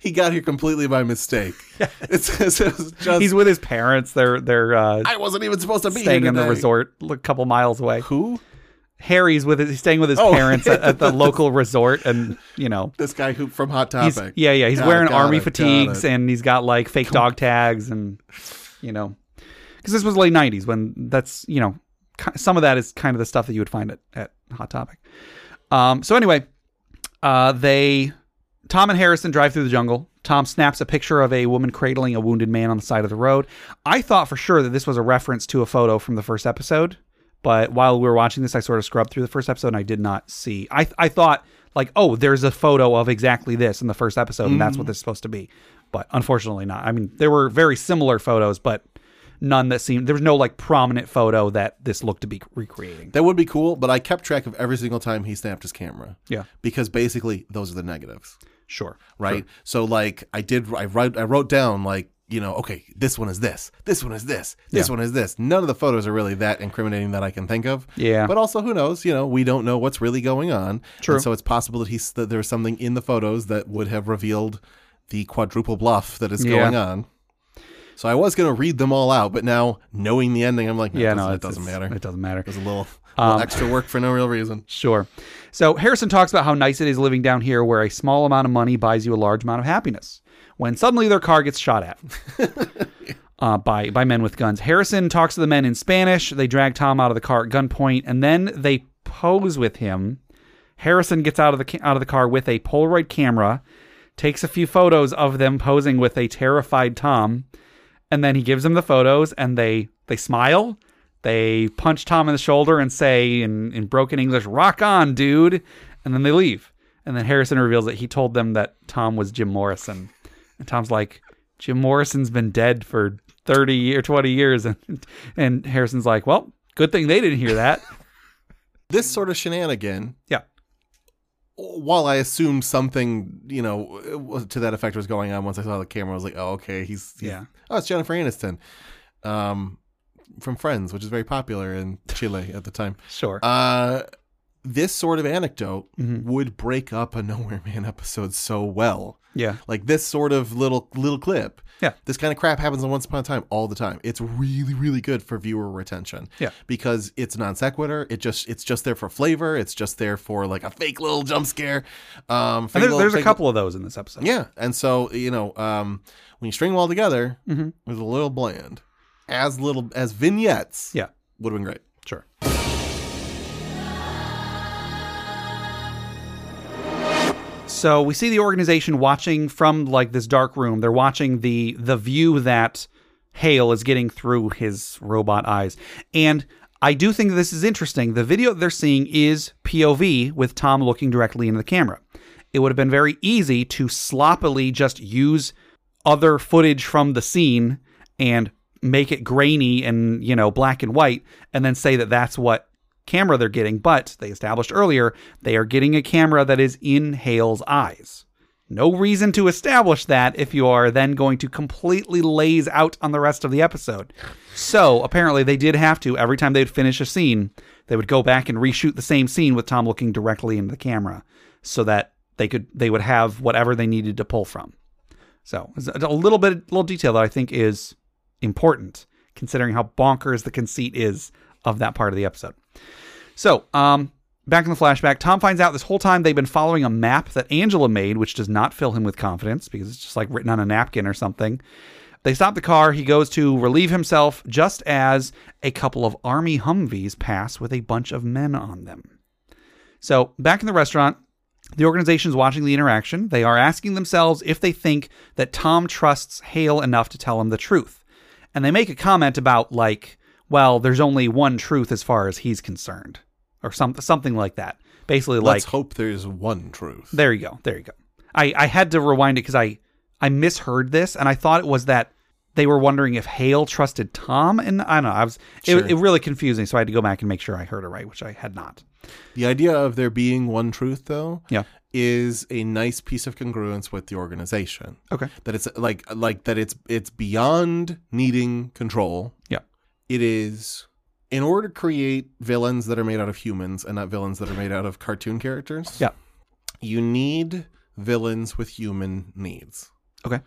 C: he got here completely by mistake. It's, it's, it's just
B: He's with his parents. They're they're uh,
C: I wasn't even supposed to be
B: staying
C: here
B: in the
C: today.
B: resort a couple miles away.
C: Who?
B: Harry's with his, he's staying with his
C: Oh.
B: parents at, at the local resort, and you know,
C: This guy who from Hot
B: he's,
C: Topic?
B: yeah, yeah, he's
C: Got it,
B: wearing
C: got
B: army
C: it, got
B: fatigues
C: it.
B: and he's got like fake dog tags, and you know, because this was late '90s when that's you know, ki- some of that is kind of the stuff that you would find at, at Hot Topic. Um, so anyway, uh, they Tom and Harrison drive through the jungle. Tom snaps a picture of a woman cradling a wounded man on the side of the road. I thought for sure that this was a reference to a photo from the first episode, but while we were watching this, I sort of scrubbed through the first episode and I did not see. I I thought like, oh, there's a photo of exactly this in the first episode, and that's
C: Mm-hmm.
B: what this is supposed to be. But unfortunately, not. I mean, there were very similar photos, but none that seemed there was no like prominent photo that this looked to be recreating.
C: That would be cool, but I kept track of every single time he snapped his camera.
B: Yeah.
C: because basically those are the negatives.
B: Sure.
C: right? So like I did, I wrote, I wrote down like you know, okay, this one is this, this one is this, this
B: Yeah.
C: one is this. None of the photos are really that incriminating that I can think of.
B: Yeah.
C: but also who knows? You know, we don't know what's really going on.
B: True.
C: And so it's possible that he's that there's something in the photos that would have revealed the quadruple bluff that is
B: Yeah.
C: going on. So I was going to read them all out, but now knowing the ending, I'm like, no,
B: Yeah,
C: it doesn't,
B: no,
C: it doesn't matter.
B: It
C: It
B: doesn't matter.
C: was a little,
B: Um,
C: little extra work for no real reason.
B: Sure. So Harrison talks about how nice it is living down here where a small amount of money buys you a large amount of happiness when suddenly their car gets shot at. Uh, by by men with guns. Harrison talks to the men in Spanish. They drag Tom out of the car at gunpoint, and then they pose with him. Harrison gets out of the ca- out of the car with a Polaroid camera, takes a few photos of them posing with a terrified Tom, and then he gives him the photos and they they smile they punch tom in the shoulder and say in, in broken english rock on dude and then they leave and then harrison reveals that he told them that tom was jim morrison and tom's like jim morrison's been dead for 30 or 20 years and, and harrison's like well good thing they didn't hear that
C: This sort of shenanigan
B: yeah
C: while I assumed something, you know, was- to that effect was going on once I saw the camera, I was like, oh, okay, he's, he's-
B: Yeah.
C: oh, it's Jennifer Aniston, um, from Friends, which is very popular in Chile at the time.
B: sure
C: Uh, this sort of anecdote
B: Mm-hmm.
C: would break up a Nowhere Man episode so well.
B: Yeah.
C: Like this sort of little little clip.
B: Yeah.
C: This kind of crap happens on Once Upon a Time all the time. It's really really good for viewer retention.
B: Yeah.
C: Because it's non sequitur. It just it's just there for flavor. It's just there for like a fake little jump scare. Um, fake
B: And there-
C: little-
B: there's a
C: fake-
B: couple of those in this episode.
C: Yeah. And so you know um, when you string them all together,
B: Mhm.
C: it was a little bland. As little as vignettes.
B: Yeah.
C: Would have been great.
B: Sure. So we see the organization watching from like this dark room. They're watching the the view that Hale is getting through his robot eyes. And I do think this is interesting. The video they're seeing is POV with Tom looking directly into the camera. It would have been very easy to sloppily just use other footage from the scene and make it grainy and you know black and white and then say that that's what camera they're getting but they established earlier they are getting a camera that is in Hale's eyes no reason to establish that if you are then going to completely laze out on the rest of the episode so apparently they did have to every time they'd finish a scene they would go back and reshoot the same scene with Tom looking directly into the camera so that they could they would have whatever they needed to pull from so it's a a little bit, little detail that I think is important, considering how bonkers the conceit is of that part of the episode. So, um, back in the flashback, Tom finds out this whole time they've been following a map that Angela made, which does not fill him with confidence because it's just like written on a napkin or something. They stop the car. He goes to relieve himself just as a couple of army Humvees pass with a bunch of men on them. So, back in the restaurant, the organization's watching the interaction. They are asking themselves if they think that Tom trusts Hale enough to tell him the truth. And they make a comment about, like, well, there's only one truth as far as he's concerned, or some, something like that. Basically, like,
C: Let's hope there's one truth.
B: there you go. There you go. I, I had to rewind it because I, I misheard this and I thought it was that they were wondering if Hale trusted Tom. And I don't know. I was,
C: Sure.
B: it, it really confused me. So I had to go back and make sure I heard it right, which I had not.
C: The idea of there being one truth, though,
B: Yeah.
C: is a nice piece of congruence with the organization.
B: Okay.
C: That it's like like that it's it's beyond needing control.
B: Yeah.
C: It is in order to create villains that are made out of humans and not villains that are made out of cartoon characters.
B: Yeah.
C: You need villains with human needs.
B: Okay.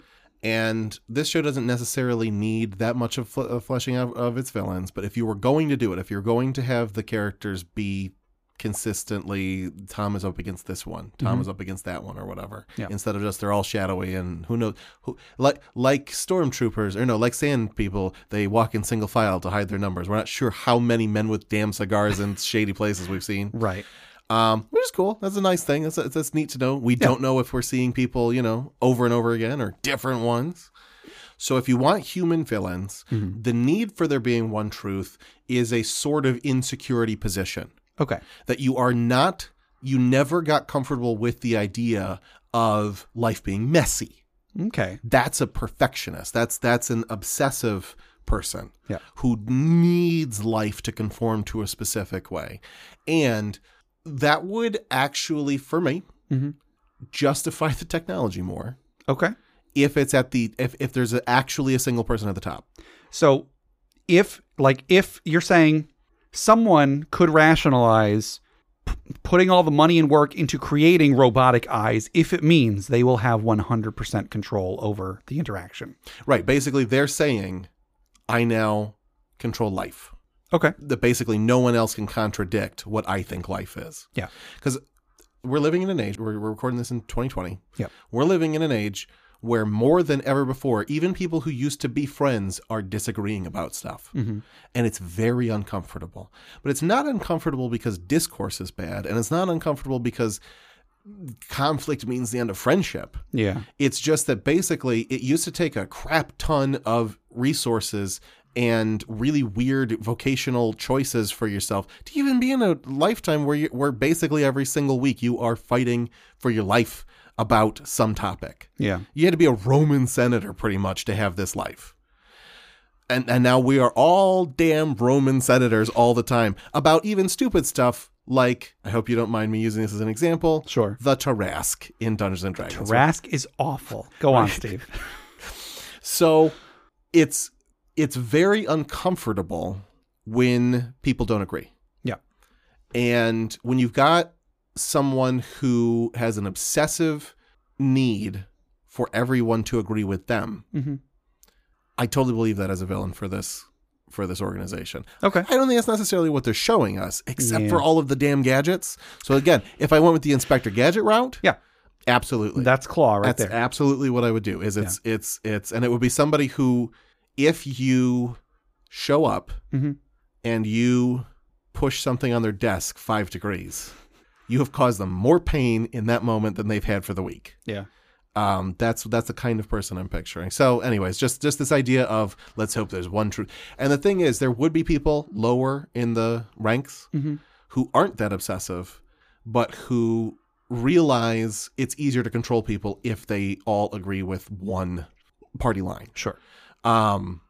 C: And this show doesn't necessarily need that much of fl- of fleshing out of its villains, but if you were going to do it, if you're going to have the characters be consistently Tom is up against this one, Tom is up against that one, or whatever,
B: Yeah.
C: instead of just they're all shadowy and who knows who like like stormtroopers or no like sand people, they walk in single file to hide their numbers. We're not sure how many men with damn cigars in shady places we've seen.
B: Right.
C: Um, which is cool. That's a nice thing. That's that's neat to know. We don't know if we're seeing people, you know, over and over again or different ones. So if you want human villains, the need for there being one truth is a sort of insecurity position
B: Okay.
C: that you are not you never got comfortable with the idea of life being messy
B: Okay.
C: that's a perfectionist. That's that's an obsessive person
B: Yeah.
C: who needs life to conform to a specific way. And that would actually, for me,
B: Mhm.
C: justify the technology more
B: Okay.
C: if it's at the if, if there's a, actually a single person at the top.
B: So if like if you're saying someone could rationalize p- putting all the money and work into creating robotic eyes if it means they will have 100% control over the interaction.
C: Right. Basically they're saying, I now control life.
B: Okay.
C: That basically no one else can contradict what I think life is.
B: Yeah.
C: because we're living in an age we're, we're recording this in 2020
B: Yep.
C: we're living in an age where more than ever before even people who used to be friends are disagreeing about stuff and it's very uncomfortable but it's not uncomfortable because discourse is bad and it's not uncomfortable because conflict means the end of friendship
B: Yeah.
C: it's just that basically it used to take a crap ton of resources and really weird vocational choices for yourself to even be in a lifetime where you, where basically every single week you are fighting for your life about some topic.
B: Yeah.
C: You had to be a Roman senator pretty much to have this life. And and now we are all damn Roman senators all the time about even stupid stuff like I hope you don't mind me using this as an example.
B: Sure.
C: The Tarask in Dungeons and Dragons.
B: Rask is awful. Go on, Steve.
C: So it's it's very uncomfortable when people don't agree.
B: Yeah.
C: And when you've got someone who has an obsessive need for everyone to agree with them,
B: Mhm.
C: I totally believe that as a villain for this for this organization.
B: Okay.
C: I don't think that's necessarily what they're showing us, except
B: Yeah.
C: for all of the damn gadgets. So again, if I went with the Inspector Gadget route,
B: Yeah.
C: absolutely.
B: That's Claw right
C: That's
B: there.
C: absolutely what I would do. Is it's it's it's and it would be somebody who, if you show up
B: Mhm.
C: and you push something on their desk five degrees, you have caused them more pain in that moment than they've had for the week.
B: yeah.
C: Um, that's that's the kind of person I'm picturing. So, anyways, just just this idea of let's hope there's one true. And the thing is, there would be people lower in the ranks who aren't that obsessive, but who realize it's easier to control people if they all agree with one party line
B: Sure.
C: um,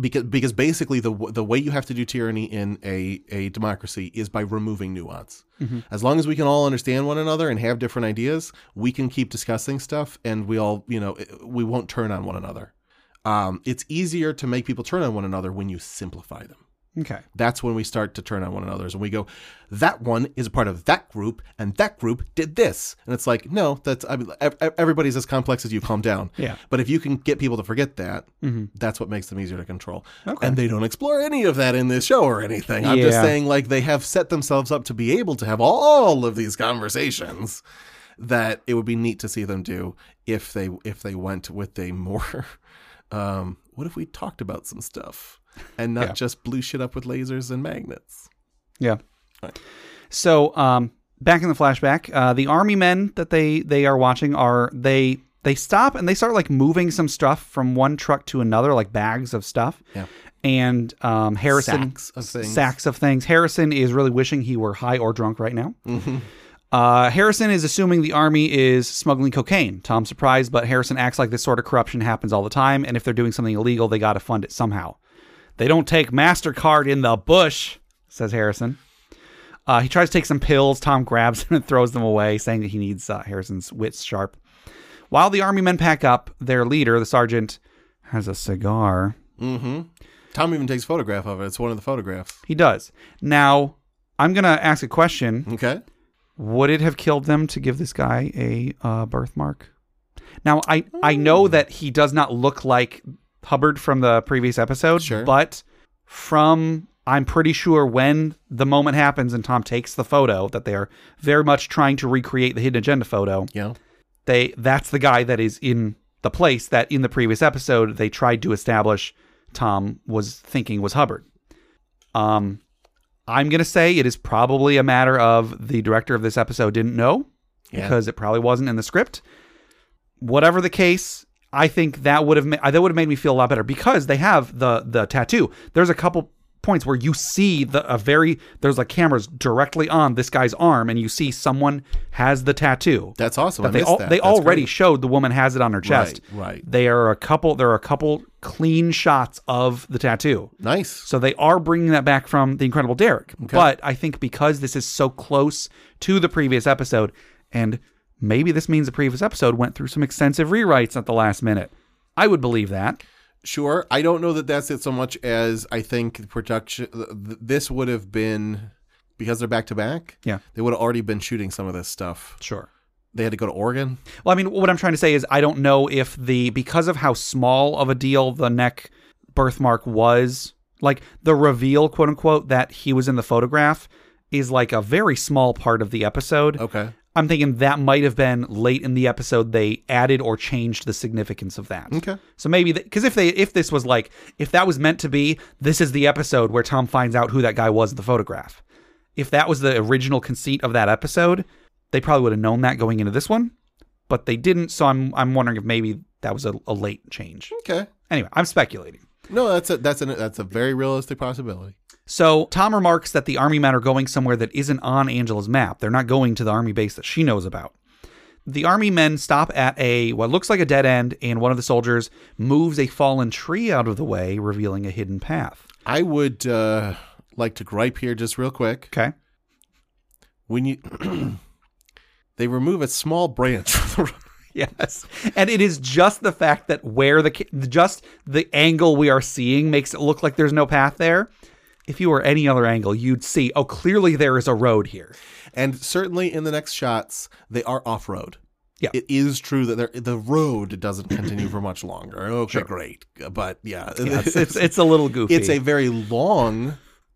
C: because because basically the w- the way you have to do tyranny in a a democracy is by removing nuance. As long as we can all understand one another and have different ideas, we can keep discussing stuff, and we all you know i- we won't turn on one another. Um, it's easier to make people turn on one another when you simplify them.
B: Okay.
C: That's when we start to turn on one another's, and we go, "That one is a part of that group, and that group did this." And it's like, no, that's I mean, ev- ev- everybody's as complex as you. Calm down.
B: Yeah. Mm-hmm.
C: But if you can get people to forget that, that's what makes them easier to control.
B: Okay.
C: And they don't explore any of that in this show or anything. I'm just
B: Yeah.
C: saying, like, they have set themselves up to be able to have all of these conversations that it would be neat to see them do if they if they went with a more um what if we talked about some stuff and not
B: Yeah.
C: just blew shit up with lasers and magnets
B: Yeah.
C: Right.
B: So um, back in the flashback, uh, the army men that they they are watching are they they stop and they start like moving some stuff from one truck to another, like bags of stuff.
C: Yeah.
B: And um, Harrison
C: Sacks of things.
B: Sacks of things. Harrison is really wishing he were high or drunk right now.
C: Mm-hmm.
B: Uh, Harrison is assuming the army is smuggling cocaine. Tom's surprised, but Harrison acts like this sort of corruption happens all the time, and if they're doing something illegal, they got to fund it somehow. They don't take MasterCard in the bush, says Harrison. Uh, he tries to take some pills. Tom grabs them and throws them away, saying that he needs uh, Harrison's wits sharp. While the army men pack up, their leader, the sergeant, has a cigar.
C: tom even takes a photograph of it it's one of the photographs
B: He does. Now, I'm going to ask a question.
C: okay
B: would it have killed them to give this guy a uh, birthmark? Now I I know that he does not look like Hubbard from the previous episode,
C: Sure.
B: but from I'm pretty sure when the moment happens and Tom takes the photo that they are very much trying to recreate the hidden agenda photo.
C: yeah
B: They that's the guy that is in the place that in the previous episode they tried to establish Tom was thinking was Hubbard. Um, I'm gonna say it is probably a matter of the director of this episode didn't know
C: Yeah.
B: because it probably wasn't in the script. Whatever the case, I think that would have ma- that would have made me feel a lot better because they have the the tattoo. There's a couple points where you see the a very there's like cameras directly on this guy's arm and you see someone has the tattoo.
C: that's awesome I
B: they
C: missed
B: al-
C: that.
B: they
C: That's
B: already
C: great.
B: showed the woman has it on her chest.
C: right.
B: They are a couple. There are a couple clean shots of the tattoo.
C: nice
B: So they are bringing that back from The Incredible Derek. But I think because this is so close to the previous episode, and maybe this means the previous episode went through some extensive rewrites at the last minute. I would believe that.
C: Sure. I don't know that that's it so much as I think the production. th- th- This would have been because they're back to back.
B: Yeah.
C: they would have already been shooting some of this stuff.
B: Sure.
C: They had to go to Oregon.
B: Well, I mean, what I'm trying to say is I don't know if the because of how small of a deal the neck birthmark was, like the reveal, quote unquote, that he was in the photograph is like a very small part of the episode.
C: Okay.
B: I'm thinking that might have been late in the episode they added or changed the significance of that.
C: Okay.
B: So maybe because if they if this was like if that was meant to be this is the episode where Tom finds out who that guy was in the photograph. If that was the original conceit of that episode, they probably would have known that going into this one, but they didn't. So I'm I'm wondering if maybe that was a, a late change.
C: Okay.
B: Anyway, I'm speculating.
C: No, that's a that's an that's a very realistic possibility.
B: So Tom remarks that the army men are going somewhere that isn't on Angela's map. They're not going to the army base that she knows about. The army men stop at a what looks like a dead end, and one of the soldiers moves a fallen tree out of the way, revealing a hidden path.
C: I would uh, like to gripe here just real quick.
B: Okay.
C: When you they remove a small branch, from the road.
B: Yes. And it is just the fact that where the ca- just the angle we are seeing makes it look like there's no path there. if you were any other angle, you'd see, oh, clearly there is a road here.
C: And certainly in the next shots, they are off road.
B: Yeah.
C: It is true that there, the road doesn't continue for much longer. Okay, great. But yeah,
B: Yeah, it's, it's it's a little goofy.
C: it's a very long,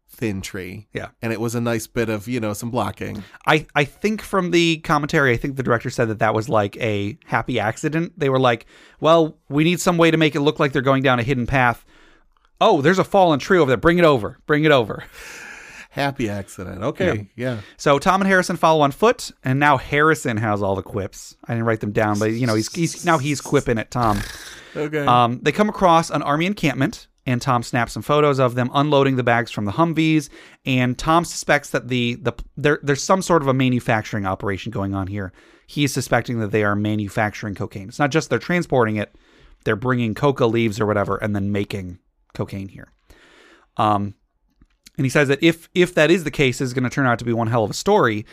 C: thin tree.
B: Yeah.
C: And it was a nice bit of, you know, some blocking.
B: I I think from the commentary, I think the director said that that was like a happy accident. They were like, well, we need some way to make it look like they're going down a hidden path. Oh, there's a fallen tree over there. Bring it over. Bring it over.
C: Happy accident. Okay. Yeah.
B: So Tom and Harrison follow on foot, and now Harrison has all the quips. I didn't write them down, but you know he's, he's now he's quipping at Tom.
C: Okay.
B: Um, they come across an army encampment, and Tom snaps some photos of them unloading the bags from the Humvees. And Tom suspects that the the there, there's some sort of a manufacturing operation going on here. He is suspecting that they are manufacturing cocaine. It's not just they're transporting it; they're bringing coca leaves or whatever, and then making cocaine here. Um, and he says that if if that is the case, it's going to turn out to be one hell of a story.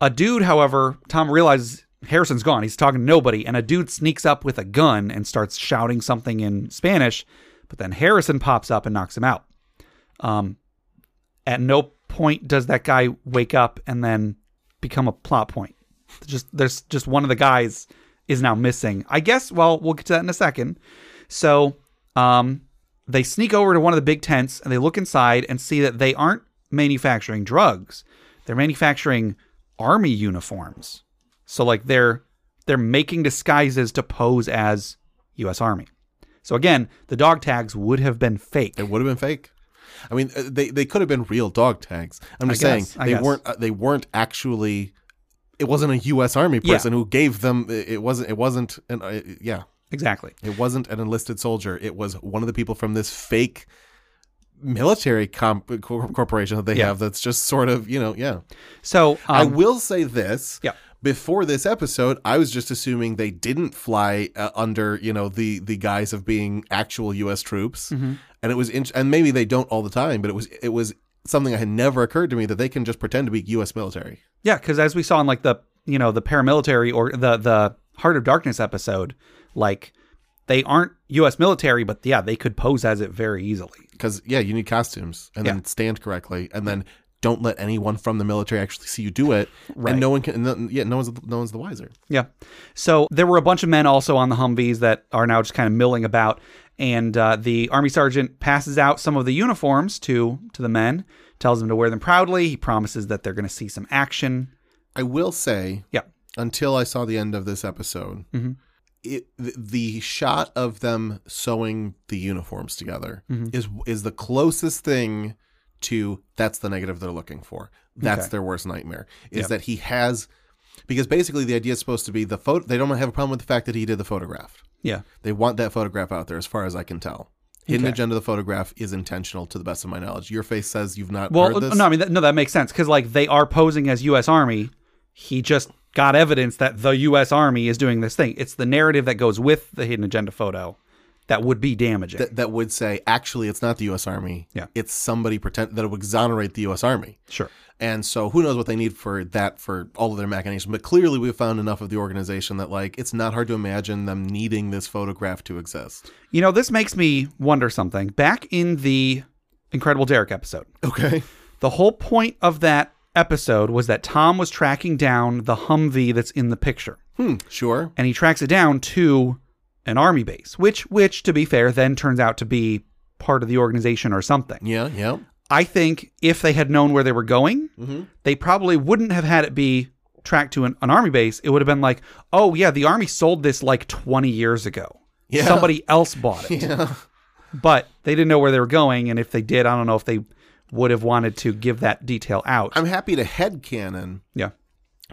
B: A dude, however, Tom realizes Harrison's gone. He's talking to nobody, and a dude sneaks up with a gun and starts shouting something in Spanish. But then Harrison pops up and knocks him out. Um, at no point does that guy wake up and then become a plot point. Just there's just one of the guys is now missing. I guess. Well, we'll get to that in a second. So, um, they sneak over to one of the big tents and they look inside and see that they aren't manufacturing drugs. They're manufacturing army uniforms. So like they're they're making disguises to pose as US Army. So again, the dog tags would have been fake.
C: It would have been fake. I mean, uh, they they could have been real dog tags. I'm just saying
B: guess, I
C: they
B: guess.
C: weren't. Uh, they weren't actually. It wasn't a U.S. Army
B: Yeah.
C: person who gave them. It it wasn't. It wasn't an. Uh, yeah,
B: Exactly.
C: it wasn't an enlisted soldier. It was one of the people from this fake military comp- cor- corporation that they
B: Yeah.
C: have. That's just sort of you know. Yeah,
B: So um,
C: I will say this.
B: Yeah.
C: Before this episode, I was just assuming they didn't fly uh, under, you know, the the guise of being actual U.S. troops,
B: Mm-hmm.
C: and it was, in- and maybe they don't all the time, but it was it was something that had never occurred to me that they can just pretend to be U.S. military.
B: Yeah, because as we saw in like the you know the paramilitary or the the Heart of Darkness episode, like they aren't U.S. military, but yeah, they could pose as it very easily.
C: Because yeah, you need costumes and
B: Yeah.
C: then stand correctly, and then don't let anyone from the military actually see you do it,
B: Right.
C: and no one can, and no, yeah, no one's no one's the wiser.
B: Yeah. So there were a bunch of men also on the Humvees that are now just kind of milling about, and uh, the army sergeant passes out some of the uniforms to to the men, tells them to wear them proudly. He promises that they're going to see some action.
C: I will say,
B: Yeah.
C: until I saw the end of this episode,
B: Mhm.
C: it, th- the shot of them sewing the uniforms together
B: Mm-hmm.
C: is is the closest thing to that's the negative they're looking for. That's
B: Okay.
C: their worst nightmare is
B: Yep.
C: that he has because basically the idea is supposed to be the photo. They don't have a problem with the fact that he did the photograph.
B: Yeah.
C: They want that photograph out there, as far as I can tell. Hidden
B: Okay.
C: agenda of the photograph is intentional, to the best of my knowledge. Your face says you've not
B: Well, uh,
C: heard this.
B: no, I mean that, no, that makes sense because like they are posing as U.S. Army. He just got evidence that the U.S. Army is doing this thing. It's the narrative that goes with the hidden agenda photo that would be damaging.
C: that, that would say actually it's not the U.S. Army.
B: Yeah.
C: it's somebody pretend that it would exonerate the U.S. Army.
B: sure.
C: And so who knows what they need for that for all of their machinations. But clearly we've found enough of the organization that like it's not hard to imagine them needing this photograph to exist.
B: You know, this makes me wonder something. Back in the Incredible Derek episode,
C: Okay.
B: the whole point of that episode was that Tom was tracking down the Humvee that's in the picture.
C: Hmm. Sure.
B: and he tracks it down to an army base, which, which to be fair, then turns out to be part of the organization or something.
C: Yeah. Yeah.
B: I think if they had known where they were going,
C: Mm-hmm.
B: they probably wouldn't have had it be tracked to an, an army base. It would have been like, oh yeah, the army sold this like 20 years ago.
C: Yeah.
B: Somebody else bought it.
C: Yeah.
B: But they didn't know where they were going, and if they did, I don't know if they would have wanted to give that detail out.
C: I'm happy to headcanon
B: yeah,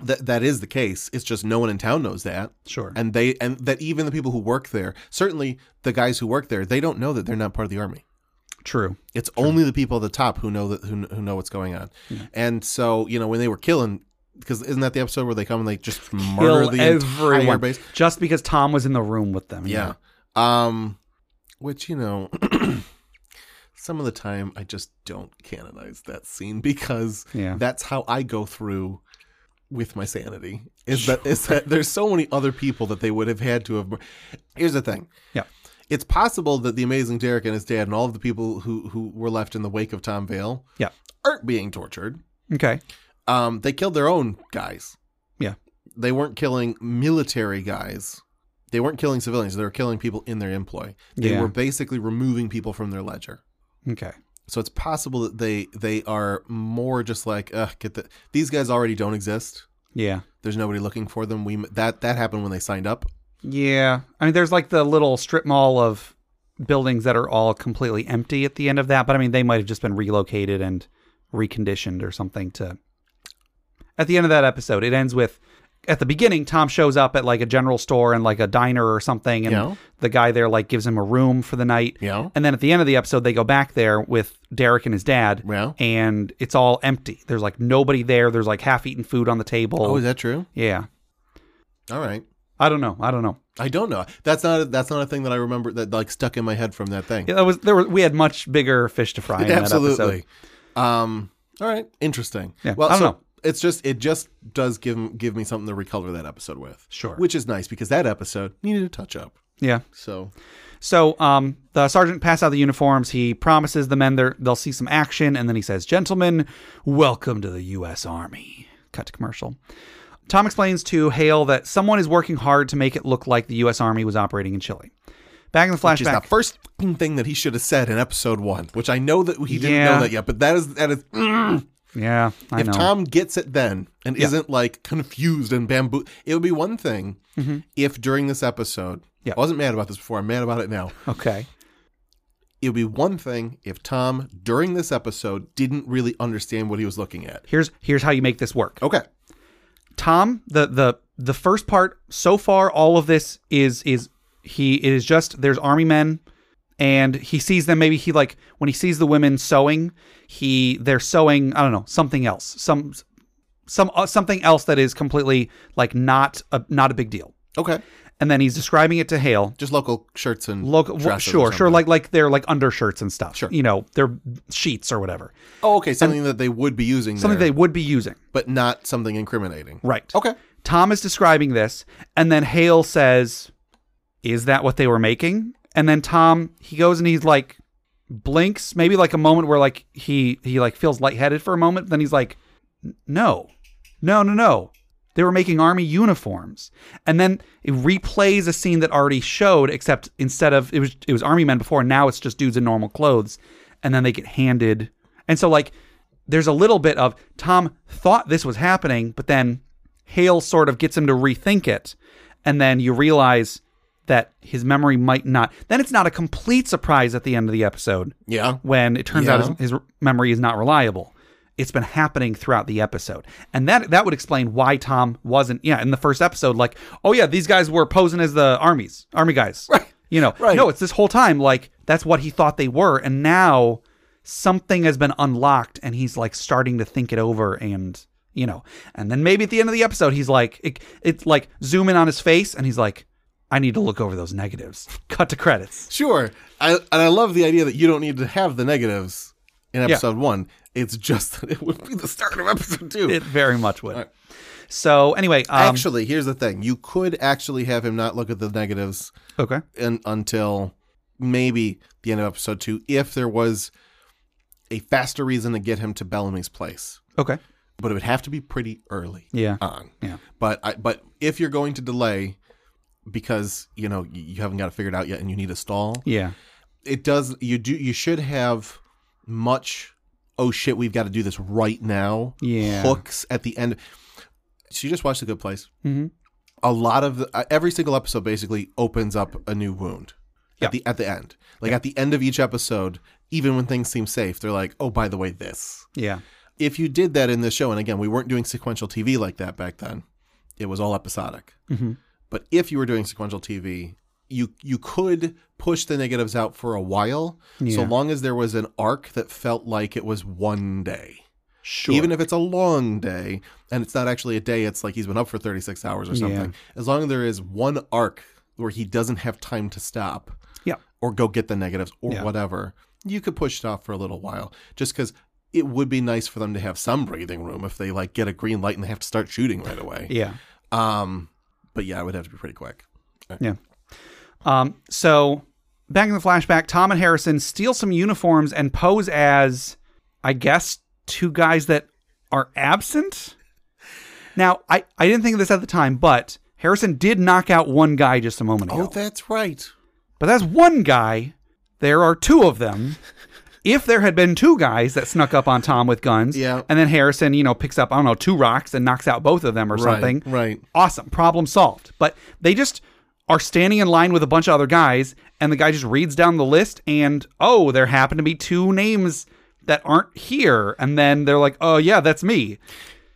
C: that that is the case. It's just no one in town knows that.
B: sure.
C: And they and that even the people who work there, certainly the guys who work there, they don't know that they're not part of the army.
B: True.
C: It's only the people at the top who know that who, who know what's going on. And so you know when they were killing, because isn't that the episode where they come and they just
B: Kill
C: murder the entire
B: everyone
C: base?
B: just because Tom was in the room with them.
C: Yeah. Um, which you know, some of the time I just don't canonize that scene because
B: Yeah.
C: that's how I go through with my sanity. Is that is that there's so many other people that they would have had to have. Here's the thing.
B: Yeah.
C: it's possible that the amazing Derek and his dad and all of the people who who were left in the wake of Tom Vale
B: Yeah.
C: aren't being tortured.
B: Okay.
C: Um, they killed their own guys.
B: Yeah.
C: They weren't killing military guys. They weren't killing civilians. They were killing people in their employ. They
B: Yeah.
C: were basically removing people from their ledger.
B: Okay.
C: So it's possible that they they are more just like, ugh, get the these guys already don't exist.
B: Yeah.
C: There's nobody looking for them. We that that happened when they signed up.
B: Yeah. I mean, there's like the little strip mall of buildings that are all completely empty at the end of that, but I mean, they might have just been relocated and reconditioned or something to. At the end of that episode, it ends with at the beginning, Tom shows up at like a general store and like a diner or something, and
C: Yeah.
B: the guy there like gives him a room for the night.
C: Yeah.
B: And then at the end of the episode, they go back there with Derek and his dad,
C: Yeah.
B: and it's all empty. There's like nobody there. There's like half eaten food on the table.
C: Oh, is that true?
B: yeah.
C: All right.
B: I don't know. I don't know.
C: I don't know. That's not a, that's not a thing that I remember that like stuck in my head from that thing.
B: Yeah, that was there. Were, we had much bigger fish to fry. In That episode.
C: Absolutely. Um. All right. Interesting.
B: Yeah, I don't know.
C: It's just it just does give give me something to recolor that episode with.
B: Sure.
C: Which is nice because that episode needed a touch up.
B: Yeah.
C: So
B: So um, the sergeant passes out the uniforms. He promises the men there they'll see some action, and then he says, "Gentlemen, welcome to the U.S. Army." Cut to commercial. Tom explains to Hale that someone is working hard to make it look like the U.S. Army was operating in Chile. Back in the
C: which is the
B: flashback,
C: first fucking thing that he should have said in episode one, which I know that he didn't
B: Yeah.
C: know that yet, but that is that is
B: yeah, I
C: if
B: know.
C: Tom gets it then and isn't like confused and bamboo, it would be one thing if during this episode,
B: Mm-hmm. Yeah.
C: I wasn't mad about this before. I'm mad about it now.
B: okay,
C: It would be one thing if Tom during this episode didn't really understand what he was looking at.
B: here's here's how you make this work.
C: Okay.
B: Tom, the the the first part so far, all of this is is he it is just there's army men, and he sees them. Maybe he like when he sees the women sewing, he they're sewing. I don't know something else, some some uh, something else that is completely like not a not a big deal.
C: Okay.
B: And then he's describing it to Hale.
C: Just local shirts and
B: Local,
C: dresses or
B: sure, sure,
C: something.
B: like like they're like undershirts and stuff.
C: Sure.
B: you know they're sheets or whatever,
C: oh, okay, something that they would be using,
B: something
C: there,
B: they would be using.
C: but not something incriminating.
B: Right.
C: Okay.
B: Tom is describing this, and then Hale says, Is that what they were making? And then Tom, he goes and he's like blinks, maybe like a moment where like he he like feels lightheaded for a moment, then he's like, "N- No, no, no, no. They were making army uniforms. And then it replays a scene that already showed, except instead of it was it was army men before, now it's just dudes in normal clothes, and then they get handed and so like there's a little bit of Tom thought this was happening, but then Hale sort of gets him to rethink it, and then you realize that his memory might not. Then it's not a complete surprise at the end of the episode
C: Yeah.
B: when it turns
C: Yeah.
B: out his, his memory is not reliable. It's been happening throughout the episode, and that that would explain why Tom wasn't. Yeah, in the first episode, like, oh yeah, these guys were posing as the armies, army guys.
C: Right.
B: You know,
C: Right.
B: no, it's this whole time like that's what he thought they were, and now something has been unlocked, and he's like starting to think it over, and you know, and then maybe at the end of the episode, he's like, it, it's like zoom in on his face, and he's like, I need to look over those negatives. Cut to credits.
C: Sure. I and I love the idea that you don't need to have the negatives in episode one. It's just that it would be the start of episode two.
B: It very much would. So anyway, um,
C: actually, here's the thing: you could actually have him not look at the negatives
B: okay.
C: in, until maybe the end of episode two, if there was a faster reason to get him to Bellamy's place.
B: Okay.
C: But it would have to be pretty early
B: Yeah.
C: on.
B: Yeah.
C: But I, but if you're going to delay because you know you you haven't got it figured out yet and you need a stall,
B: Yeah.
C: it does you do you should have much oh shit we've got to do this right now
B: Yeah.
C: hooks at the end so you just watch the good place
B: Mhm.
C: a lot of the, uh, every single episode basically opens up a new wound
B: Yeah.
C: at the at the end like at the end of each episode even when things seem safe they're like oh by the way this
B: Yeah.
C: if you did that in the show, and again, we weren't doing sequential TV like that back then, it was all episodic.
B: Mm-hmm.
C: But if you were doing sequential TV, you you could push the negatives out for a while, so
B: Yeah.
C: long as there was an arc that felt like it was one day,
B: Sure.
C: even if it's a long day, and it's not actually a day. It's like he's been up for thirty six hours or something. As long as there is one arc where he doesn't have time to stop,
B: yeah.
C: or go get the negatives or
B: Yeah.
C: whatever. You could push it off for a little while just because it would be nice for them to have some breathing room if they like get a green light and they have to start shooting right away.
B: Yeah.
C: Um, but yeah, it would have to be pretty quick.
B: Um, so back in the flashback, Tom and Harrison steal some uniforms and pose as, I guess, two guys that are absent. Now, I, I didn't think of this at the time, but Harrison did knock out one guy just a moment ago.
C: Oh, that's right.
B: but that's one guy. There are two of them. If there had been two guys that snuck up on Tom with guns,
C: Yeah.
B: and then Harrison, you know, picks up, I don't know, two rocks and knocks out both of them or something,
C: right.
B: Awesome. Problem solved. But they just are standing in line with a bunch of other guys, and the guy just reads down the list, and oh, there happen to be two names that aren't here. And then they're like, oh, yeah, that's me.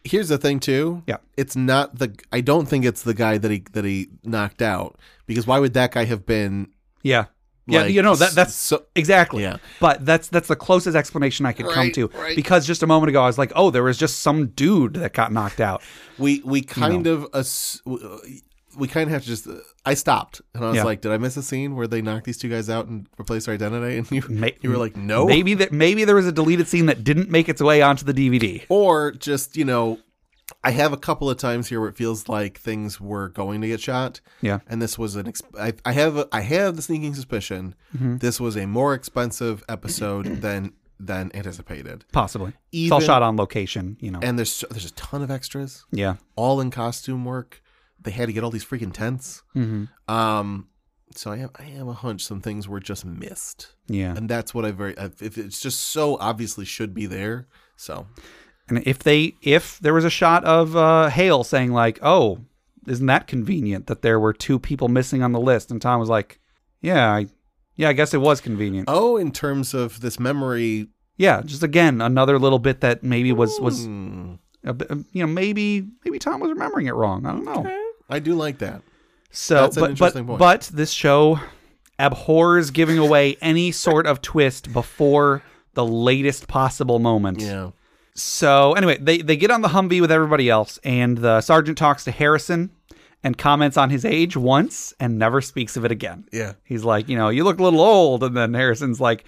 C: Here's the thing too.
B: Yeah.
C: It's not the I don't think it's the guy that he that he knocked out because why would that guy have been
B: Yeah. Yeah,
C: Like,
B: you know that that's
C: so-
B: exactly.
C: Yeah.
B: But that's that's the closest explanation I could come
C: Right,
B: to
C: right.
B: because just a moment ago I was like, "Oh, there was just some dude that got knocked out."
C: we we kind of ass, we- we kind of have to just I stopped and I was
B: Yeah.
C: like, did I miss a scene where they knocked these two guys out and replaced their identity? And you
B: May-
C: you were like, no,
B: Maybe that maybe there was a deleted scene that didn't make its way onto the DVD.
C: or just you know. I have a couple of times here where it feels like things were going to get shot,
B: Yeah.
C: and this was an. Exp- I, I have a, I have the sneaking suspicion
B: Mm-hmm.
C: this was a more expensive episode than than anticipated.
B: Possibly. it's all
C: Even-
B: shot on location, you know.
C: and there's so- there's a ton of extras,
B: yeah.
C: all in costume work. They had to get all these freaking tents.
B: Mm-hmm.
C: Um, so I have I have a hunch some things were just missed,
B: Yeah.
C: and that's what I very I- if it's just so obviously should be there. So
B: And if they if there was a shot of uh, Hale saying like, "Oh, isn't that convenient that there were two people missing on the list?" and Tom was like, "Yeah, I, yeah, I guess it was convenient."
C: oh, in terms of this memory,
B: yeah, just again another little bit that maybe was was
C: hmm,
B: a bit, um, you know maybe maybe Tom was remembering it wrong. I don't know.
C: I do like that.
B: So,
C: That's an
B: but but
C: interesting point.
B: but this show abhors giving away any sort of twist before the latest possible moment.
C: Yeah,
B: So anyway, they they get on the Humvee with everybody else, and the sergeant talks to Harrison and comments on his age once and never speaks of it again.
C: yeah.
B: He's like, you know, you look a little old, and then Harrison's like,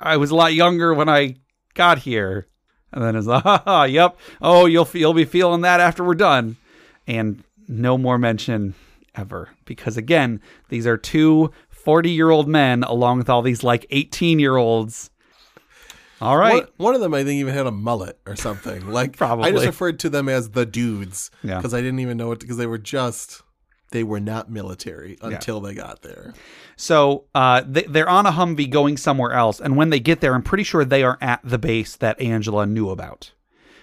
B: I was a lot younger when I got here, and then it's like, ha, ha, yep, oh, you'll fe- you'll be feeling that after we're done, and no more mention ever because again, these are two 40 year old men along with all these like 18 year olds. All right.
C: One, one of them I think even had a mullet or something. Like I
B: Probably.
C: just referred to them as the dudes
B: Yeah.
C: because I didn't even know it because they were just they were not military until they got there.
B: So uh, they, they're on a Humvee going somewhere else, and when they get there, I'm pretty sure they are at the base that Angela knew about.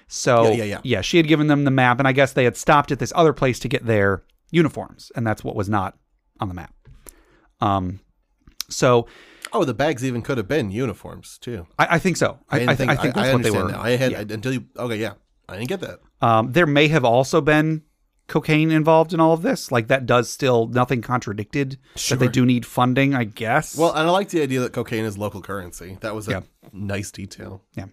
B: So
C: Yeah, yeah, yeah.
B: she had given them the map, and I guess they had stopped at this other place to get their uniforms, and that's what was not on the map. Um, so
C: Oh, the bags even could have been uniforms too.
B: I, I think so. I, I,
C: didn't
B: think, I think that's what they
C: understand
B: were.
C: Now. I had I- until you okay, yeah. I didn't get that.
B: Um, there may have also been cocaine involved in all of this. Like that does still nothing contradicted that they
C: Sure.
B: do need funding, I guess.
C: Well, and I like the idea that cocaine is local currency. That was a
B: Yeah.
C: nice detail.
B: Yeah.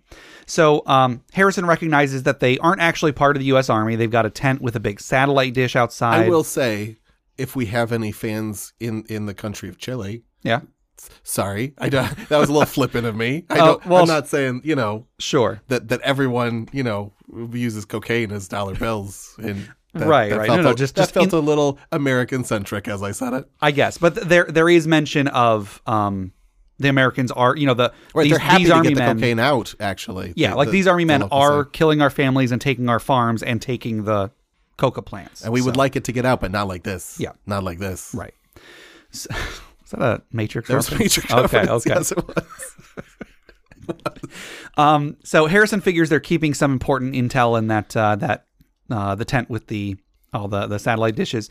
B: So um, Harrison recognizes that they aren't actually part of the U.S. Army. They've got a tent with a big satellite dish outside.
C: I will say, if we have any fans in in the country of Chile,
B: Yeah.
C: sorry, I don't, that was a little flippant of me. I
B: Oh,
C: don't,
B: well,
C: I'm not saying you know
B: Sure.
C: that that everyone you know uses cocaine as dollar bills. And that,
B: Right,
C: that
B: right.
C: Felt
B: No, no,
C: a-
B: just-
C: that
B: just
C: felt
B: in-
C: a little American centric as I said it.
B: I guess, but th- there there is mention of um, the Americans are you know the
C: Right,
B: these,
C: they're happy
B: these
C: to
B: army
C: get the
B: men.
C: cocaine out. Actually,
B: Yeah,
C: The-
B: like
C: the-
B: these army
C: the
B: men
C: local
B: are
C: side.
B: killing our families and taking our farms and taking the coca plants.
C: and we would like it to get out, but not like this.
B: Yeah.
C: not like this.
B: right. So, is that a Matrix?
C: There was
B: reference?
C: major
B: Okay.
C: confidence.
B: Okay.
C: Yes, it was.
B: Um, so Harrison figures they're keeping some important intel in that uh, that uh, the tent with the all the the satellite dishes.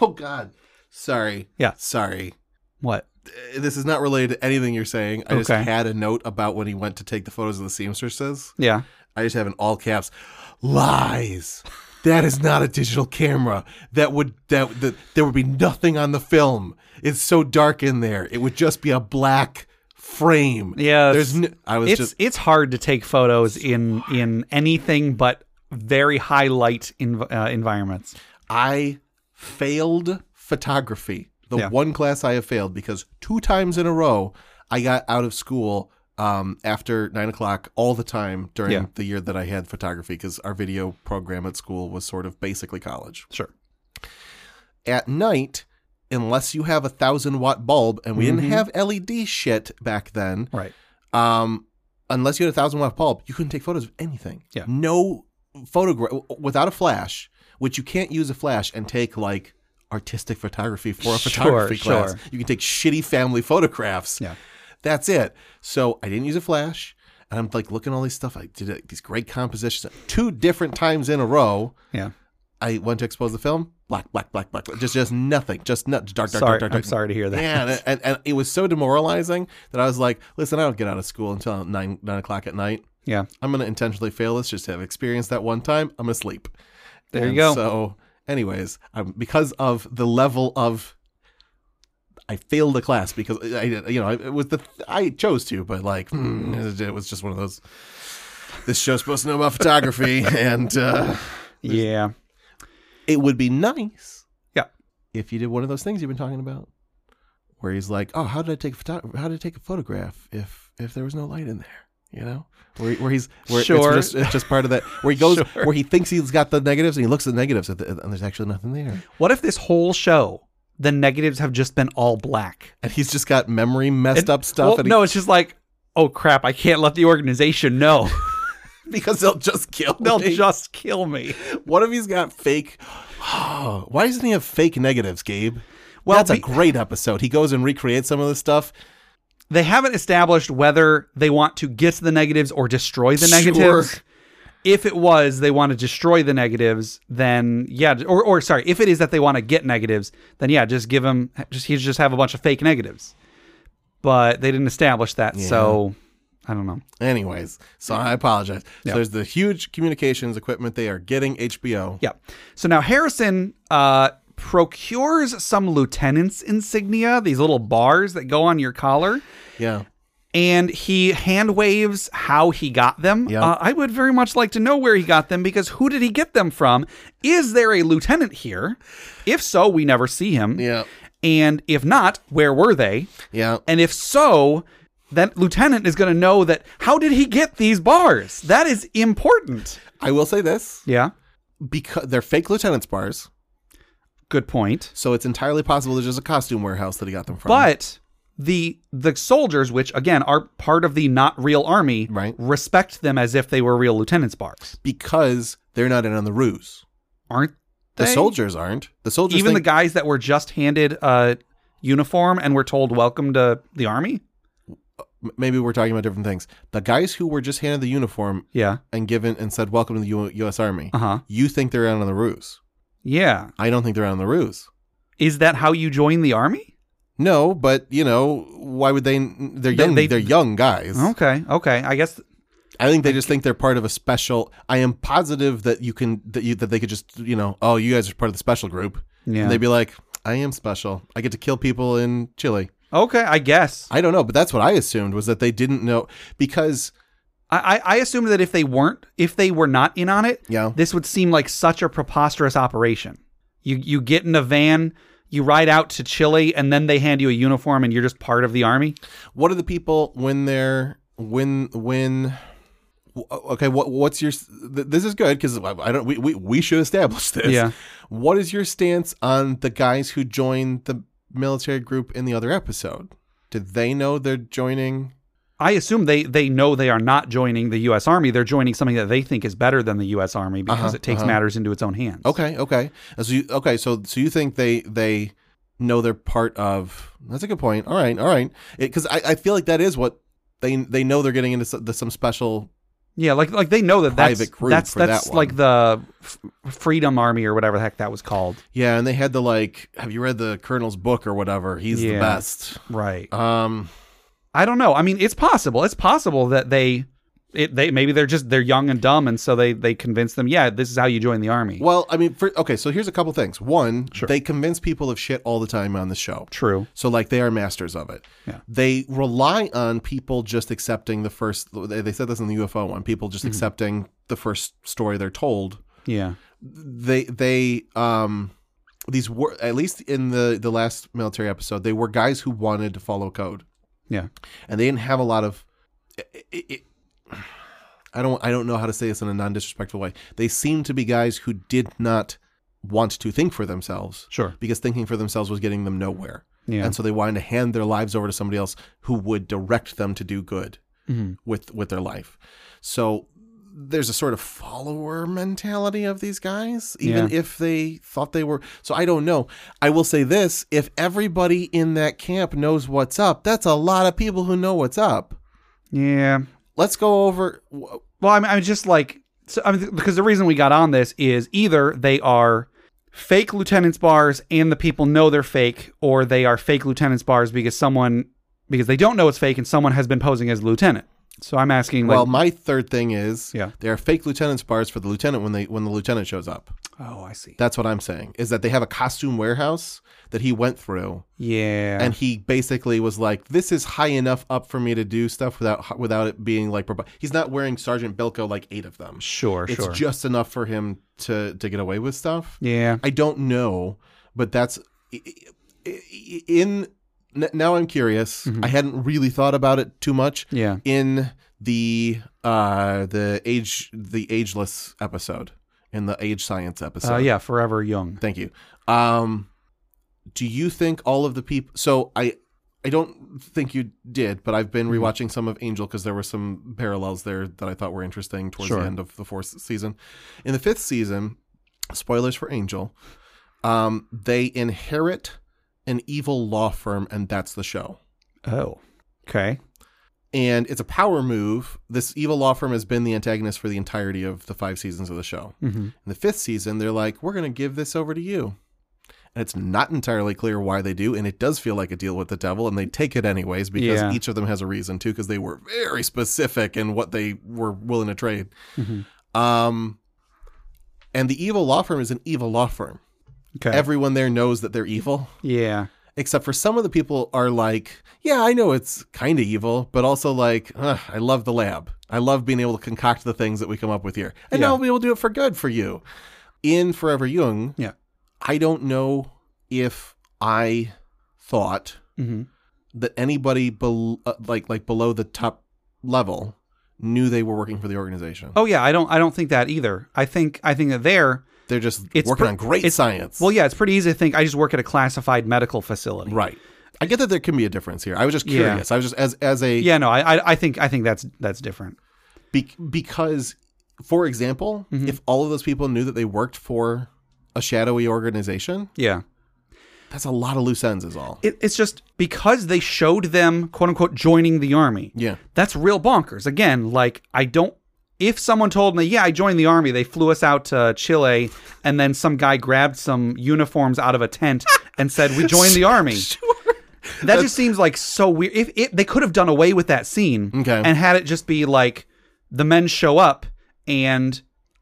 C: Oh God. Sorry.
B: Yeah.
C: Sorry.
B: What?
C: Uh, This is not related to anything you're saying. I just
B: Okay.
C: had a note about when he went to take the photos of the seamstresses.
B: Yeah.
C: I just have in all caps, lies. That is not a digital camera. That would that, that there would be nothing on the film. It's so dark in there. It would just be a black frame.
B: Yeah,
C: There's.
B: it's-
C: No, I was
B: It's
C: just.
B: it's hard to take photos in in anything but very high light env- uh, environments.
C: I failed photography. The
B: Yeah.
C: one class I have failed because two times in a row I got out of school um, after nine o'clock all the time during
B: Yeah.
C: the year that I had photography because our video program at school was sort of basically college.
B: Sure.
C: At night, unless you have a thousand watt bulb, and we
B: Mm-hmm.
C: didn't have LED shit back then.
B: Right.
C: Um, unless you had a thousand watt bulb, you couldn't take photos of anything.
B: Yeah.
C: No photograph without a flash, which you can't use a flash and take like artistic photography for
B: Sure,
C: a photography class.
B: sure.
C: You can take shitty family photographs.
B: Yeah.
C: That's it. So I didn't use a flash. And I'm like looking at all these stuff. I did like, these great compositions two different times in a row.
B: Yeah.
C: I went to expose the film. Black, black, black, black. black. Just, just nothing. Just not dark, dark,
B: Sorry,
C: dark, dark,
B: I'm
C: dark.
B: sorry to hear that.
C: Yeah, and, and, and it was so demoralizing that I was like, "Listen, I don't get out of school until nine nine o'clock at night.
B: Yeah.
C: I'm gonna intentionally fail this just to have experienced that one time. I'm gonna sleep."
B: There you
C: And
B: go.
C: So, anyways, um, because of the level of, I failed the class because I, I- you know, it was the I chose to, but like, hmm, it was just one of those. This show's supposed to know about photography, and uh,
B: yeah.
C: it would be nice
B: Yeah.
C: if you did one of those things you've been talking about where he's like oh how did i take a photo- how did i take a photograph if if there was no light in there you know where, where he's where
B: Sure.
C: it's, just, it's just part of that where he goes
B: Sure.
C: where he thinks he's got the negatives and he looks at the negatives at the, and there's actually nothing there
B: What if this whole show, the negatives have just been all black?
C: and he's just got memory messed
B: And-
C: up stuff
B: well,
C: and he-
B: no, it's just like, oh crap, I can't let the organization know.
C: because they'll just kill
B: They'll
C: me.
B: just kill me.
C: what if he's got fake oh, why doesn't he have fake negatives gabe
B: Well,
C: well that's
B: be-
C: a great episode he goes and recreates some of this stuff
B: They haven't established whether they want to get to the negatives or destroy the
C: Sure.
B: negatives. If it was they want to destroy the negatives, then yeah, or, or sorry, if it is that they want to get negatives, then yeah, just give him just he just have a bunch of fake negatives. But they didn't establish that, so I don't know.
C: Anyways, so I apologize.
B: Yeah.
C: So there's the huge communications equipment they are getting HBO.
B: Yeah. So now Harrison uh, procures some lieutenant's insignia, these little bars that go on your collar,
C: Yeah.
B: and he hand waves how he got them.
C: Yeah.
B: Uh, I would very much like to know where he got them because who did he get them from? Is there a lieutenant here? If so, we never see him.
C: Yeah.
B: And if not, where were they?
C: Yeah.
B: And if so, that lieutenant is going to know that how did he get these bars? That is important.
C: I will say this
B: Yeah.
C: because they're fake lieutenant's bars,
B: Good point.
C: so it's entirely possible there's just a costume warehouse that he got them from.
B: But the the soldiers, which again are part of the not real army,
C: Right.
B: respect them as if they were real lieutenant's bars,
C: because they're not in on the ruse,
B: aren't
C: the
B: they?
C: soldiers aren't. The soldiers
B: even the
C: think-
B: guys that were just handed a uniform and were told "Welcome to the army."
C: m- maybe we're talking about different things. The guys who were just handed the uniform
B: Yeah,
C: and given and said welcome to the U- U.S. Army.
B: uh huh,
C: You think they're out on the ruse?
B: yeah.
C: I don't think they're out on the ruse.
B: Is that how you join the army?
C: No, but you know why would they? They're
B: They-
C: young.
B: they-
C: They, are young guys.
B: Okay, okay. I guess
C: I think they just think they're part of a special. I am positive that you can that you that they could just you know oh you guys are part of the special group.
B: yeah.
C: And they'd be like, I am special. I get to kill people in Chile.
B: okay, I guess.
C: I don't know, but that's what I assumed was that they didn't know because
B: I, I I assumed that if they weren't, if they were not in on it,
C: Yeah.
B: this would seem like such a preposterous operation. You you get in a van, you ride out to Chile, and then they hand you a uniform, and you're just part of the army.
C: what are the people when they're when when w- okay what what's your s- th- this is good because I I don't we, we we should establish this.
B: Yeah.
C: What is your stance on the guys who joined the military group in the other episode? Did they know they're joining?
B: I assume they they know they are not joining the U.S. Army. They're joining something that they think is better than the U.S. Army because it takes matters into its own hands.
C: Okay, okay. And So you, okay, so so you think they they know they're part of? That's a good point. All right, all right. Because I, I feel like that is what they they know they're getting into some, the, some special.
B: Yeah, like like they know that that's
C: Private group
B: that's
C: for that
B: that's
C: one.
B: like the F- Freedom Army or whatever the heck that was called.
C: Yeah, and they had the like. Have you read the Colonel's book or whatever? He's
B: Yeah.
C: the best.
B: Right.
C: Um,
B: I don't know. I mean, it's possible. It's possible that they, it, they maybe they're just they're young and dumb, and so they they convince them. Yeah, this is how you join the army.
C: well, I mean, for, okay. So here's a couple things. One, they convince people of shit all the time on the show.
B: True.
C: So like they are masters of it.
B: Yeah.
C: They rely on people just accepting the first. They they said this in the UFO one. People
B: Mm-hmm.
C: just accepting the first story they're told.
B: Yeah.
C: They they um these were at least in the the last military episode they were guys who wanted to follow code
B: Yeah.
C: and they didn't have a lot of. i i i I don't I don't know how to say this in a non disrespectful way. They seemed to be guys who did not want to think for themselves
B: Sure.
C: because thinking for themselves was getting them nowhere.
B: Yeah.
C: And so they wanted to hand their lives over to somebody else who would direct them to do good
B: Mm-hmm.
C: with with their life. So there's a sort of follower mentality of these guys, even
B: Yeah.
C: if they thought they were. So I don't know. I will say this: if everybody in that camp knows what's up, that's a lot of people who know what's up.
B: Yeah.
C: Let's go over. wh-
B: Well, I'm, I'm just like, so, I mean, because the reason we got on this is either they are fake lieutenants bars and the people know they're fake, or they are fake lieutenants bars because someone, because they don't know it's fake and someone has been posing as lieutenant. So I'm asking, like,
C: Well, my third thing is
B: Yeah.
C: there are fake lieutenant's bars for the lieutenant when they when the lieutenant shows up.
B: oh, I see.
C: That's what I'm saying. Is that they have a costume warehouse that he went through,
B: yeah.
C: and he basically was like, "This is high enough up for me to do stuff without without it being like." prob- He's not wearing Sergeant Bilko like eight of them.
B: sure,
C: It's
B: sure.
C: just enough for him to to get away with stuff.
B: yeah.
C: I don't know, but that's i- i- i- in. n- Now I'm curious. I hadn't really thought about it too much
B: Mm-hmm. Yeah.
C: in the uh the age the ageless episode in the age science episode.
B: Uh, yeah. Forever young.
C: Thank you. Um, do you think all of the people? So I, I don't think you did, but I've been rewatching some of Angel because there were some parallels there that I thought were interesting towards
B: Sure.
C: the end of the fourth season. In the fifth season, spoilers for Angel, um, they inherit an evil law firm, and that's the show
B: Oh. Okay.
C: and it's a power move. This evil law firm has been the antagonist for the entirety of the five seasons of the show.
B: Mm-hmm.
C: In the fifth season, they're like, "We're going to give this over to you," and it's not entirely clear why they do. And it does feel like a deal with the devil, and they take it anyways because
B: Yeah.
C: each of them has a reason too, because they were very specific in what they were willing to trade. Um, and the evil law firm is an evil law firm.
B: Okay.
C: Everyone there knows that they're evil
B: yeah.
C: except for some of the people are like, yeah, I know it's kind of evil, but also like, "Ugh, I love the lab. I love being able to concoct the things that we come up with here. And
B: Yeah.
C: now I'll be able to do it for good for you. In Forever Young,
B: Yeah.
C: I don't know if I thought
B: hmm
C: that anybody bel- uh, like like below the top level knew they were working for the organization.
B: Oh yeah. I don't. I don't think that either. I think. I think that there.
C: They're just
B: It's
C: working
B: pre-
C: on great
B: it's-
C: science.
B: Well, yeah. It's pretty easy to think. I just work at a classified medical facility.
C: right. I get that there can be a difference here. I was just
B: Yeah.
C: curious. I was just as as a
B: Yeah, no, I, I, I think, I think that's that's different.
C: Be- because, for example,
B: Mm-hmm.
C: if all of those people knew that they worked for a shadowy organization,
B: Yeah,
C: that's a lot of loose ends, is all.
B: it, it's just because they showed them quote unquote joining the army.
C: yeah.
B: That's real bonkers. Again, like I don't. If someone told me, yeah, I joined the army, they flew us out to Chile, and then some guy grabbed some uniforms out of a tent and said, "We joined the army." That just seems like so weird. If it, they could have done away with that scene
C: Okay.
B: and had it just be like the men show up and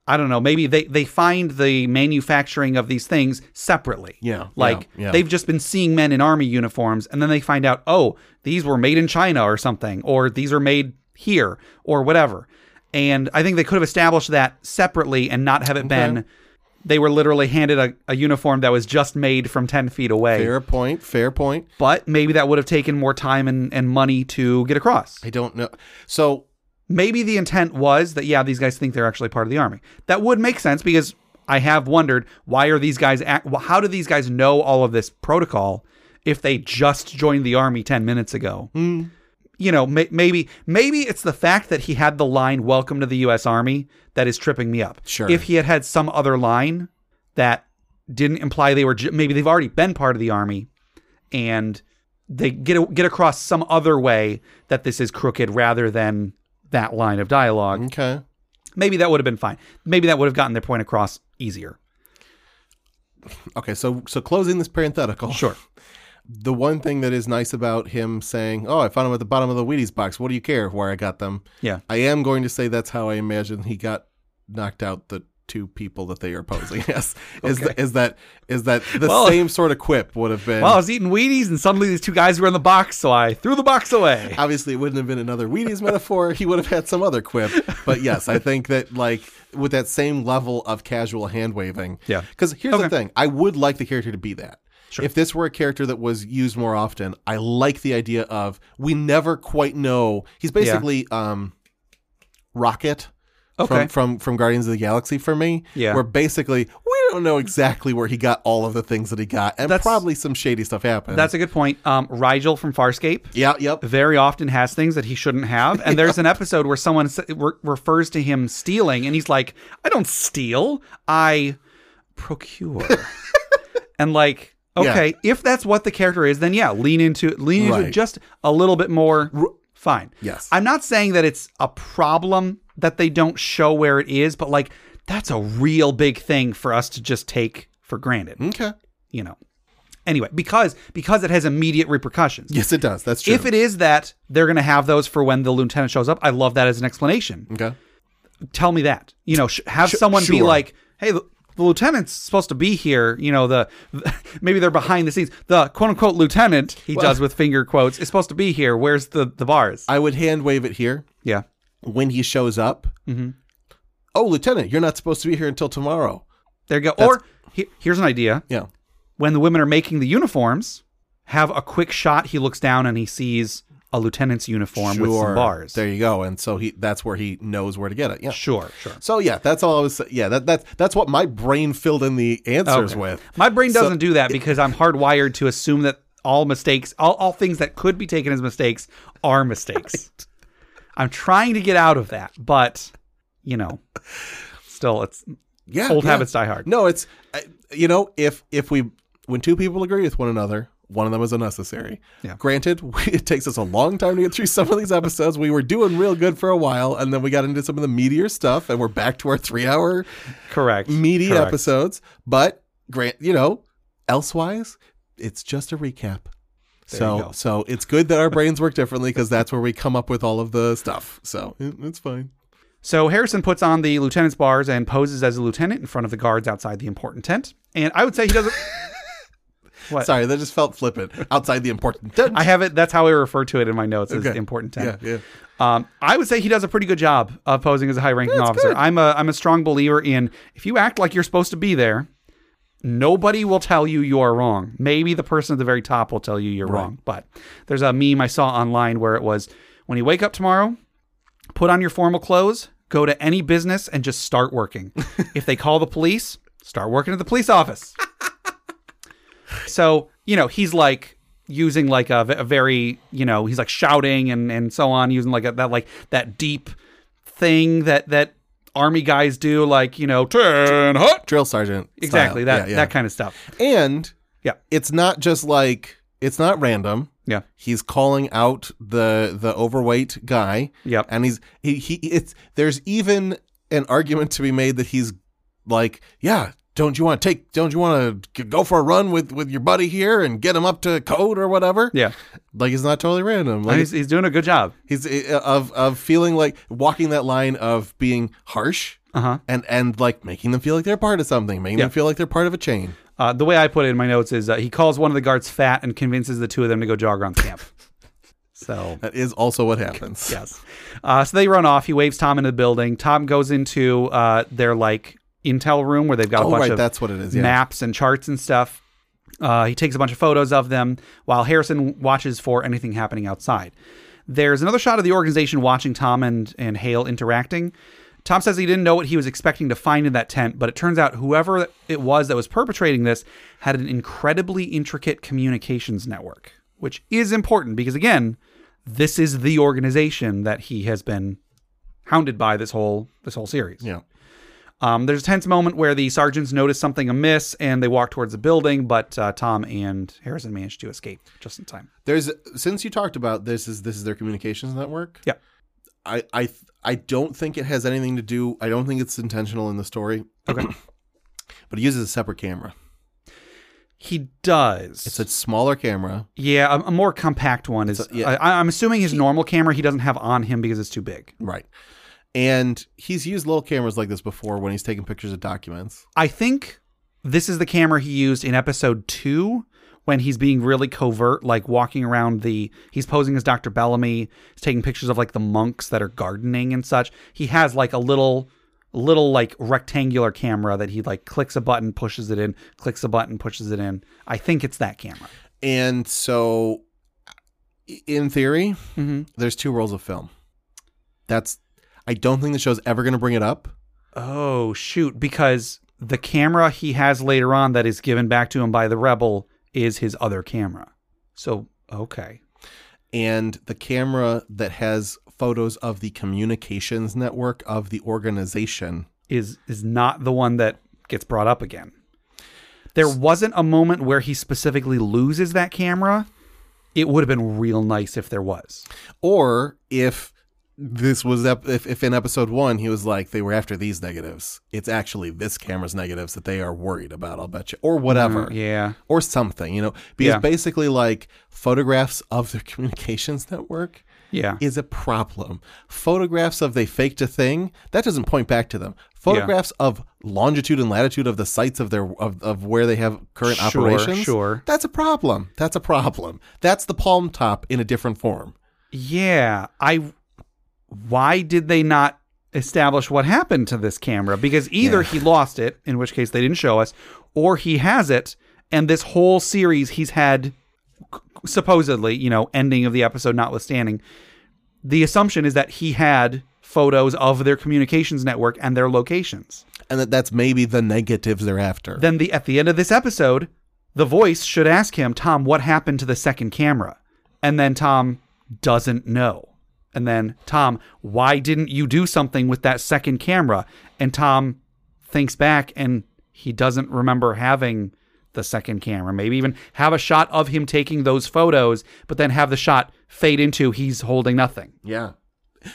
B: I don't know, maybe they they find the manufacturing of these things separately.
C: Yeah,
B: Like
C: yeah, yeah.
B: they've just been seeing men in army uniforms and then they find out, "Oh, these were made in China or something or these are made here or whatever." And I think they could have established that separately and not have it been they were literally handed a, a uniform that was just made from 10 feet away
C: Fair point. Fair point.
B: but maybe that would have taken more time and, and money to get across.
C: I don't know. So,
B: Maybe the intent was that, yeah, these guys think they're actually part of the army. That would make sense because I have wondered why are these guys, act, well, how do these guys know all of this protocol if they just joined the army 10 minutes ago? You know, may, maybe maybe it's the fact that he had the line "Welcome to the U.S. Army" that is tripping me up.
C: Sure.
B: If he had had some other line that didn't imply they were, j- maybe they've already been part of the army, and they get get across some other way that this is crooked rather than that line of dialogue.
C: okay.
B: Maybe that would have been fine. Maybe that would have gotten their point across easier.
C: Okay. So, so closing this parenthetical.
B: Sure.
C: The one thing that is nice about him saying, "Oh, I found them at the bottom of the Wheaties box. What do you care where I got them?"
B: Yeah.
C: I am going to say that's how I imagine he got knocked out the two people that they are posing as. Is,
B: Okay.
C: th- is that is that the
B: Well-
C: same sort of quip would have been
B: Well, I was eating Wheaties and suddenly these two guys were in the box, so I threw the box away.
C: obviously it wouldn't have been another Wheaties metaphor. He would have had some other quip. But yes, I think that like with that same level of casual hand waving.
B: Yeah.
C: Because here's
B: Okay.
C: the thing: I would like the character to be that. If this were a character that was used more often, I like the idea of we never quite know. He's basically um, Rocket
B: Okay.
C: from, from from Guardians of the Galaxy for me.
B: Yeah.
C: Where basically we don't know exactly where he got all of the things that he got, and
B: That's-
C: probably some shady stuff happened.
B: That's a good point. Um, Rigel from Farscape
C: yeah, yep.
B: very often has things that he shouldn't have, and there's an episode where someone s- re- refers to him stealing, and he's like, "I don't steal, I procure," and like. Okay, if that's what the character is, then yeah, lean into lean into
C: Right.
B: just a little bit more. Fine.
C: Yes.
B: I'm not saying that it's a problem that they don't show where it is, but like that's a real big thing for us to just take for granted
C: Okay.
B: you know anyway because because it has immediate repercussions
C: Yes, it does. That's true.
B: if it is that they're going to have those for when the lieutenant shows up i love that as an explanation
C: okay.
B: tell me that you know sh- have someone be
C: sure.
B: like hey the, the lieutenant's supposed to be here you know the, maybe they're behind the scenes the quote-unquote lieutenant he does with finger quotes is supposed to be here where's the the bars
C: I would hand wave it here
B: yeah
C: when he shows up. Oh, Lieutenant, you're not supposed to be here until tomorrow.
B: there you go or he- here's an idea
C: Yeah.
B: when the women are making the uniforms have a quick shot he looks down and he sees a lieutenant's uniform with some
C: Sure.
B: bars
C: There you go. And so he that's where he knows where to get it. Yeah.
B: Sure, sure.
C: So yeah, that's all I was. Yeah, that that's that's what my brain filled in the answers
B: Okay.
C: with.
B: My brain doesn't do that because I'm hardwired to assume that all mistakes, all, all things that could be taken as mistakes are mistakes. I'm trying to get out of that, but you know, still it's
C: Yeah,
B: old
C: yeah.
B: habits die hard.
C: No, it's I- you know if if we when two people agree with one another, one of them is unnecessary.
B: Yeah.
C: Granted, we, it takes us a long time to get through some of these episodes. We were doing real good for a while, and then we got into some of the meteor stuff, and we're back to our three hour
B: Correct.
C: meaty
B: Correct.
C: episodes. But grant you know, elsewise, it's just a recap.
B: you go.
C: so so it's good that our brains work differently because that's where we come up with all of the stuff. So it, it's fine.
B: So Harrison puts on the lieutenant's bars and poses as a lieutenant in front of the guards outside the important tent. And I would say he doesn't. But-
C: Sorry, that just felt flippant. Outside the important.
B: I have it. That's how I refer to it in my notes as
C: Okay.
B: the important tent.
C: yeah, yeah.
B: Um, I would say he does a pretty good job of posing as a high-ranking officer. I'm a I'm a strong believer in if you act like you're supposed to be there, nobody will tell you you are wrong. Maybe the person at the very top will tell you you're wrong, but there's a meme I saw online where it was when you wake up tomorrow, put on your formal clothes, go to any business and just start working. if they call the police, start working at the police office. so, you know, he's like using like a, v- a very, you know, he's like shouting and and so on, using like a, that like that deep thing that that army guys do like, you know, turn hut.
C: drill sergeant. style.
B: Exactly, that
C: Yeah, yeah.
B: that kind of stuff.
C: and
B: Yeah.
C: it's not just like it's not random.
B: Yeah.
C: He's calling out the the overweight guy.
B: Yep.
C: and he's he he it's there's even an argument to be made that he's like yeah. Don't you want to take? Don't you want to go for a run with with your buddy here and get him up to code or whatever?
B: Yeah.
C: like it's not totally random.
B: And
C: Like
B: he's, he's doing a good job.
C: he's uh, of of feeling like walking that line of being harsh
B: Uh-huh.
C: and and like making them feel like they're part of something, making
B: Yeah.
C: them feel like they're part of a chain.
B: Uh, the way I put it in my notes is uh, he calls one of the guards fat and convinces the two of them to go jog around the camp. So
C: That is also what happens.
B: yes. Uh, so they run off. He waves Tom into the building. Tom goes into uh, their like intel room where they've got a
C: Oh,
B: bunch
C: right,
B: of
C: that's what it is, yeah.
B: maps and charts and stuff. Uh, he takes a bunch of photos of them while Harrison watches for anything happening outside. There's another shot of the organization watching Tom and, and Hale interacting. Tom says he didn't know what he was expecting to find in that tent, but it turns out whoever it was that was perpetrating this had an incredibly intricate communications network, which is important because, again, this is the organization that he has been hounded by this whole this whole series.
C: Yeah.
B: Um, there's a tense moment where the sergeants notice something amiss and they walk towards the building, but uh, Tom and Harrison manage to escape just in time.
C: There's since you talked about this is this is their communications network.
B: Yeah.
C: I I th- I don't think it has anything to do. I don't think it's intentional in the story.
B: Okay.
C: but it uses a separate camera.
B: He does.
C: It's a smaller camera.
B: yeah, a, a more compact one is.
C: yeah.
B: I, I'm assuming his normal camera he doesn't have on him because it's too big.
C: Right. And he's used little cameras like this before when he's taking pictures of documents.
B: I think this is the camera he used in episode two when he's being really covert, like walking around the. He's posing as Dr. Bellamy. He's taking pictures of like the monks that are gardening and such. He has like a little, little like rectangular camera that he like clicks a button, pushes it in, clicks a button, pushes it in. I think it's that camera.
C: And so, i- in theory,
B: Mm-hmm.
C: there's two rolls of film. That's I don't think the show's ever going to bring it up.
B: Oh, shoot. Because the camera he has later on that is given back to him by the rebel is his other camera. So okay,
C: and the camera that has photos of the communications network of the organization.
B: is is not the one that gets brought up again. There wasn't a moment where he specifically loses that camera. It would have been real nice if there was.
C: Or if this was ep- if, if in episode one he was like they were after these negatives, it's actually this camera's negatives that they are worried about. I'll bet you, or whatever.
B: Mm, Yeah.
C: or something, you know, because
B: Yeah.
C: basically, like photographs of their communications network
B: Yeah.
C: is a problem. Photographs of they faked a thing that doesn't point back to them. Photographs of longitude and latitude of the sites of their of, of where they have current
B: Sure,
C: operations.
B: sure.
C: that's a problem. That's a problem. That's the palm top in a different form.
B: Yeah, I. Why did they not establish what happened to this camera? Because either he lost it, in which case they didn't show us, or he has it, and this whole series he's had, supposedly, you know, ending of the episode notwithstanding, the assumption is that he had photos of their communications network and their locations.
C: And that that's maybe the negatives they're after.
B: Then the at the end of this episode, the voice should ask him, Tom, what happened to the second camera? And then Tom doesn't know. And then Tom, why didn't you do something with that second camera? And Tom thinks back and he doesn't remember having the second camera. Maybe even have a shot of him taking those photos, but then have the shot fade into he's holding nothing.
C: yeah.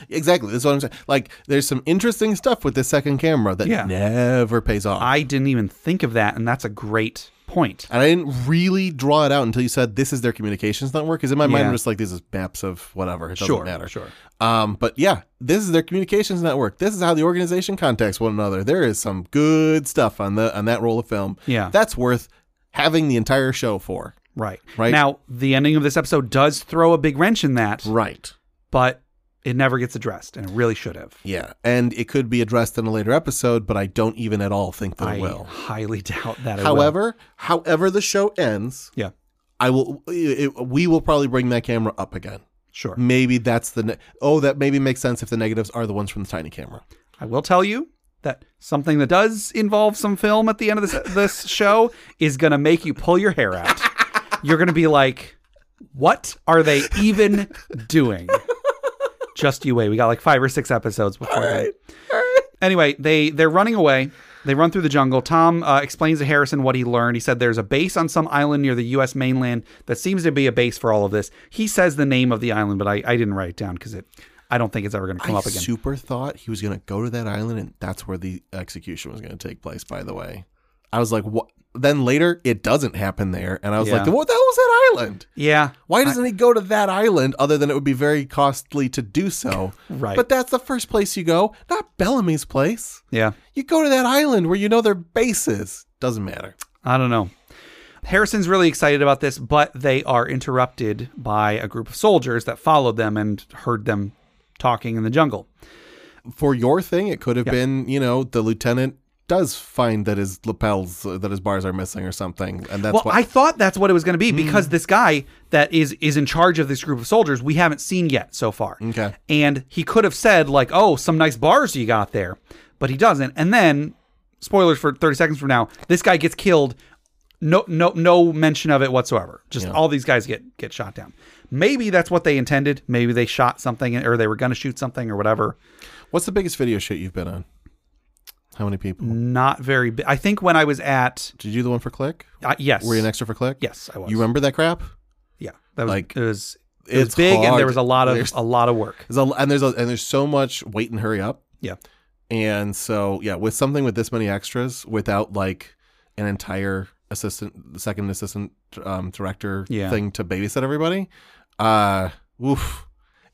C: Exactly. That's what I'm saying. Like, there's some interesting stuff with this second camera that
B: Yeah.
C: never pays off.
B: I didn't even think of that, and that's a great point.
C: And I didn't really draw it out until you said this is their communications network. Because in my mind,
B: Yeah.
C: I'm just like, these is maps of whatever. It doesn't
B: Sure,
C: matter.
B: sure.
C: Um, but yeah, this is their communications network. This is how the organization contacts one another. There is some good stuff on the on that roll of film.
B: Yeah.
C: That's worth having the entire show for.
B: Right.
C: Right?
B: Now, the ending of this episode does throw a big wrench in that,
C: Right.
B: but it never gets addressed, and it really should have.
C: Yeah. And it could be addressed in a later episode, but I don't even at all think that
B: I
C: it will.
B: highly doubt that. it will.
C: However, however the show ends,
B: yeah,
C: I will. It, we will probably bring that camera up again.
B: sure.
C: maybe that's the ne- oh that maybe makes sense if the negatives are the ones from the tiny camera
B: I will tell you that something that does involve some film at the end of this this show is going to make you pull your hair out. You're going to be like, "What are they even doing?" Just you wait. We got like five or six episodes before that. Anyway, they they're running away. They run through the jungle. Tom uh, explains to Harrison what he learned. He said there's a base on some island near the U.S. mainland that seems to be a base for all of this. He says the name of the island, but I, I didn't write it down because it I don't think it's ever going to come
C: i
B: up again.
C: super thought he was going to go to that island and that's where the execution was going to take place by the way i was like what then later it doesn't happen there and i was
B: Yeah.
C: like what the hell was that island
B: yeah,
C: why doesn't he go to that island other than it would be very costly to do so
B: Right.
C: but that's the first place you go not bellamy's place
B: yeah.
C: you go to that island where you know their base is doesn't matter
B: I don't know. Harrison's really excited about this, but they are interrupted by a group of soldiers that followed them and heard them talking in the jungle.
C: for your thing, it could have been, you know, the lieutenant does find that his lapels, uh, that his bars are missing or something, and that's Hmm.
B: Well,
C: why.
B: I thought that's what it was going to be because this guy that is is in charge of this group of soldiers we haven't seen yet so far.
C: Okay.
B: And he could have said like, "Oh, some nice bars you got there." But he doesn't. And then spoilers for 30 seconds from now, this guy gets killed. No no no mention of it whatsoever. Just all these guys get get shot down. Maybe that's what they intended. Maybe they shot something or they were going to shoot something or whatever.
C: What's the biggest video shoot you've been on? How many people?
B: Mm. Not very bi- I think when I was at
C: Did you do the one for Click?
B: uh, yes.
C: Were you an extra for Click?
B: Yes, I was.
C: You remember that crap?
B: Yeah, that was
C: Like,
B: it was it
C: it's
B: was big and
C: hard.
B: there was a lot of
C: There's-
B: a lot of work.
C: There's a- and there's a, and there's so much wait and hurry up,
B: Yeah,
C: and so yeah, with something with this many extras, without like an entire assistant, second assistant um, director
B: Yeah.
C: thing to babysit everybody, uh, oof.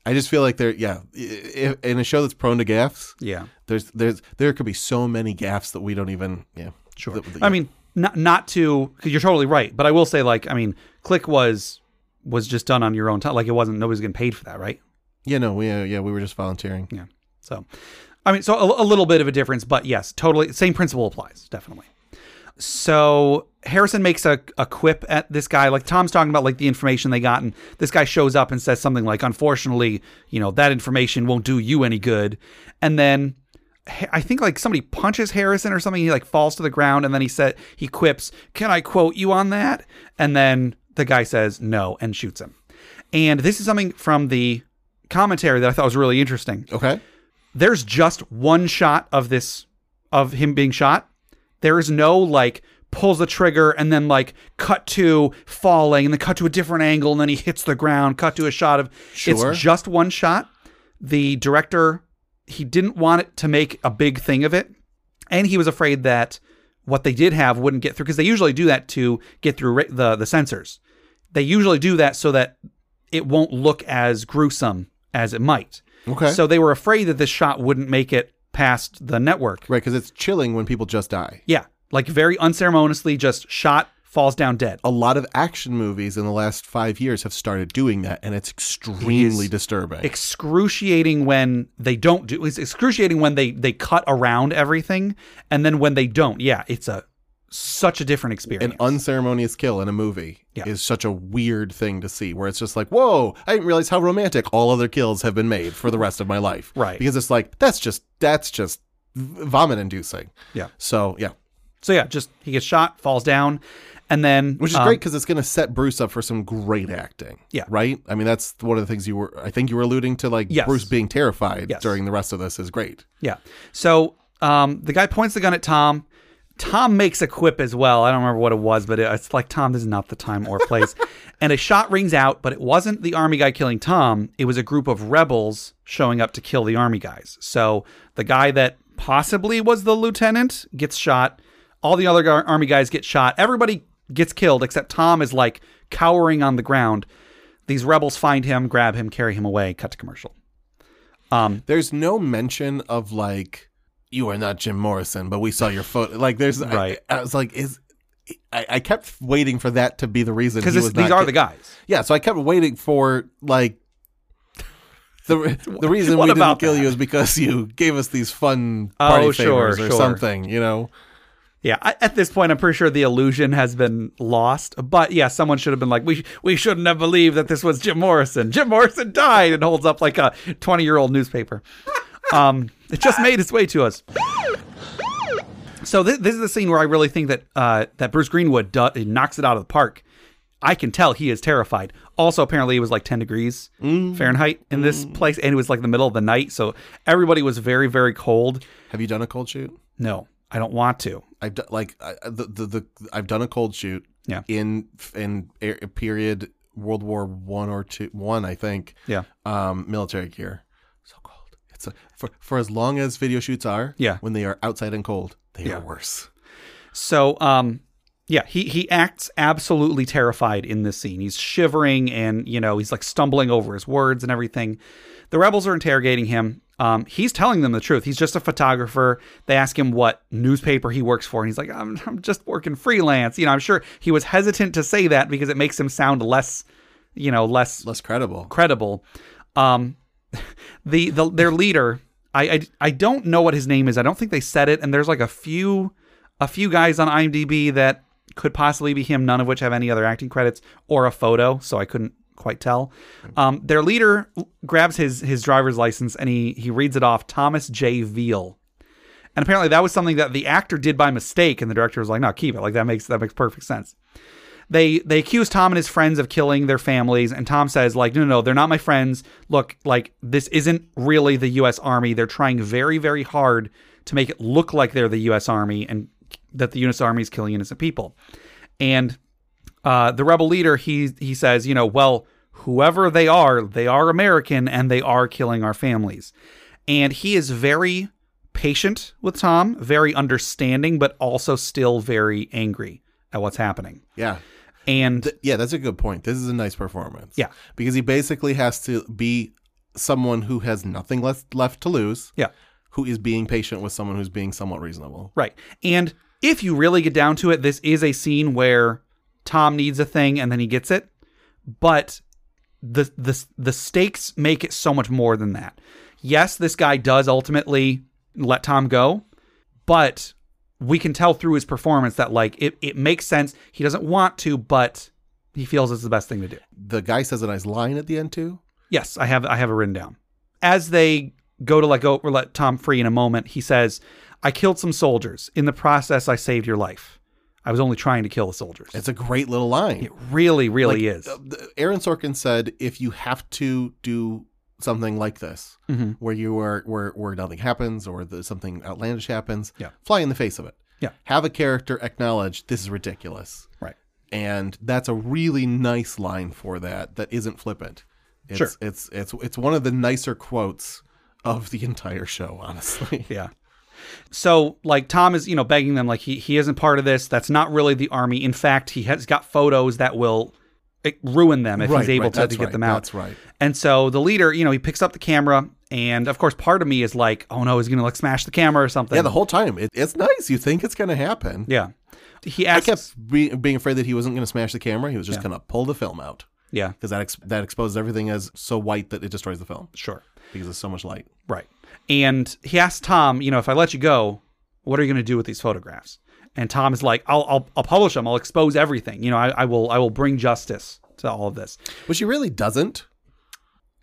C: I just feel like there, yeah, i- i- in a show that's prone to gaffes,
B: yeah,
C: there's there's there could be so many gaffes that we don't even yeah
B: sure.
C: that- that-
B: I mean, not not to because you're totally right, but I will say like I mean, click was was just done on your own time. Like it wasn't nobody's getting paid for that, right?
C: yeah no we uh, yeah we were just volunteering
B: Yeah. So, I mean, so a, a little bit of a difference, but yes, totally. Same principle applies, definitely. So Harrison makes a, a quip at this guy. Like Tom's talking about like the information they got, and this guy shows up and says something like, "Unfortunately, you know that information won't do you any good." And then Ha- I think like somebody punches Harrison or something. He like falls to the ground and then he said he quips, "Can I quote you on that?" And then the guy says no and shoots him. And this is something from the commentary that I thought was really interesting
C: Okay.
B: there's just one shot of this of him being shot. There is no like pulls the trigger and then like cut to falling and then cut to a different angle and then he hits the ground, cut to a shot of
C: Sure.
B: it's just one shot. The director he didn't want it to make a big thing of it. And he was afraid that what they did have wouldn't get through because they usually do that to get through ra- the the sensors. They usually do that so that it won't look as gruesome as it might.
C: Okay.
B: So they were afraid that this shot wouldn't make it past the network.
C: Right, because it's chilling when people just die.
B: Yeah, like very unceremoniously, just shot falls down dead.
C: A lot of action movies in the last five years have started doing that, and it's extremely
B: It is
C: disturbing.
B: Excruciating when they don't do. It's excruciating when they they cut around everything, and then when they don't. Yeah, it's a such a different experience.
C: An unceremonious kill in a movie
B: Yeah.
C: is such a weird thing to see, where it's just like, whoa, I didn't realize how romantic all other kills have been made for the rest of my life.
B: Right.
C: Because it's like, that's just, that's just vomit inducing.
B: Yeah.
C: So, yeah.
B: so yeah, just he gets shot, falls down, and then
C: Which is great because it's going to set Bruce up for some great acting.
B: Um, Yeah.
C: Right? I mean, that's one of the things you were, I think you were alluding to, like
B: Yes.
C: Bruce being terrified
B: Yes.
C: during the rest of this is great.
B: Yeah. So um, the guy points the gun at Tom. Tom makes a quip as well. I don't remember what it was, but it- it's like, Tom, this is not the time or place. and a shot rings out, but it wasn't the army guy killing Tom. It was a group of rebels showing up to kill the army guys. So the guy that possibly was the lieutenant gets shot. All the other gar- army guys get shot. Everybody gets killed except Tom is like cowering on the ground. These rebels find him, grab him, carry him away. Cut to commercial.
C: There's no mention of like you are not Jim Morrison, but we saw your photo. Like there's I-
B: Right.
C: I, was like, is I, I kept waiting for that to be the reason
B: Because
C: he was
B: these
C: not
B: are
C: ki-
B: the guys.
C: yeah. So I kept waiting for like the the reason
B: What
C: we didn't
B: about
C: kill
B: that?
C: you is because you gave us these fun
B: Oh,
C: party
B: sure,
C: favors or
B: sure.
C: something. You know,
B: Yeah, I, at this point, I'm pretty sure the illusion has been lost. But yeah, someone should have been like, we we shouldn't have believed that this was Jim Morrison. Jim Morrison died, and holds up like a 20 year old newspaper. Um, it just made its way to us. So thi- this is the scene where I really think that uh, that Bruce Greenwood do- he knocks it out of the park. I can tell he is terrified. Also, apparently, it was like 10 degrees Fahrenheit in this place, and it was like the middle of the night, so everybody was very very cold.
C: have you done a cold shoot?
B: No, I don't want to.
C: I've done like I, I- the, the the I've done a cold shoot.
B: Yeah.
C: In in a a period World War One or two one I think.
B: Yeah.
C: Um, military gear. So cold. It's a, for for as long as video shoots are.
B: Yeah.
C: When they are outside and cold, they
B: Yeah.
C: are worse.
B: So, um, yeah, he he acts absolutely terrified in this scene. He's shivering and you know he's like stumbling over his words and everything. The rebels are interrogating him. Um, he's telling them the truth. He's just a photographer. They ask him what newspaper he works for, and he's like, "I'm I'm just working freelance." You know, I'm sure he was hesitant to say that because it makes him sound less, you know, less
C: Less credible.
B: credible. Um, the, the their leader, I, I I don't know what his name is. I don't think they said it. And there's like a few a few guys on IMDb that could possibly be him. None of which have any other acting credits or a photo, so I couldn't quite tell. Um, their leader grabs his his driver's license and he he reads it off. Thomas J. Veal. And apparently that was something that the actor did by mistake, and the director was like, "No, keep it. Like that makes that makes perfect sense." they they accuse Tom and his friends of killing their families, and Tom says like, no, no, no, they're not my friends. Look, like this isn't really the U.S. Army. They're trying very, very hard to make it look like they're the U.S. Army and that the U.S. Army is killing innocent people. And uh, the rebel leader he he says, you know, well, whoever they are, they are American and they are killing our families. And he is very patient with Tom, very understanding, but also still very angry at what's happening.
C: Yeah.
B: And
C: Yeah, that's a good point. This is a nice performance.
B: Yeah.
C: Because he basically has to be someone who has nothing left left to lose.
B: Yeah.
C: Who is being patient with someone who's being somewhat reasonable.
B: Right. And if you really get down to it, this is a scene where Tom needs a thing and then he gets it. But the the the stakes make it so much more than that. Yes, this guy does ultimately let Tom go, but we can tell through his performance that like it, it makes sense. He doesn't want to, but he feels it's the best thing to do.
C: The guy says a nice line at the end too.
B: Yes, I have I have it written down. As they go to let go or let Tom free in a moment, he says, "I killed some soldiers. In the process, I saved your life. I was only trying to kill the soldiers."
C: It's a great little line.
B: it really, really
C: Like,
B: is.
C: uh, th- Aaron Sorkin said, if you have to do something like this,
B: Mhm.
C: where you are where where nothing happens or the, something outlandish happens,
B: Yeah.
C: fly in the face of it.
B: Yeah.
C: have a character acknowledge this is ridiculous,
B: right.
C: and that's a really nice line for that. That isn't flippant. It's,
B: Sure.
C: it's it's it's one of the nicer quotes of the entire show, honestly.
B: Yeah. So like Tom is, you know, begging them like he he isn't part of this. That's not really the army. In fact, he has got photos that will eh, ruin them if he's
C: Right,
B: able
C: right,
B: to,
C: that's
B: to get
C: right,
B: them out.
C: that's right.
B: And so the leader, you know, he picks up the camera and of course part of me is like, "Oh no, he's going to like smash the camera or something."
C: Yeah, the whole time it, it's nice. You think it's going to happen.
B: Yeah. He
C: I
B: asks
C: kept be- being afraid that he wasn't going to smash the camera. He was just going to pull the film out
B: Yeah,
C: because that ex- that exposes everything as so white that it destroys the film
B: sure.
C: because there's so much light.
B: Right. And he asks Tom, you know, if I let you go, what are you going to do with these photographs? And Tom is like, I'll, I'll, I'll publish them. I'll expose everything. You know, I, I will, I will bring justice to all of this.
C: which he really doesn't.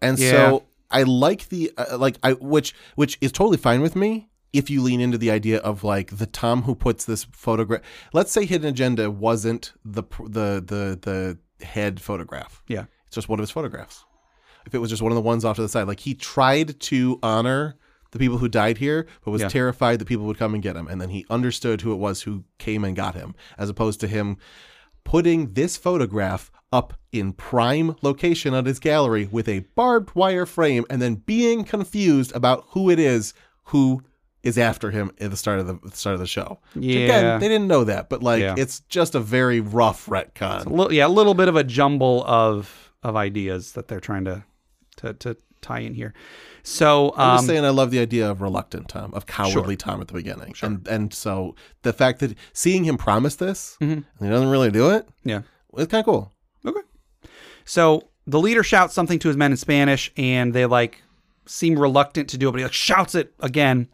C: And
B: Yeah.
C: so I like the uh, like I which which is totally fine with me if you lean into the idea of like the Tom who puts this photograph. Let's say Hidden Agenda wasn't the pr- the the the head photograph.
B: Yeah.
C: It's just one of his photographs. If it was just one of the ones off to the side, like he tried to honor the people who died here, but was
B: Yeah.
C: terrified that people would come and get him. And then he understood who it was who came and got him, as opposed to him putting this photograph up in prime location on his gallery with a barbed wire frame and then being confused about who it is who is after him at the start of the, the start of the show. Which,
B: Yeah.
C: Again, they didn't know that, but like
B: Yeah.
C: it's just a very rough retcon.
B: A little, yeah, a little bit of a jumble of, of ideas that they're trying to, to, to tie in here. So,
C: I'm
B: um,
C: just saying, I love the idea of reluctant Tom, of cowardly Tom at the beginning, and and so the fact that seeing him promise this
B: Mm-hmm.
C: and he doesn't really do it,
B: yeah.
C: well, it's kind of cool.
B: Okay. So the leader shouts something to his men in Spanish, and they like seem reluctant to do it, but he like shouts it again,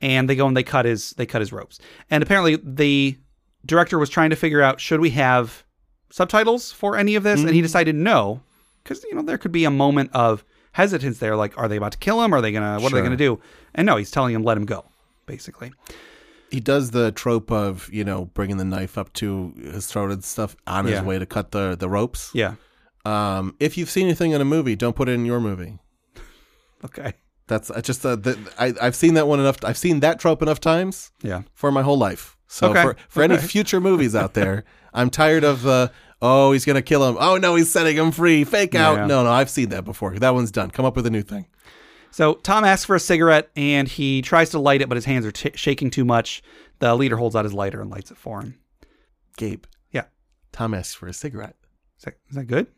B: and they go and they cut his they cut his ropes. And apparently the director was trying to figure out should we have subtitles for any of this, and he decided no, because you know there could be a moment of hesitance there, like are they about to kill him? Are they gonna what are they gonna do? And no, he's telling him let him go, basically.
C: He does the trope of you know bringing the knife up to his throat and stuff on
B: Yeah.
C: his way to cut the the ropes.
B: Yeah.
C: Um, if you've seen anything in a movie, don't put it in your movie.
B: Okay.
C: That's I just uh, the, I I've seen that one enough. I've seen that trope enough times.
B: Yeah.
C: for my whole life. So
B: Okay.
C: for, for any future movies out there, I'm tired of uh, oh he's gonna kill him. Oh no, he's setting him free. Fake out.
B: Yeah.
C: No, no, I've seen that before. That one's done. Come up with a new thing.
B: So Tom asks for a cigarette and he tries to light it, but his hands are t- shaking too much. The leader holds out his lighter and lights it for him.
C: Gabe,
B: Yeah.
C: Tom asks for a cigarette.
B: Is that, is that good?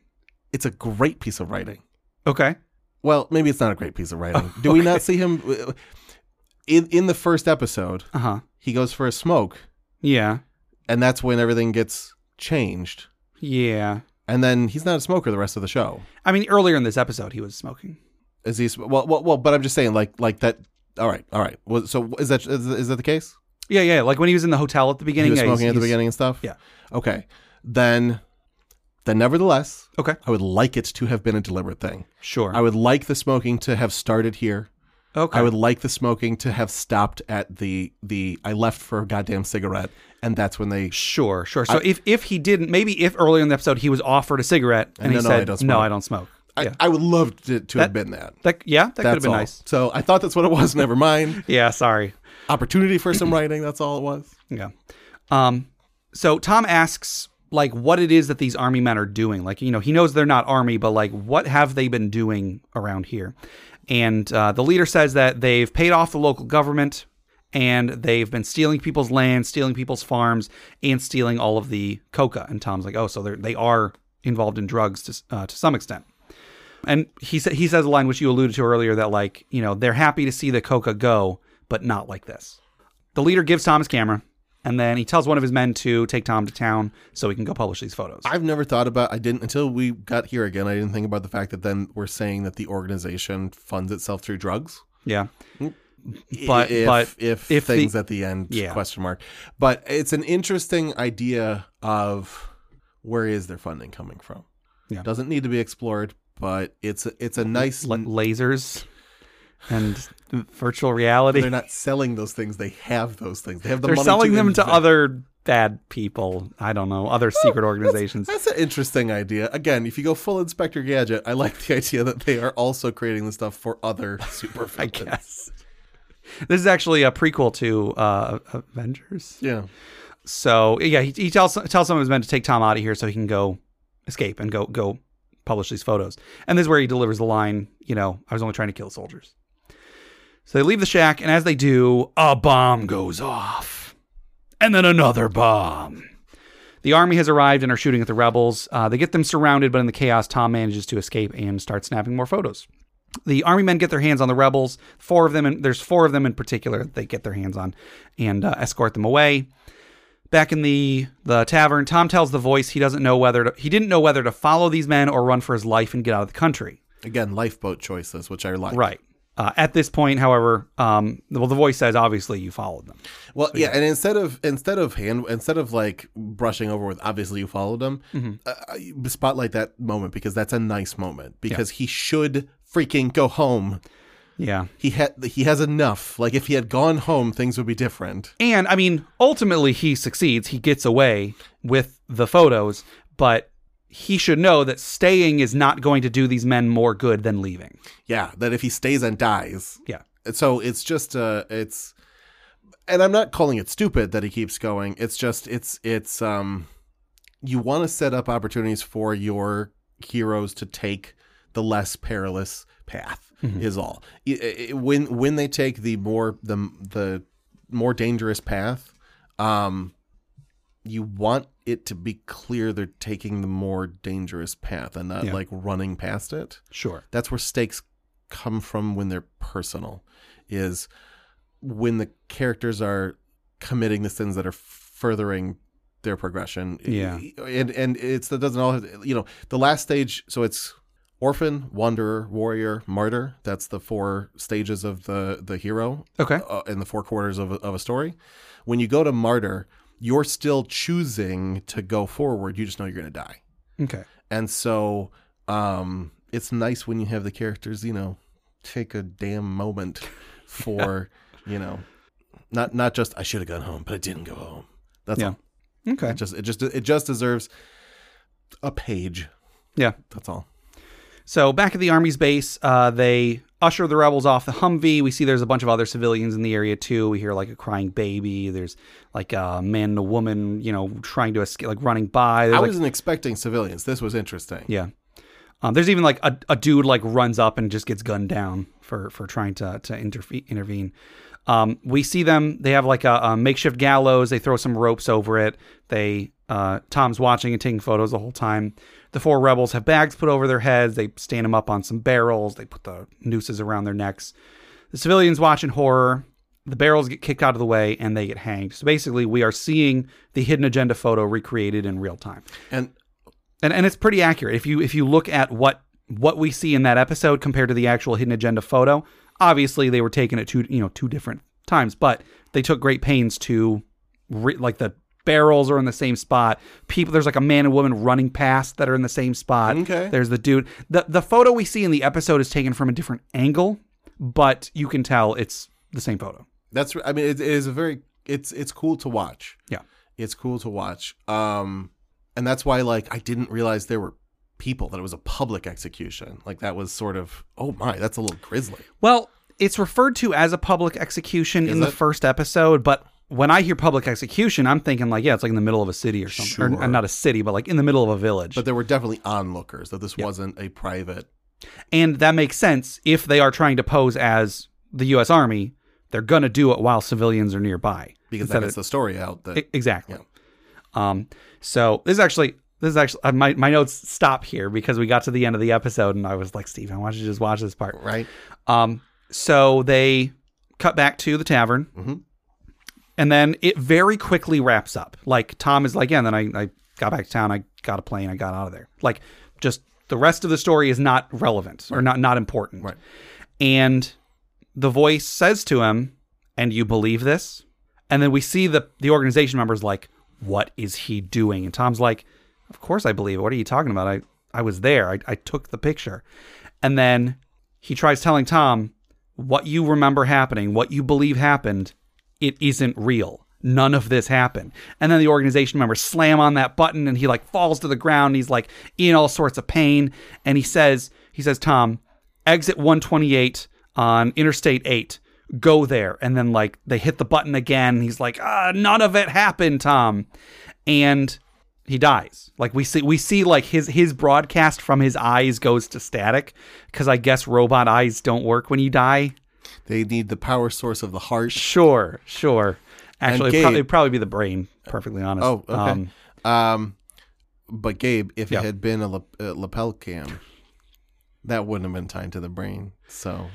C: It's a great piece of writing.
B: Okay.
C: Well, maybe it's not a great piece of writing. Do we not see him uh, in in the first episode?
B: Uh huh.
C: He goes for a smoke,
B: Yeah.
C: and that's when everything gets changed.
B: Yeah.
C: And then he's not a smoker the rest of the show.
B: I mean, earlier in this episode, he was smoking.
C: Is he? Well, well, well. But I'm just saying, like, like that. All right, all right. Well, So is that is, is that the case?
B: Yeah, yeah. Like when he was in the hotel at the beginning.
C: He was
B: yeah, he's-
C: smoking at the
B: he's-
C: beginning and stuff.
B: yeah.
C: Okay. Then, then nevertheless,
B: Okay.
C: I would like it to have been a deliberate thing.
B: Sure.
C: I would like the smoking to have started here.
B: okay.
C: I would like the smoking to have stopped at the the I left for a goddamn cigarette, and that's when they.
B: sure. Sure. So if if he didn't, maybe if earlier in the episode he was offered a cigarette and,
C: And
B: he
C: no, no,
B: said,
C: I don't
B: "No,
C: smoke."
B: I don't smoke."
C: I,
B: yeah.
C: I would love to, to have been that.
B: that yeah, that could have
C: That's
B: been
C: all.
B: nice.
C: So I thought that's what it was. Never mind.
B: Yeah. Sorry.
C: Opportunity for some writing. That's all it was.
B: Yeah. Um, so Tom asks like what it is that these army men are doing. Like, you know, he knows they're not army, but like what have they been doing around here? And uh, the leader says that they've paid off the local government and they've been stealing people's land, stealing people's farms, and stealing all of the coca. And Tom's like, oh, so they're, they are involved in drugs to, s- uh, to some extent. And he sa- he says a line which you alluded to earlier that like you know they're happy to see the coca go, but not like this. The leader gives Tom his camera, and then he tells one of his men to take Tom to town so he can go publish these photos.
C: I've never thought about I didn't until we got here again. I didn't think about the fact that then we're saying that the organization funds itself through drugs.
B: yeah,
C: I-
B: But-
C: if
B: but
C: if,
B: if the-
C: things at the end
B: Yeah.
C: question mark. But it's an interesting idea of where is their funding coming from.
B: Yeah.
C: Doesn't need to be explored, but it's a, it's a nice
B: L- lasers. and virtual reality.
C: They're not selling those things. They have those things. They have the
B: They're
C: money
B: selling them to
C: invest.
B: other bad people. I don't know, other secret organizations.
C: That's an interesting idea. Again, if you go full Inspector Gadget, I like the idea that they are also creating the stuff for other super
B: I
C: villains.
B: guess. This is actually a prequel to uh, Avengers.
C: Yeah.
B: So yeah, he, he tells tells someone who's meant to take Tom out of here so he can go escape and go go publish these photos. And this is where he delivers the line, you know, I was only trying to kill soldiers. So they leave the shack, and as they do, a bomb goes off, and then another bomb. The army has arrived and are shooting at the rebels. Uh, they get them surrounded, but in the chaos, Tom manages to escape and start snapping more photos. The army men get their hands on the rebels. Four of them, and there's four of them in particular, that they get their hands on and uh, escort them away back in the the tavern tom tells the voice he doesn't know whether to, he didn't know whether to follow these men or run for his life and get out of the country
C: Again, lifeboat choices, which I like.
B: right uh, at this point however um, well the voice says obviously you followed them
C: Well, yeah, and instead of instead of hand instead of like brushing over with obviously you followed him, uh, I- spotlight that moment because that's a nice moment because he should freaking go home.
B: yeah
C: He had he has enough. Like if he had gone home, things would be different.
B: and i mean ultimately he succeeds he gets away with the photos but he should know that staying is not going to do these men more good than leaving
C: Yeah, that if he stays and dies,
B: yeah
C: so it's just uh it's and i'm not calling it stupid that he keeps going it's just it's it's um you want to set up opportunities for your heroes to take the less perilous path is all I- I- I- when when they take the more the the more dangerous path um you want it to be clear they're taking the more dangerous path and not
B: Yeah.
C: like running past it
B: sure
C: that's where stakes come from when they're personal is when the characters are committing the sins that are furthering their progression
B: Yeah.
C: and and it's that doesn't all have, you know the last stage so it's orphan wanderer warrior martyr that's the four stages of the the hero
B: okay
C: uh, in the four quarters of a, of a story. When you go to martyr, you're still choosing to go forward. You just know you're going to die,
B: okay
C: and so um, it's nice when you have the characters, you know, take a damn moment for you know, not not just I should have gone home, but I didn't go home. That's
B: Yeah.
C: all.
B: okay
C: It just it just it just deserves a page.
B: yeah
C: That's all.
B: So back at the army's base, uh, they usher the rebels off the Humvee. We see there's a bunch of other civilians in the area too. We hear like a crying baby. There's like a man and a woman, you know, trying to escape, like running by. There's
C: I
B: like,
C: wasn't expecting civilians. This was interesting.
B: yeah. Um, there's even like a, a dude like runs up and just gets gunned down for for trying to to interfe- intervene. Um, we see them. They have like a, a makeshift gallows. They throw some ropes over it. They uh, Tom's watching and taking photos the whole time. The four rebels have bags put over their heads. They stand them up on some barrels. They put the nooses around their necks. The civilians watch in horror. The barrels get kicked out of the way and they get hanged. So basically, we are seeing the hidden agenda photo recreated in real time
C: And
B: and and it's pretty accurate if you if you look at what what we see in that episode compared to the actual hidden agenda photo obviously they were taken at two you know two different times but they took great pains to re- like the barrels are in the same spot people there's like a man and woman running past that are in the same spot
C: Okay.
B: there's the dude the the photo we see in the episode is taken from a different angle but you can tell it's the same photo
C: that's I mean it, it is a very it's it's cool to watch.
B: yeah
C: it's cool to watch um and that's why like i didn't realize there were people that it was a public execution like that was sort of oh my that's a little grisly
B: Well, it's referred to as a public execution in the
C: it?
B: first episode, but when I hear public execution, I'm thinking like, yeah, it's like in the middle of a city or something, or,
C: Sure.
B: uh, not a city, but like in the middle of a village.
C: but there were definitely onlookers that this wasn't a private
B: and that makes sense if they are trying to pose as the U.S. Army. They're gonna do it while civilians are nearby.
C: because
B: Instead
C: that
B: of-
C: gets the story out that
B: E- exactly. Um. So this is actually this is actually uh, my my notes stop here because we got to the end of the episode and I was like, Steve, I want you to just watch this part.
C: right
B: Um, so they cut back to the tavern, and then it very quickly wraps up. Like Tom is like, yeah, and then I, I got back to town, I got a plane, I got out of there. Like, just the rest of the story is not relevant or not not important.
C: Right.
B: And the voice says to him, "And you believe this?" And then we see the the organization members like, "What is he doing?" And Tom's like, "Of course I believe it. What are you talking about? I I was there. I, I took the picture." And then he tries telling Tom, what you remember happening, what you believe happened, it isn't real. None of this happened. And then the organization members slam on that button and he like falls to the ground. And he's like in all sorts of pain. And he says, he says, Tom, exit 128 on Interstate 8. Go there. And then like they hit the button again. And he's like, ah, none of it happened, Tom. And he dies. Like we see we see like his his broadcast from his eyes goes to static because I guess robot eyes don't work when you die.
C: They need the power source of the heart.
B: Sure, sure. Actually, it'd
C: Gabe-
B: probably, it'd probably be the brain. Perfectly honest.
C: Oh, okay.
B: Um,
C: Um, but Gabe, if
B: Yeah.
C: it had been a, lap- a lapel cam, that wouldn't have been tied to the brain. So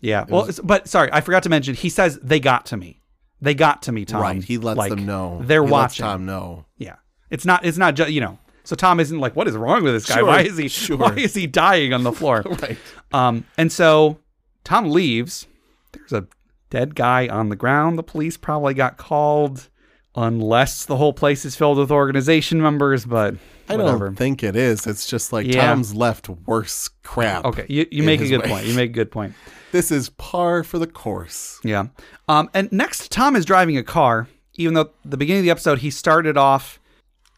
B: yeah. Well, it's- but sorry, I forgot to mention. He says they got to me. They got to me, Tom.
C: right, he lets
B: Um, Like,
C: them know.
B: they're
C: he
B: watching.
C: Lets Tom know.
B: Yeah. It's not. It's not just you know. So Tom isn't like, what is wrong with this guy?
C: Sure,
B: why is he?
C: sure.
B: Why is he dying on the floor?
C: Right.
B: Um, and so Tom leaves. There's a dead guy on the ground. The police probably got called, unless the whole place is filled with organization members. But
C: I
B: whatever.
C: don't think it is. It's just like
B: Yeah.
C: Tom's left worse crap.
B: okay, you, you
C: in
B: make a
C: his
B: good
C: way.
B: point. You make a good point.
C: This is par for the course.
B: Yeah. Um, and next, Tom is driving a car. Even though at the beginning of the episode he started off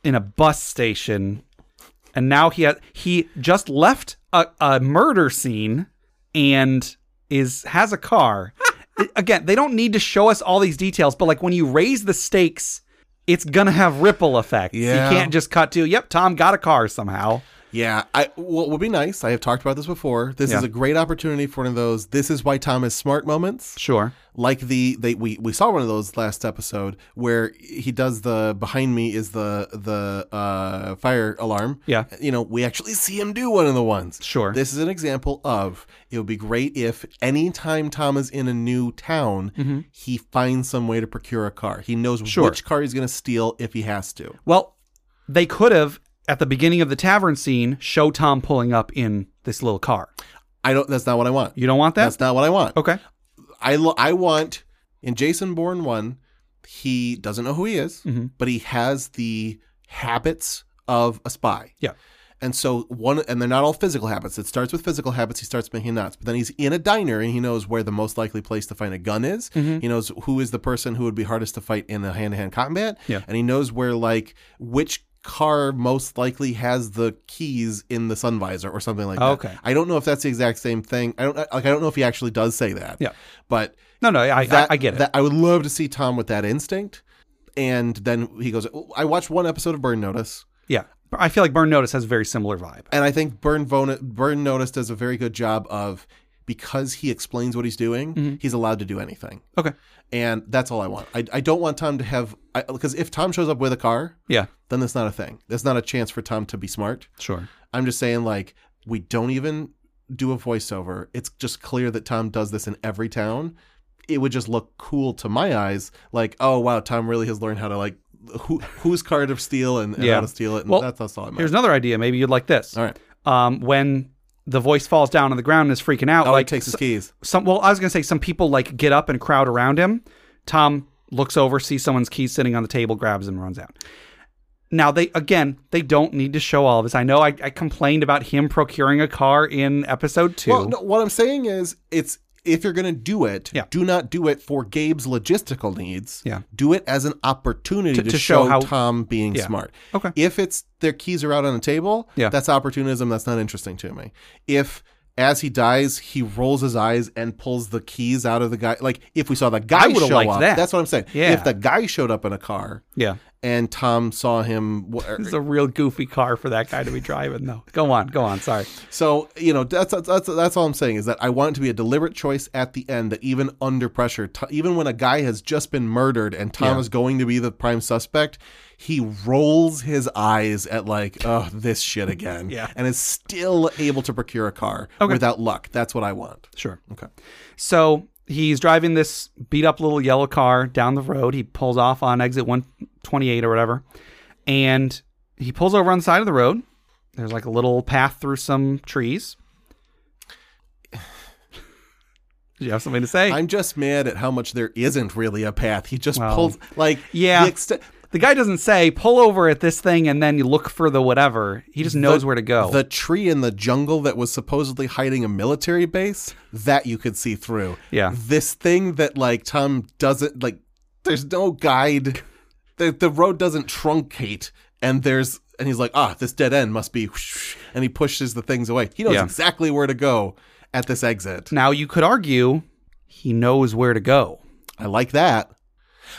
B: in a bus station, and now he ha- he just left a, a murder scene and is has a car. I- Again, they don't need to show us all these details, but like when you raise the stakes, it's gonna have ripple effects.
C: Yeah.
B: You can't just cut to yep, Tom got a car somehow.
C: Yeah, I what would be nice. I have talked about this before. This is
B: Yeah.
C: a great opportunity for one of those. This is why Tom is smart moments.
B: Sure.
C: like the they we, we saw one of those last episode where he does the behind me is the the uh, fire alarm.
B: Yeah.
C: you know we actually see him do one of the ones.
B: Sure.
C: this is an example of it would be great if anytime Tom is in a new town, he finds some way to procure a car. He knows
B: Mm-hmm. Sure.
C: which car he's going to steal if he has to.
B: Well, they could have at the beginning of the tavern scene show Tom pulling up in this little car.
C: I don't. That's not what I want.
B: You don't want that?
C: That's not what I want.
B: okay.
C: I lo- I want in Jason Bourne one, he doesn't know who he is,
B: Mm-hmm.
C: but he has the habits of a spy.
B: Yeah.
C: And so one, and they're not all physical habits. It starts with physical habits. He starts making knots, but then he's in a diner and he knows where the most likely place to find a gun is.
B: Mm-hmm.
C: He knows who is the person who would be hardest to fight in a hand-to-hand combat.
B: Yeah.
C: And he knows where like which car most likely has the keys in the sun visor or something like that.
B: Okay.
C: I don't know if that's the exact same thing. I don't like. I don't know if he actually does say that.
B: Yeah.
C: But
B: No, no, I,
C: that
B: I, I get it.
C: That, I would love to see Tom with that instinct. And then he goes, "Oh, I watched one episode of Burn Notice,
B: yeah. But I feel like Burn Notice has a very similar vibe.
C: and I think Burn, Von- Burn Notice does a very good job of because he explains what he's doing,
B: Mm-hmm.
C: he's allowed to do anything.
B: Okay.
C: And that's all I want. I, I don't want Tom to have, because if Tom shows up with a car,
B: Yeah.
C: then that's not a thing. That's not a chance for Tom to be smart.
B: Sure.
C: I'm just saying, like, we don't even do a voiceover. It's just clear that Tom does this in every town. It would just look cool to my eyes, like, oh wow, Tom really has learned how to like who whose car to steal and, and
B: Yeah.
C: how to steal it. And
B: Well,
C: that's, that's all I'm.
B: Here's another idea. Maybe you'd like this.
C: All right.
B: Um, when the voice falls down on the ground and is freaking out,
C: Oh,
B: like
C: he takes his keys.
B: some. Well, I was gonna say some people like get up and crowd around him. Tom looks over, sees someone's key sitting on the table, grabs him, and runs out. Now they again, they don't need to show all of this. I know I, I complained about him procuring a car in episode two.
C: Well, no, what I'm saying is, it's if you're gonna do it,
B: Yeah.
C: do not do it for Gabe's logistical needs.
B: Yeah.
C: do it as an opportunity to,
B: to show
C: show,
B: how-
C: Tom being
B: Yeah.
C: smart.
B: Okay.
C: If it's their keys are out on a table,
B: Yeah.
C: that's opportunism. That's not interesting to me. If as he dies, he rolls his eyes and pulls the keys out of the guy. Like if we saw the
B: I
C: guy
B: would've
C: show
B: liked
C: up,
B: that.
C: that's what I'm saying.
B: Yeah.
C: If the guy showed up in a car
B: Yeah.
C: and Tom saw him, wh-
B: It's a real goofy car for that guy to be driving, though. Go on, go on. Sorry.
C: so you know that's that's that's, that's all I'm saying is that I want it to be a deliberate choice at the end that even under pressure, t- even when a guy has just been murdered and Tom is going to be the prime suspect, he rolls his eyes at like oh this shit again,
B: Yeah.
C: and is still able to procure a car without luck. That's what I want.
B: Sure.
C: Okay.
B: So he's driving this beat up little yellow car down the road. He pulls off on exit 128 or whatever. And he pulls over on the side of the road. There's like a little path through some trees. Did you have something to say?
C: I'm just mad at how much there isn't really a path. He just
B: Well,
C: pulls like
B: yeah.
C: the extent-
B: the guy doesn't say pull over at this thing and then you look for the whatever. He just knows where to go.
C: The tree in the jungle that was supposedly hiding a military base that you could see through.
B: Yeah.
C: This thing that like Tom doesn't like. There's no guide. The the road doesn't truncate, and there's and he's like ah this dead end must be, whoosh," and he pushes the things away. He knows
B: Yeah.
C: exactly where to go at this exit.
B: now you could argue he knows where to go.
C: I like that.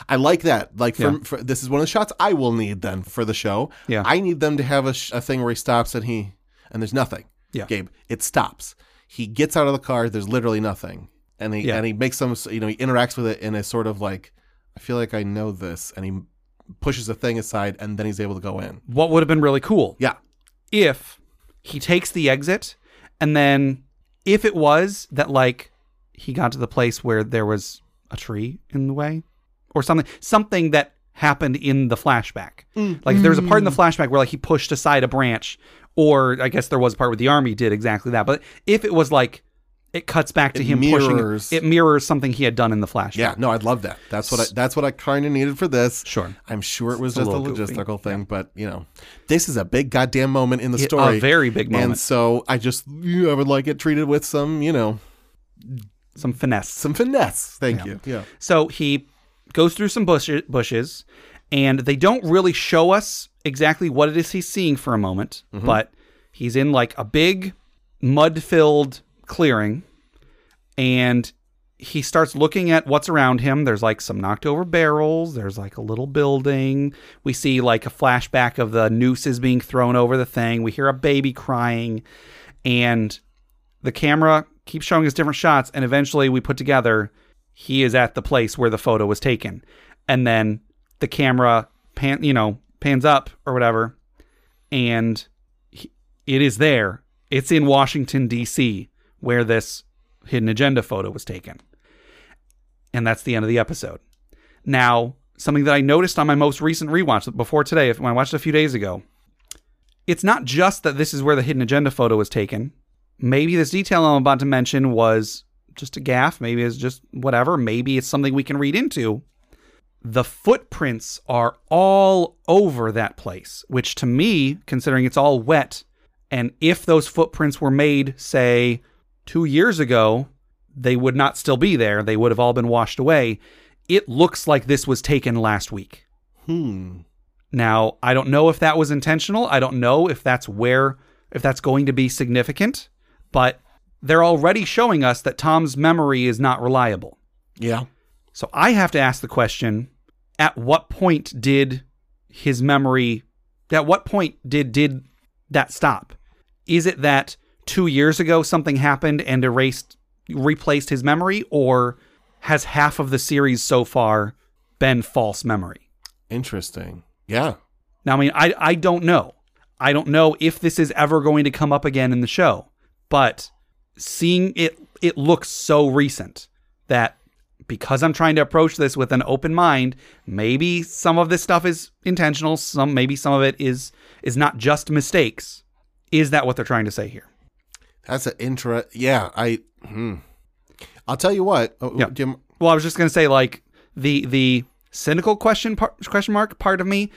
C: I like that. Like for,
B: Yeah.
C: for this is one of the shots I will need then for the show.
B: Yeah.
C: I need them to have a, sh- a thing where he stops and he and there's nothing.
B: Yeah.
C: Gabe, it stops. He gets out of the car. There's literally nothing, and he
B: Yeah.
C: and he makes some. You know, he interacts with it in a sort of like, I feel like I know this, and he pushes a thing aside, and then he's able to go in.
B: What would have been really cool
C: Yeah.
B: if he takes the exit and then if it was that like he got to the place where there was a tree in the way or something something that happened in the flashback
C: Mm.
B: like if there was a part in the flashback where like he pushed aside a branch or i guess there was a part where the army did exactly that but if it was like it cuts back to
C: It
B: him
C: mirrors-
B: pushing it mirrors something he had done in the flashback
C: Yeah. No, I'd love that. That's what I, that's what I kind of needed for this.
B: Sure.
C: I'm sure it was
B: a
C: just a,
B: little goofy.
C: logistical thing, but you know, this is a big goddamn moment in the
B: It-
C: story.
B: a very big
C: And
B: moment
C: so I just I would like it treated with some, you know,
B: some finesse
C: some finesse. Thank you. Yeah.
B: So he goes through some bush- bushes, and they don't really show us exactly what it is he's seeing for a moment, but he's in like a big mud filled clearing, and he starts looking at what's around him. There's like some knocked over barrels, there's like a little building. We see like a flashback of the nooses being thrown over the thing. We hear a baby crying, and the camera keeps showing us different shots and eventually we put together he is at the place where the photo was taken and then the camera pan you know pans up or whatever and he- it is there it's in Washington DC where this hidden agenda photo was taken and that's the end of the episode now something that i noticed on my most recent rewatch before today if- when i watched it a few days ago it's not just that this is where the hidden agenda photo was taken maybe this detail I'm about to mention was just a gaff. Maybe it's just whatever. Maybe it's something we can read into. The footprints are all over that place, which to me, considering it's all wet, and if those footprints were made, say, two years ago, they would not still be there. They would have all been washed away. It looks like this was taken last week.
C: Hmm.
B: Now, I don't know if that was intentional. I don't know if that's where, if that's going to be significant, but they're already showing us that Tom's memory is not reliable.
C: Yeah.
B: So I have to ask the question at what point did his memory, at what point did, did that stop? Is it that two years ago something happened and erased, replaced his memory, or has half of the series so far been false memory?
C: Interesting. Yeah.
B: Now, I mean, I I don't know. I don't know if this is ever going to come up again in the show, but seeing it, it looks so recent that because I'm trying to approach this with an open mind, maybe some of this stuff is intentional. Some maybe some of it is is not just mistakes. Is that what they're trying to say here?
C: That's an intro. Yeah. I. Hmm. I'll tell you what. Oh,
B: Yeah.
C: Jim,
B: Well, I was just gonna say like the the cynical question par- question mark part of me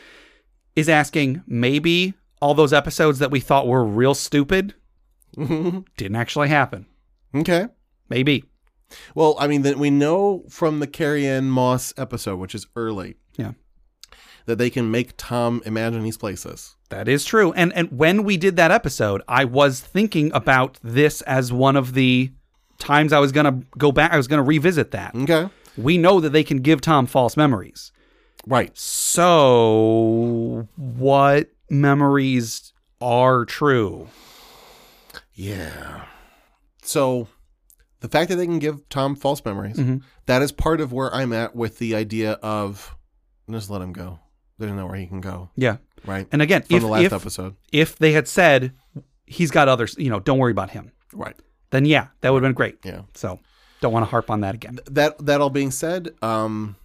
B: is asking maybe all those episodes that we thought were real stupid didn't actually happen.
C: okay.
B: Maybe.
C: Well, I mean, then we know from the Carrie Ann Moss episode, which is early,
B: Yeah.
C: that they can make Tom imagine these places.
B: That is true. And and when we did that episode, I was thinking about this as one of the times I was going to go back I was going to revisit that.
C: Okay.
B: We know that they can give Tom false memories.
C: Right.
B: So what memories are true?
C: Yeah. So the fact that they can give Tom false memories,
B: Mm-hmm.
C: that is part of where I'm at with the idea of just let him go. There's nowhere he can go.
B: Yeah.
C: Right.
B: And again,
C: From
B: if,
C: the last
B: if,
C: episode.
B: if they had said he's got others, you know, don't worry about him,
C: Right.
B: then yeah, that would have been great.
C: Yeah.
B: So don't want to harp on that again.
C: That that all being said, um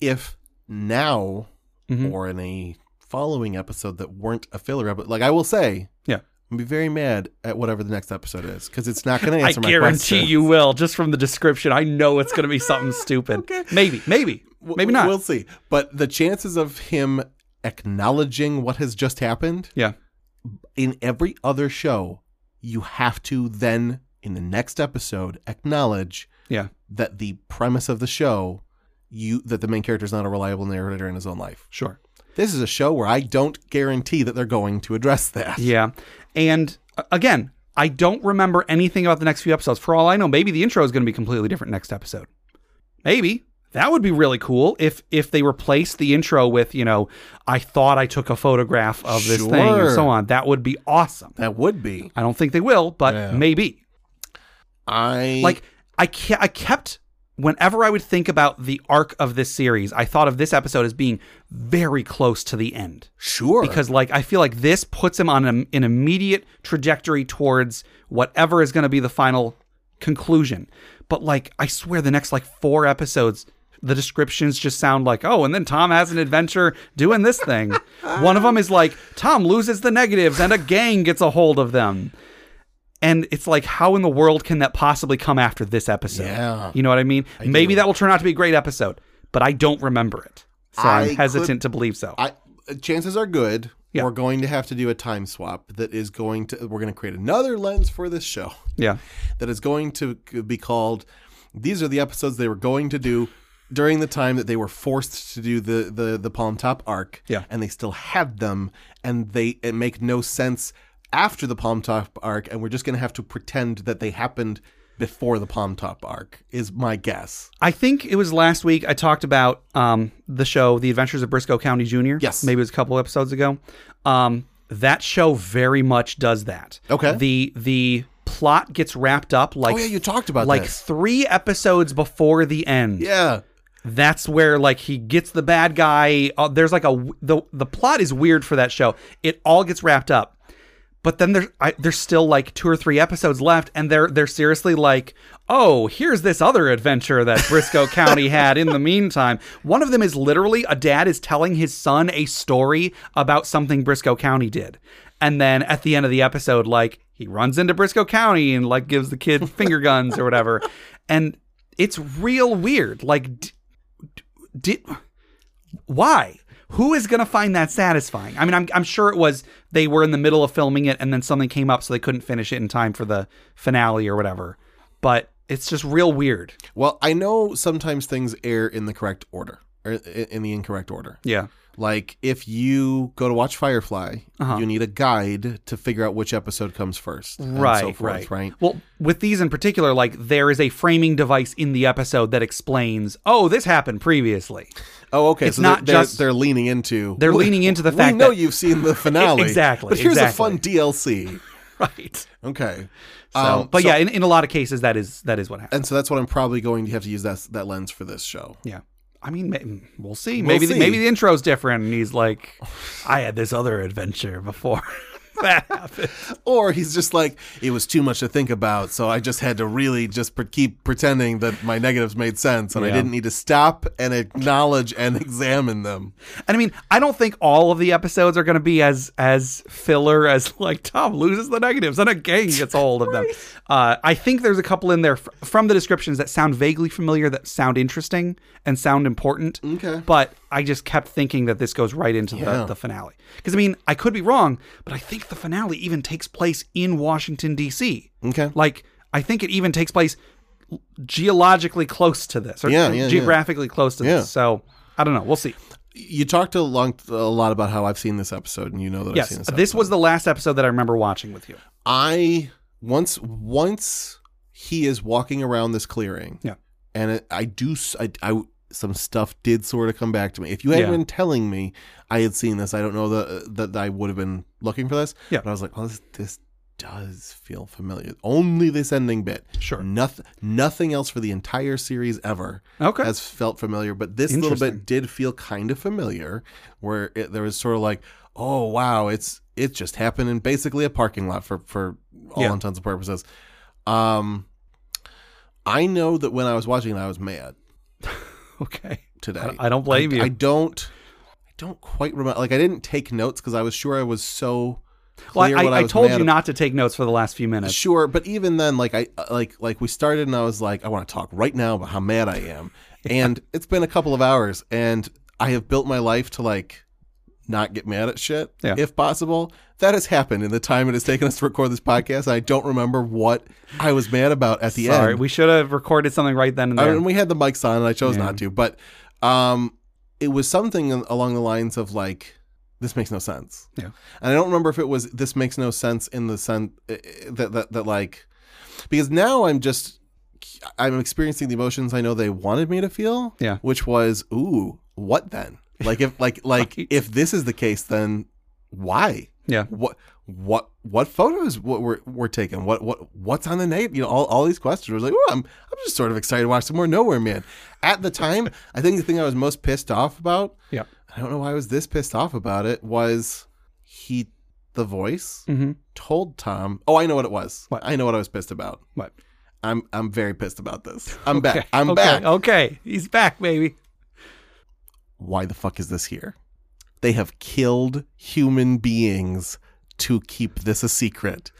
C: if now
B: Mhm. Mm-hmm.
C: or in a following episode that weren't a filler episode, like I will say,
B: Yeah.
C: and be very mad at whatever the next episode is because it's not going to
B: I
C: answer my
B: guarantee
C: question.
B: you will. Just from the description, I know it's going to be something stupid. Maybe, maybe,
C: W-
B: maybe not.
C: We'll see. But the chances of him acknowledging what has just happened
B: yeah,
C: in every other show, you have to then in the next episode acknowledge
B: yeah,
C: that the premise of the show you that the main character is not a reliable narrator in his own life.
B: sure.
C: This is a show where I don't guarantee that they're going to address that.
B: Yeah. And uh, again, I don't remember anything about the next few episodes. For all I know, maybe the intro is going to be completely different next episode. Maybe. That would be really cool if if they replaced the intro with, you know, I thought I took a photograph of this thing and
C: Sure.
B: so on. That would be awesome.
C: That would be.
B: I don't think they will, but
C: Yeah.
B: maybe.
C: I
B: Like I ke- I kept whenever I would think about the arc of this series, I thought of this episode as being very close to the end
C: sure
B: because like I feel like this puts him on an, an immediate trajectory towards whatever is going to be the final conclusion. But like I swear the next like 4 episodes the descriptions just sound like, "Oh, and then Tom has an adventure doing this thing." One of them is like, "Tom loses the negatives and a gang gets a hold of them." And it's like, how in the world can that possibly come after this episode?
C: Yeah.
B: You know what I mean? Maybe that will turn out to be a great episode, but I don't remember it. So
C: I
B: I'm
C: could-
B: hesitant to believe so.
C: I chances are good
B: Yeah.
C: we're going to have to do a time swap that is going to we're going to create another lens for this show
B: yeah.
C: that is going to be called these are the episodes they were going to do during the time that they were forced to do the the the palm top arc
B: Yeah.
C: and they still had them and they it make no sense after the palm top arc and we're just going to have to pretend that they happened before the palm top arc is my guess
B: I think it was last week I talked about um, the show The Adventures of Briscoe County Jr.
C: Yes.
B: Maybe it was a couple episodes ago. Um, that show very much does that.
C: Okay.
B: The the plot gets wrapped up like
C: oh yeah you talked about
B: like
C: this.
B: three episodes before the end.
C: yeah
B: That's where like he gets the bad guy. Uh, there's like a w- the the plot is weird for that show. It all gets wrapped up, but then there's I, there's still like two or three episodes left, and they're they're seriously like, oh, here's this other adventure that Briscoe County had in the meantime. One of them is literally a dad is telling his son a story about something Briscoe County did, and then at the end of the episode, like he runs into Briscoe County and like gives the kid finger guns or whatever, and. It's real weird. Like, d- did why who is going to find that satisfying i mean I'm, I'm sure it was they were in the middle of filming it and then something came up so they couldn't finish it in time for the finale or whatever but it's just real weird
C: Well, I know sometimes things air in the correct order or i- in the incorrect order.
B: yeah
C: Like if you go to watch Firefly,
B: Uh-huh.
C: you need a guide to figure out which episode comes first. and so
B: right
C: forth,
B: right
C: right.
B: well with these in particular like there is a framing device in the episode that explains oh this happened previously
C: Oh, okay.
B: It's
C: so they're-
B: not
C: they're,
B: just-
C: they're leaning into
B: they're leaning into the
C: we
B: fact
C: know
B: that-
C: you've seen the finale
B: Exactly,
C: But here's a
B: exactly.
C: fun DLC.
B: right
C: Okay.
B: so,
C: Um,
B: but
C: so-
B: yeah in, in a lot of cases that is that is what happens
C: and so that's what I'm probably going to have to use that that lens for this show.
B: Yeah. I mean, may- we'll see. maybe The,
C: see.
B: maybe the intro's different, and he's like, "I had this other adventure before that happened."
C: Or he's just like, it was too much to think about, so I just had to really just pre- keep pretending that my negatives made sense, and I
B: Yeah.
C: didn't need to stop and acknowledge and examine them.
B: And I mean, I don't think all of the episodes are going to be as as filler as like Tom loses the negatives and a gang gets a hold of them. Uh, I think there's a couple in there fr- from the descriptions that sound vaguely familiar, that sound interesting and sound important.
C: Okay.
B: But I just kept thinking that this goes right into the,
C: Yeah.
B: the finale because I mean, I could be wrong, but I think the finale even takes place in Washington D.C.
C: Okay.
B: Like I think it even takes place geologically close to this, or
C: Yeah, yeah, yeah.
B: geographically close to
C: Yeah.
B: this. So I don't know. We'll see.
C: You talked a, long, a lot about how I've seen this episode, and you know that I've
B: Yes,
C: seen this.
B: this, was the last episode that I remember watching with you.
C: I once once he is walking around this clearing.
B: Yeah.
C: And it, I do s- I, I- some stuff did sort of come back to me. If you hadn't
B: Yeah.
C: been telling me I had seen this, I don't know that that I would have been looking for this.
B: Yeah.
C: But I was like, "Oh, this this does feel familiar." Only this ending bit.
B: Sure.
C: Nothing nothing else for the entire series ever
B: Okay.
C: has felt familiar, but this little
B: Interesting.
C: bit did feel kind of familiar, where it, there was sort of like, oh wow, it's it just happened in basically a parking lot for for all
B: Yeah.
C: intents and purposes. Um, I know that when I was watching it, I was mad
B: okay.
C: today.
B: I, I don't blame you.
C: I don't, I don't quite remember. Like I didn't take notes because I was sure I was so
B: Well,
C: clear
B: I,
C: what
B: I,
C: I was
B: told
C: mad
B: you
C: about.
B: not to take notes for the last few minutes.
C: Sure, but even then, like I like like we started, and I was like, I want to talk right now about how mad I am, and it's been a couple of hours, and I have built my life to like not get mad at shit
B: Yeah.
C: if possible. That has happened in the time it has taken us to record this podcast. I don't remember what I was mad about at the
B: Sorry,
C: end.
B: we should have recorded something right then and
C: I
B: there.
C: mean, we had the mics on, and I chose not to, but um, it was something along the lines of like, this makes no sense.
B: yeah.
C: And I don't remember if it was this makes no sense in the sense that that that like because now I'm just I'm experiencing the emotions I know they wanted me to feel.
B: Yeah.
C: Which was ooh, what then? Like if like like
B: Right.
C: if this is the case, then why?
B: Yeah.
C: What what what photos what were were taken? What what what's on the night? You know, all, all these questions. I was like, oh, I'm I'm just sort of excited to watch some more Nowhere Man. At the time, I think the thing I was most pissed off about
B: Yeah.
C: I don't know why I was this pissed off about it. Was he the voice
B: Mhm.
C: told Tom? Oh, I know what it was.
B: What?
C: I know what I was pissed about.
B: What?
C: I'm I'm very pissed about this. I'm back.
B: Okay,
C: I'm
B: okay,
C: back.
B: Okay. He's back, baby.
C: Why the fuck is this here? They have killed human beings to keep this a secret.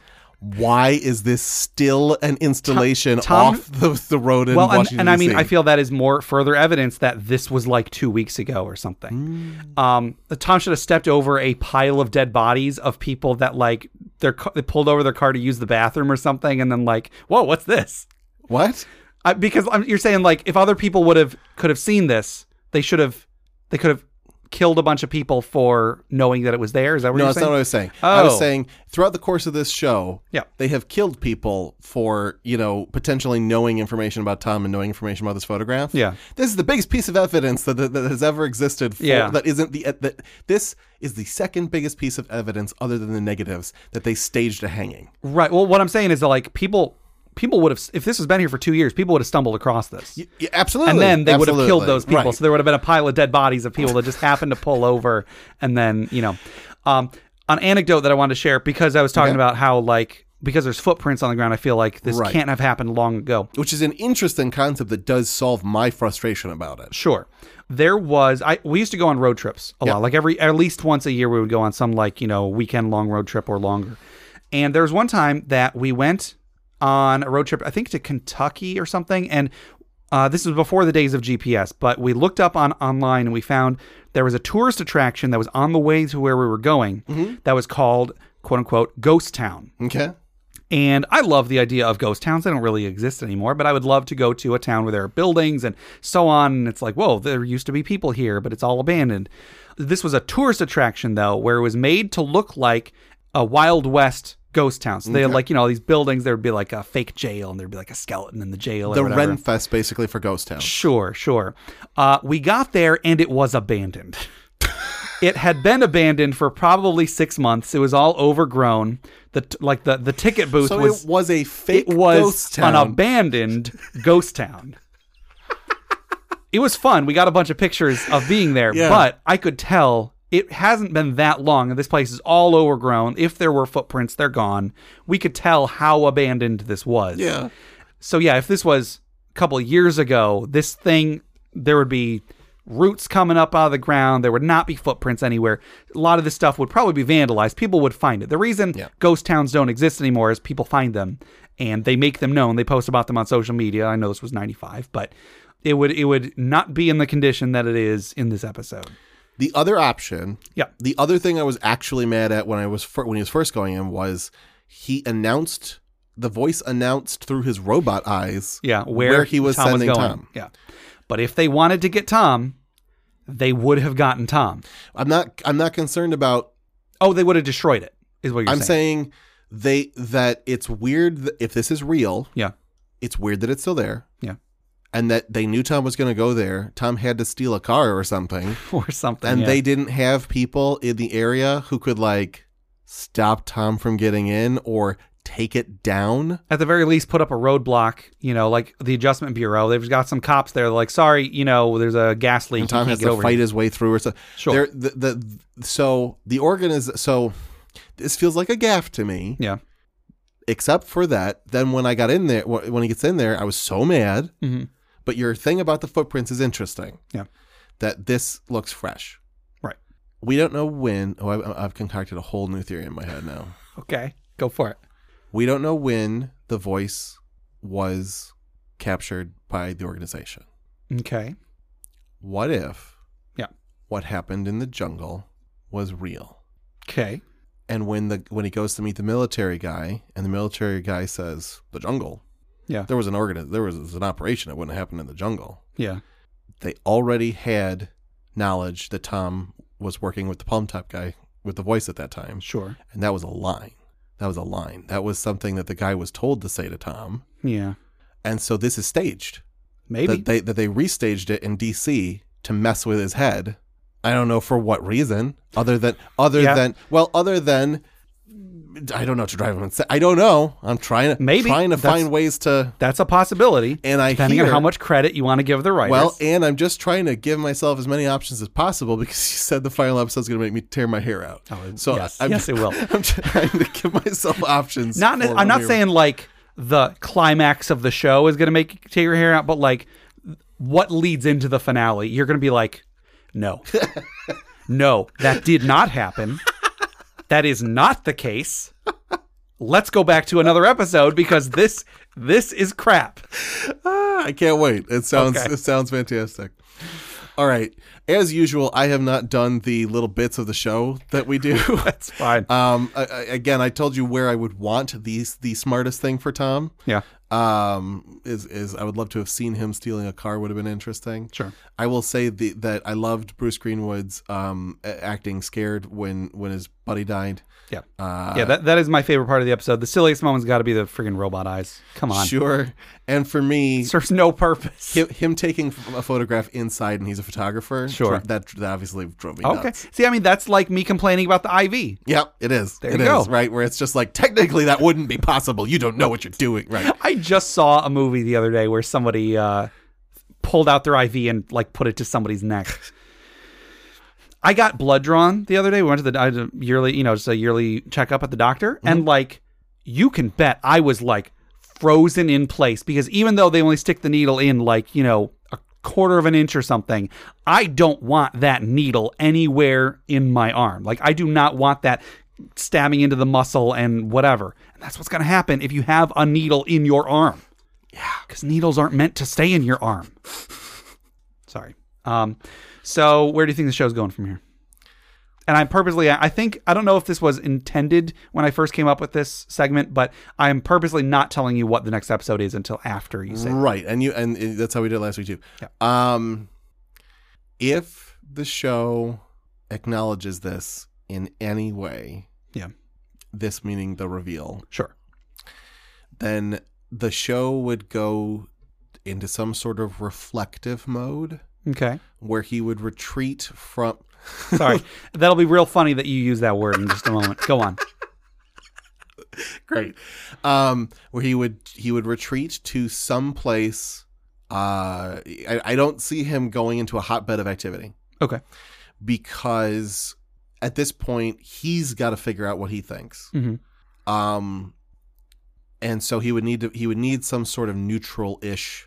C: Why is this still an installation
B: Tom-
C: off the, the road in
B: well, and,
C: Washington?
B: and I mean, I
C: DC?
B: feel that is more further evidence that this was like two weeks ago or something.
C: Mm.
B: Um, Tom should have stepped over a pile of dead bodies of people that like their ca- they pulled over their car to use the bathroom or something, and then like, whoa, what's this?
C: what?
B: I, because I'm, you're saying like if other people would have could have seen this, they should have they could have killed a bunch of people for knowing that it was there. Is that what
C: No,
B: you're
C: that's
B: saying?
C: not what I was saying. I
B: Oh.
C: was saying throughout the course of this show,
B: Yeah.
C: they have killed people for you know potentially knowing information about Tom and knowing information about this photograph.
B: Yeah.
C: this is the biggest piece of evidence that that, that has ever existed. For,
B: Yeah.
C: that isn't the that this is the second biggest piece of evidence other than the negatives that they staged a hanging.
B: right. Well, what I'm saying is that like people people would have if this has been here for two years, people would have stumbled across this.
C: Yeah, absolutely,
B: and then they would have killed
C: Absolutely.
B: those people.
C: Right.
B: So there would have been a pile of dead bodies of people that just happened to pull over. And then, you know, um, an anecdote that I wanted to share because I was talking about how, like, because there's footprints on the ground, I feel like this
C: Right.
B: can't have happened long ago.
C: Which is an interesting concept that does solve my frustration about it.
B: Sure. There was I we used to go on road trips a lot. Like every at least once a year we would go on some like, you know, weekend long road trip or longer. And there was one time that we went on a road trip, I think to Kentucky or something, and uh, this was before the days of GPS, but we looked up on online and we found there was a tourist attraction that was on the way to where we were going that was called quote unquote ghost town.
C: Okay,
B: And I love the idea of ghost towns. They don't really exist anymore, but I would love to go to a town where there are buildings and so on. And it's like, whoa, there used to be people here, but it's all abandoned. This was a tourist attraction, though, where it was made to look like a Wild West ghost town. So they had, like, you know, all these buildings, there would be like a fake jail and there'd be like a skeleton in the jail. or
C: the
B: whatever.
C: Renfest basically for Ghost Town.
B: Sure, sure. Uh, we got there and it was abandoned. it had been abandoned for probably six months. It was all overgrown. The t- like the the ticket booth
C: So
B: was
C: it was a fake
B: it was
C: ghost town.
B: an abandoned ghost town. it was fun. We got a bunch of pictures of being there,
C: Yeah.
B: but I could tell it hasn't been that long, and this place is all overgrown. If there were footprints, they're gone. We could tell how abandoned this was.
C: yeah.
B: So yeah, if this was a couple of years ago, this thing there would be roots coming up out of the ground. There would not be footprints anywhere. A lot of this stuff would probably be vandalized. People would find it. The reason ghost towns don't exist anymore is people find them and they make them known. They post about them on social media. I know this was 95, but it would it would not be in the condition that it is in this episode.
C: The other option,
B: Yeah.
C: The other thing I was actually mad at when I was fir- when he was first going in was he announced the voice announced through his robot eyes.
B: Yeah, where,
C: he was
B: Tom
C: sending
B: was going.
C: Tom.
B: Yeah. But if they wanted to get Tom, they would have gotten Tom.
C: I'm not I'm not concerned about.
B: Oh, they would have destroyed it. Is what you're
C: I'm saying they that it's weird that if this is real,
B: Yeah.
C: it's weird that it's still there.
B: Yeah.
C: And that they knew Tom was going to go there. Tom had to steal a car or something,
B: Or something.
C: and
B: yeah.
C: they didn't have people in the area who could like stop Tom from getting in or take it down.
B: at the very least put up a roadblock, you know, like the adjustment bureau. They've got some cops there. They're like, sorry, you know, there's a gas leak.
C: and Tom
B: you
C: has
B: can't get
C: to
B: over
C: fight
B: here."
C: his way through or something.
B: Sure.
C: There, the, the, so the organ is so this feels like a gaff to me,
B: Yeah.
C: except for that. Then when I got in there, wh- when he gets in there, I was so mad.
B: Mhm.
C: But your thing about the footprints is interesting.
B: Yeah.
C: That this looks fresh.
B: Right.
C: we don't know when. Oh, I've, I've concocted a whole new theory in my head now.
B: Okay, go for it.
C: We don't know when the voice was captured by the organization.
B: Okay.
C: What if
B: Yeah.
C: what happened in the jungle was real?
B: Okay.
C: And when the when he goes to meet the military guy, and the military guy says, "The jungle."
B: Yeah.
C: There was an organ. There was an operation that wouldn't happen in the jungle.
B: Yeah.
C: They already had knowledge that Tom was working with the palm top guy with the voice at that time,
B: Sure.
C: and that was a line. That was a line. That was something that the guy was told to say to Tom,
B: Yeah.
C: and so this is staged.
B: Maybe.
C: That they that they restaged it in D.C. to mess with his head. I don't know for what reason, other than other
B: Yeah.
C: than well, other than I don't know to drive him insane. I don't know. I'm trying to
B: Maybe.
C: trying to
B: That's-
C: find ways to.
B: That's a possibility.
C: And I
B: depending on
C: hear-
B: how much credit you want to give the writers.
C: Well, and I'm just trying to give myself as many options as possible because you said the final episode is going to make me tear my hair out. so
B: Oh, yes.
C: I'm,
B: Yes, it will.
C: I'm trying to give myself options.
B: not.
C: for
B: I'm
C: when
B: not
C: we
B: saying like the climax of the show is going to make you take your hair out, but like what leads into the finale, you're going to be like, no, no, that did not happen. That is not the case. Let's go back to another episode because this this is crap.
C: Ah, I can't wait. It sounds
B: Okay.
C: it sounds fantastic. All right. As usual, I have not done the little bits of the show that we do.
B: That's fine.
C: um, I, I- again, I told you where I would want these the smartest thing for Tom.
B: yeah,
C: Um, is is I would love to have seen him stealing a car would have been interesting.
B: Sure.
C: I will say the, that I loved Bruce Greenwood's um a- acting scared when when his buddy died.
B: yeah,
C: Uh,
B: yeah. That that is my favorite part of the episode. The silliest moment's got to be the friggin' robot eyes. Come on,
C: sure. And for me,
B: serves no purpose.
C: him, him taking a photograph inside and he's a photographer.
B: Sure.
C: That, that obviously drove me
B: Okay.
C: nuts.
B: See, I mean, that's like me complaining about the IV.
C: Yep, it is. It
B: you
C: is,
B: go.
C: right? Where it's just like, technically, that wouldn't be possible. You don't know what you're doing, right?
B: I just saw a movie the other day where somebody uh, pulled out their IV and like put it to somebody's neck. I got blood drawn the other day. We went to the I had a yearly, you know, just a yearly checkup at the doctor, and like you can bet I was like frozen in place because even though they only stick the needle in like you know a quarter of an inch or something, I don't want that needle anywhere in my arm. Like I do not want that stabbing into the muscle and whatever. And that's what's going to happen if you have a needle in your arm. Yeah, because needles aren't meant to stay in your arm. Sorry. Um, so where do you think the show's going from here? And I'm purposely, I I think, I don't know if this was intended when I first came up with this segment, but I'm purposely not telling you what the next episode is until after you say.
C: Right. And you and uh, that's how we did it last week, too. Um, if the show acknowledges this in any way,
B: Yeah.
C: this meaning the reveal,
B: Sure.
C: then the show would go into some sort of reflective mode
B: Okay.
C: where he would retreat from.
B: Sorry. That'll be real funny that you use that word in just a moment. Go on.
C: great um where he would he would retreat to some place uh I, I don't see him going into a hotbed of activity
B: Okay.
C: because at this point he's got to figure out what he thinks
B: Mhm.
C: um and so he would need to he would need some sort of neutral ish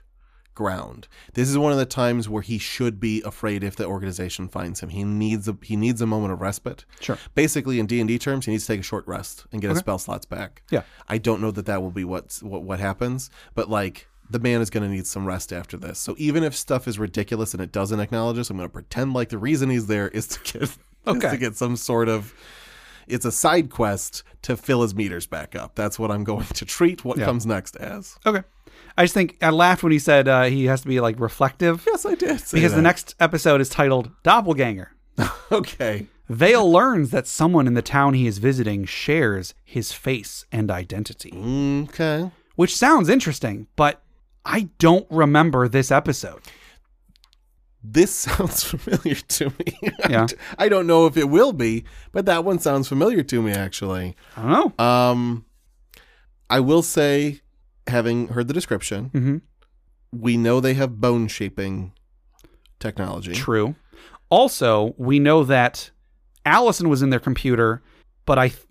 C: ground this is one of the times where he should be afraid if the organization finds him he needs a he needs a moment of respite
B: Sure.
C: basically in D&D terms he needs to take a short rest and get his
B: Okay.
C: spell slots back
B: Yeah.
C: I don't know that that will be what's, what what happens, but like the man is going to need some rest after this. So even if stuff is ridiculous and it doesn't acknowledge us, I'm going to pretend like the reason he's there is to get
B: Okay.
C: is to get some sort of it's a side quest to fill his meters back up. That's what I'm going to treat what comes next as.
B: Okay. I just think I laughed when he said uh, he has to be like reflective
C: Yes, I did. say
B: because the
C: that.
B: next episode is titled Doppelganger.
C: okay.
B: Vale learns that someone in the town he is visiting shares his face and identity,
C: Mm, Okay.
B: which sounds interesting, but I don't remember this episode.
C: This sounds familiar to me.
B: Yeah.
C: I don't know if it will be, but that one sounds familiar to me actually.
B: I don't know.
C: Um, I will say, having heard the description,
B: Mhm.
C: we know they have bone shaping technology.
B: True. Also, we know that Allison was in their computer, but I th-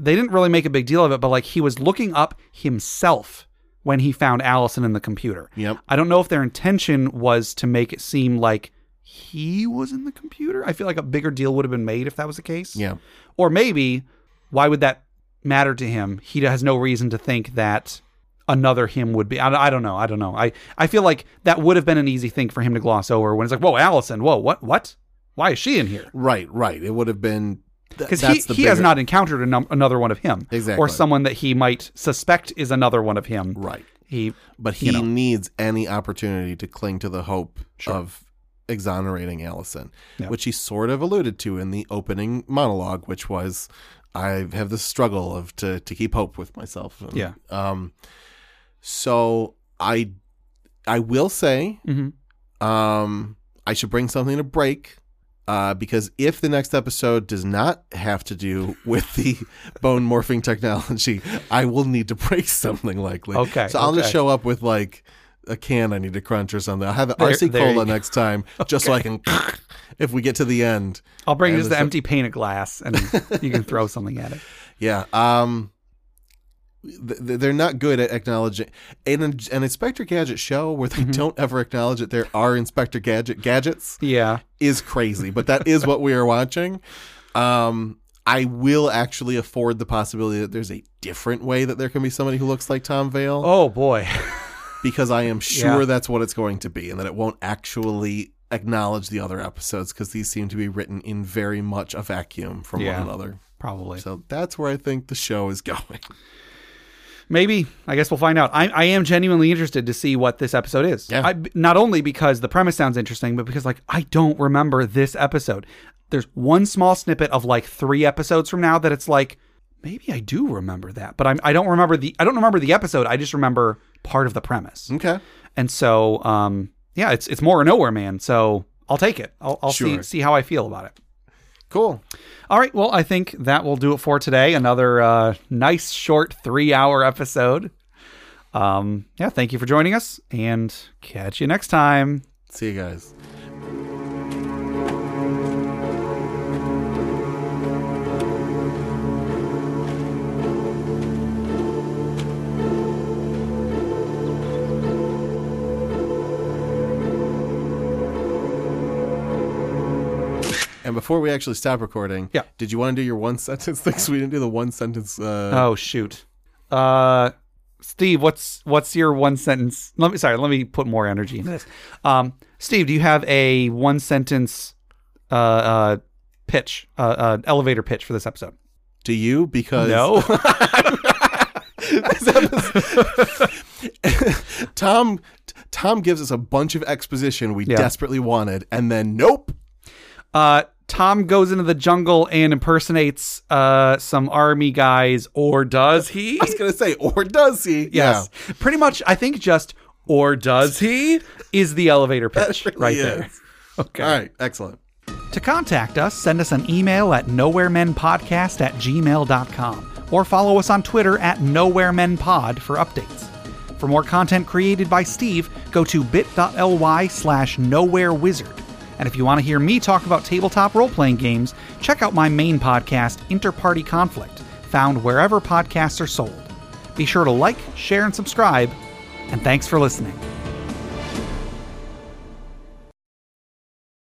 B: they didn't really make a big deal of it, but like he was looking up himself when he found Allison in the computer.
C: Yep.
B: I don't know if their intention was to make it seem like he was in the computer. I feel like a bigger deal would have been made if that was the case.
C: Yeah.
B: Or maybe why would that matter to him? He has no reason to think that another him would be. I, I don't know. I don't know. I, I feel like that would have been an easy thing for him to gloss over when it's like, whoa, Allison, whoa, what, what? Why is she in here?
C: Right, right. It would have been
B: Because he, he has not encountered a num- another one of him. Or
C: Exactly.
B: someone that he might suspect is another one of him.
C: right.
B: He,
C: But he
B: You know.
C: needs any opportunity to cling to the hope of exonerating Allison,
B: Yeah.
C: which he sort of alluded to in the opening monologue, which was, "I have this struggle of to to keep hope with myself." And,
B: Yeah.
C: Um. So I, I will say,
B: Mhm.
C: um, I should bring something to break. Uh, because if the next episode does not have to do with the bone morphing technology, I will need to break something likely.
B: Okay,
C: So I'll just
B: okay.
C: show up with like a can I need to crunch or something. I'll have an
B: There-
C: RC
B: there you
C: cola
B: go.
C: next time just so I can, if we get to the end.
B: I'll bring
C: And
B: just
C: the
B: the
C: so-
B: empty pane of glass and you can throw something at it.
C: Yeah. Um, th- th- they're not good at acknowledging in an, an Inspector Gadget show where
B: Mm-hmm.
C: they don't ever acknowledge that there are Inspector Gadget gadgets.
B: Yeah.
C: is crazy, but that is what we are watching. Um, I will actually afford the possibility that there's a different way that there can be somebody who looks like Tom Vale
B: Oh, boy.
C: because I am sure
B: Yeah.
C: that's what it's going to be and that it won't actually acknowledge the other episodes because these seem to be written in very much a vacuum from
B: Yeah.
C: one another.
B: Probably.
C: So that's where I think the show is going.
B: Maybe. I guess we'll find out. I, I am genuinely interested to see what this episode is.
C: Yeah.
B: I, not only because the premise sounds interesting, but because, like, I don't remember this episode. There's one small snippet of, like, three episodes from now that it's like, maybe I do remember that, but I'm, I don't remember the, I don't remember the episode. I just remember part of the premise.
C: Okay.
B: And so, um, yeah, it's, it's more a nowhere man. So I'll take it. I'll, I'll see,
C: Sure.
B: see how I feel about it.
C: Cool.
B: All right. Well, I think that will do it for today. Another uh, nice short three hour episode. Um, yeah. Thank you for joining us and catch you next time.
C: See you guys. And before we actually stop recording,
B: Yeah.
C: did you want to do your one sentence things? We didn't do the one sentence. Uh,
B: Oh, shoot. Uh, Steve, what's what's your one sentence? Let me sorry. Let me put more energy into this. Um, Steve, do you have a one sentence uh, uh, pitch, uh, uh, elevator pitch for this episode?
C: Do you? Because
B: No.
C: Tom Tom gives us a bunch of exposition we
B: Yeah.
C: desperately wanted, and then nope.
B: Uh, Tom goes into the jungle and impersonates uh, some army guys, or does he?
C: I was gonna say, or does he?
B: Yes. Pretty much, I think just, or does he, is the elevator pitch
C: really
B: right
C: is.
B: there. Okay.
C: Yeah. All right. Excellent.
B: To contact us, send us an email at nowheremenpodcast at gmail.com or follow us on Twitter at nowheremenpod for updates. For more content created by Steve, go to bit.ly slash nowherewizard. And if you want to hear me talk about tabletop role playing games, check out my main podcast, Interparty Conflict, found wherever podcasts are sold. Be sure to like, share, and subscribe, and thanks for listening.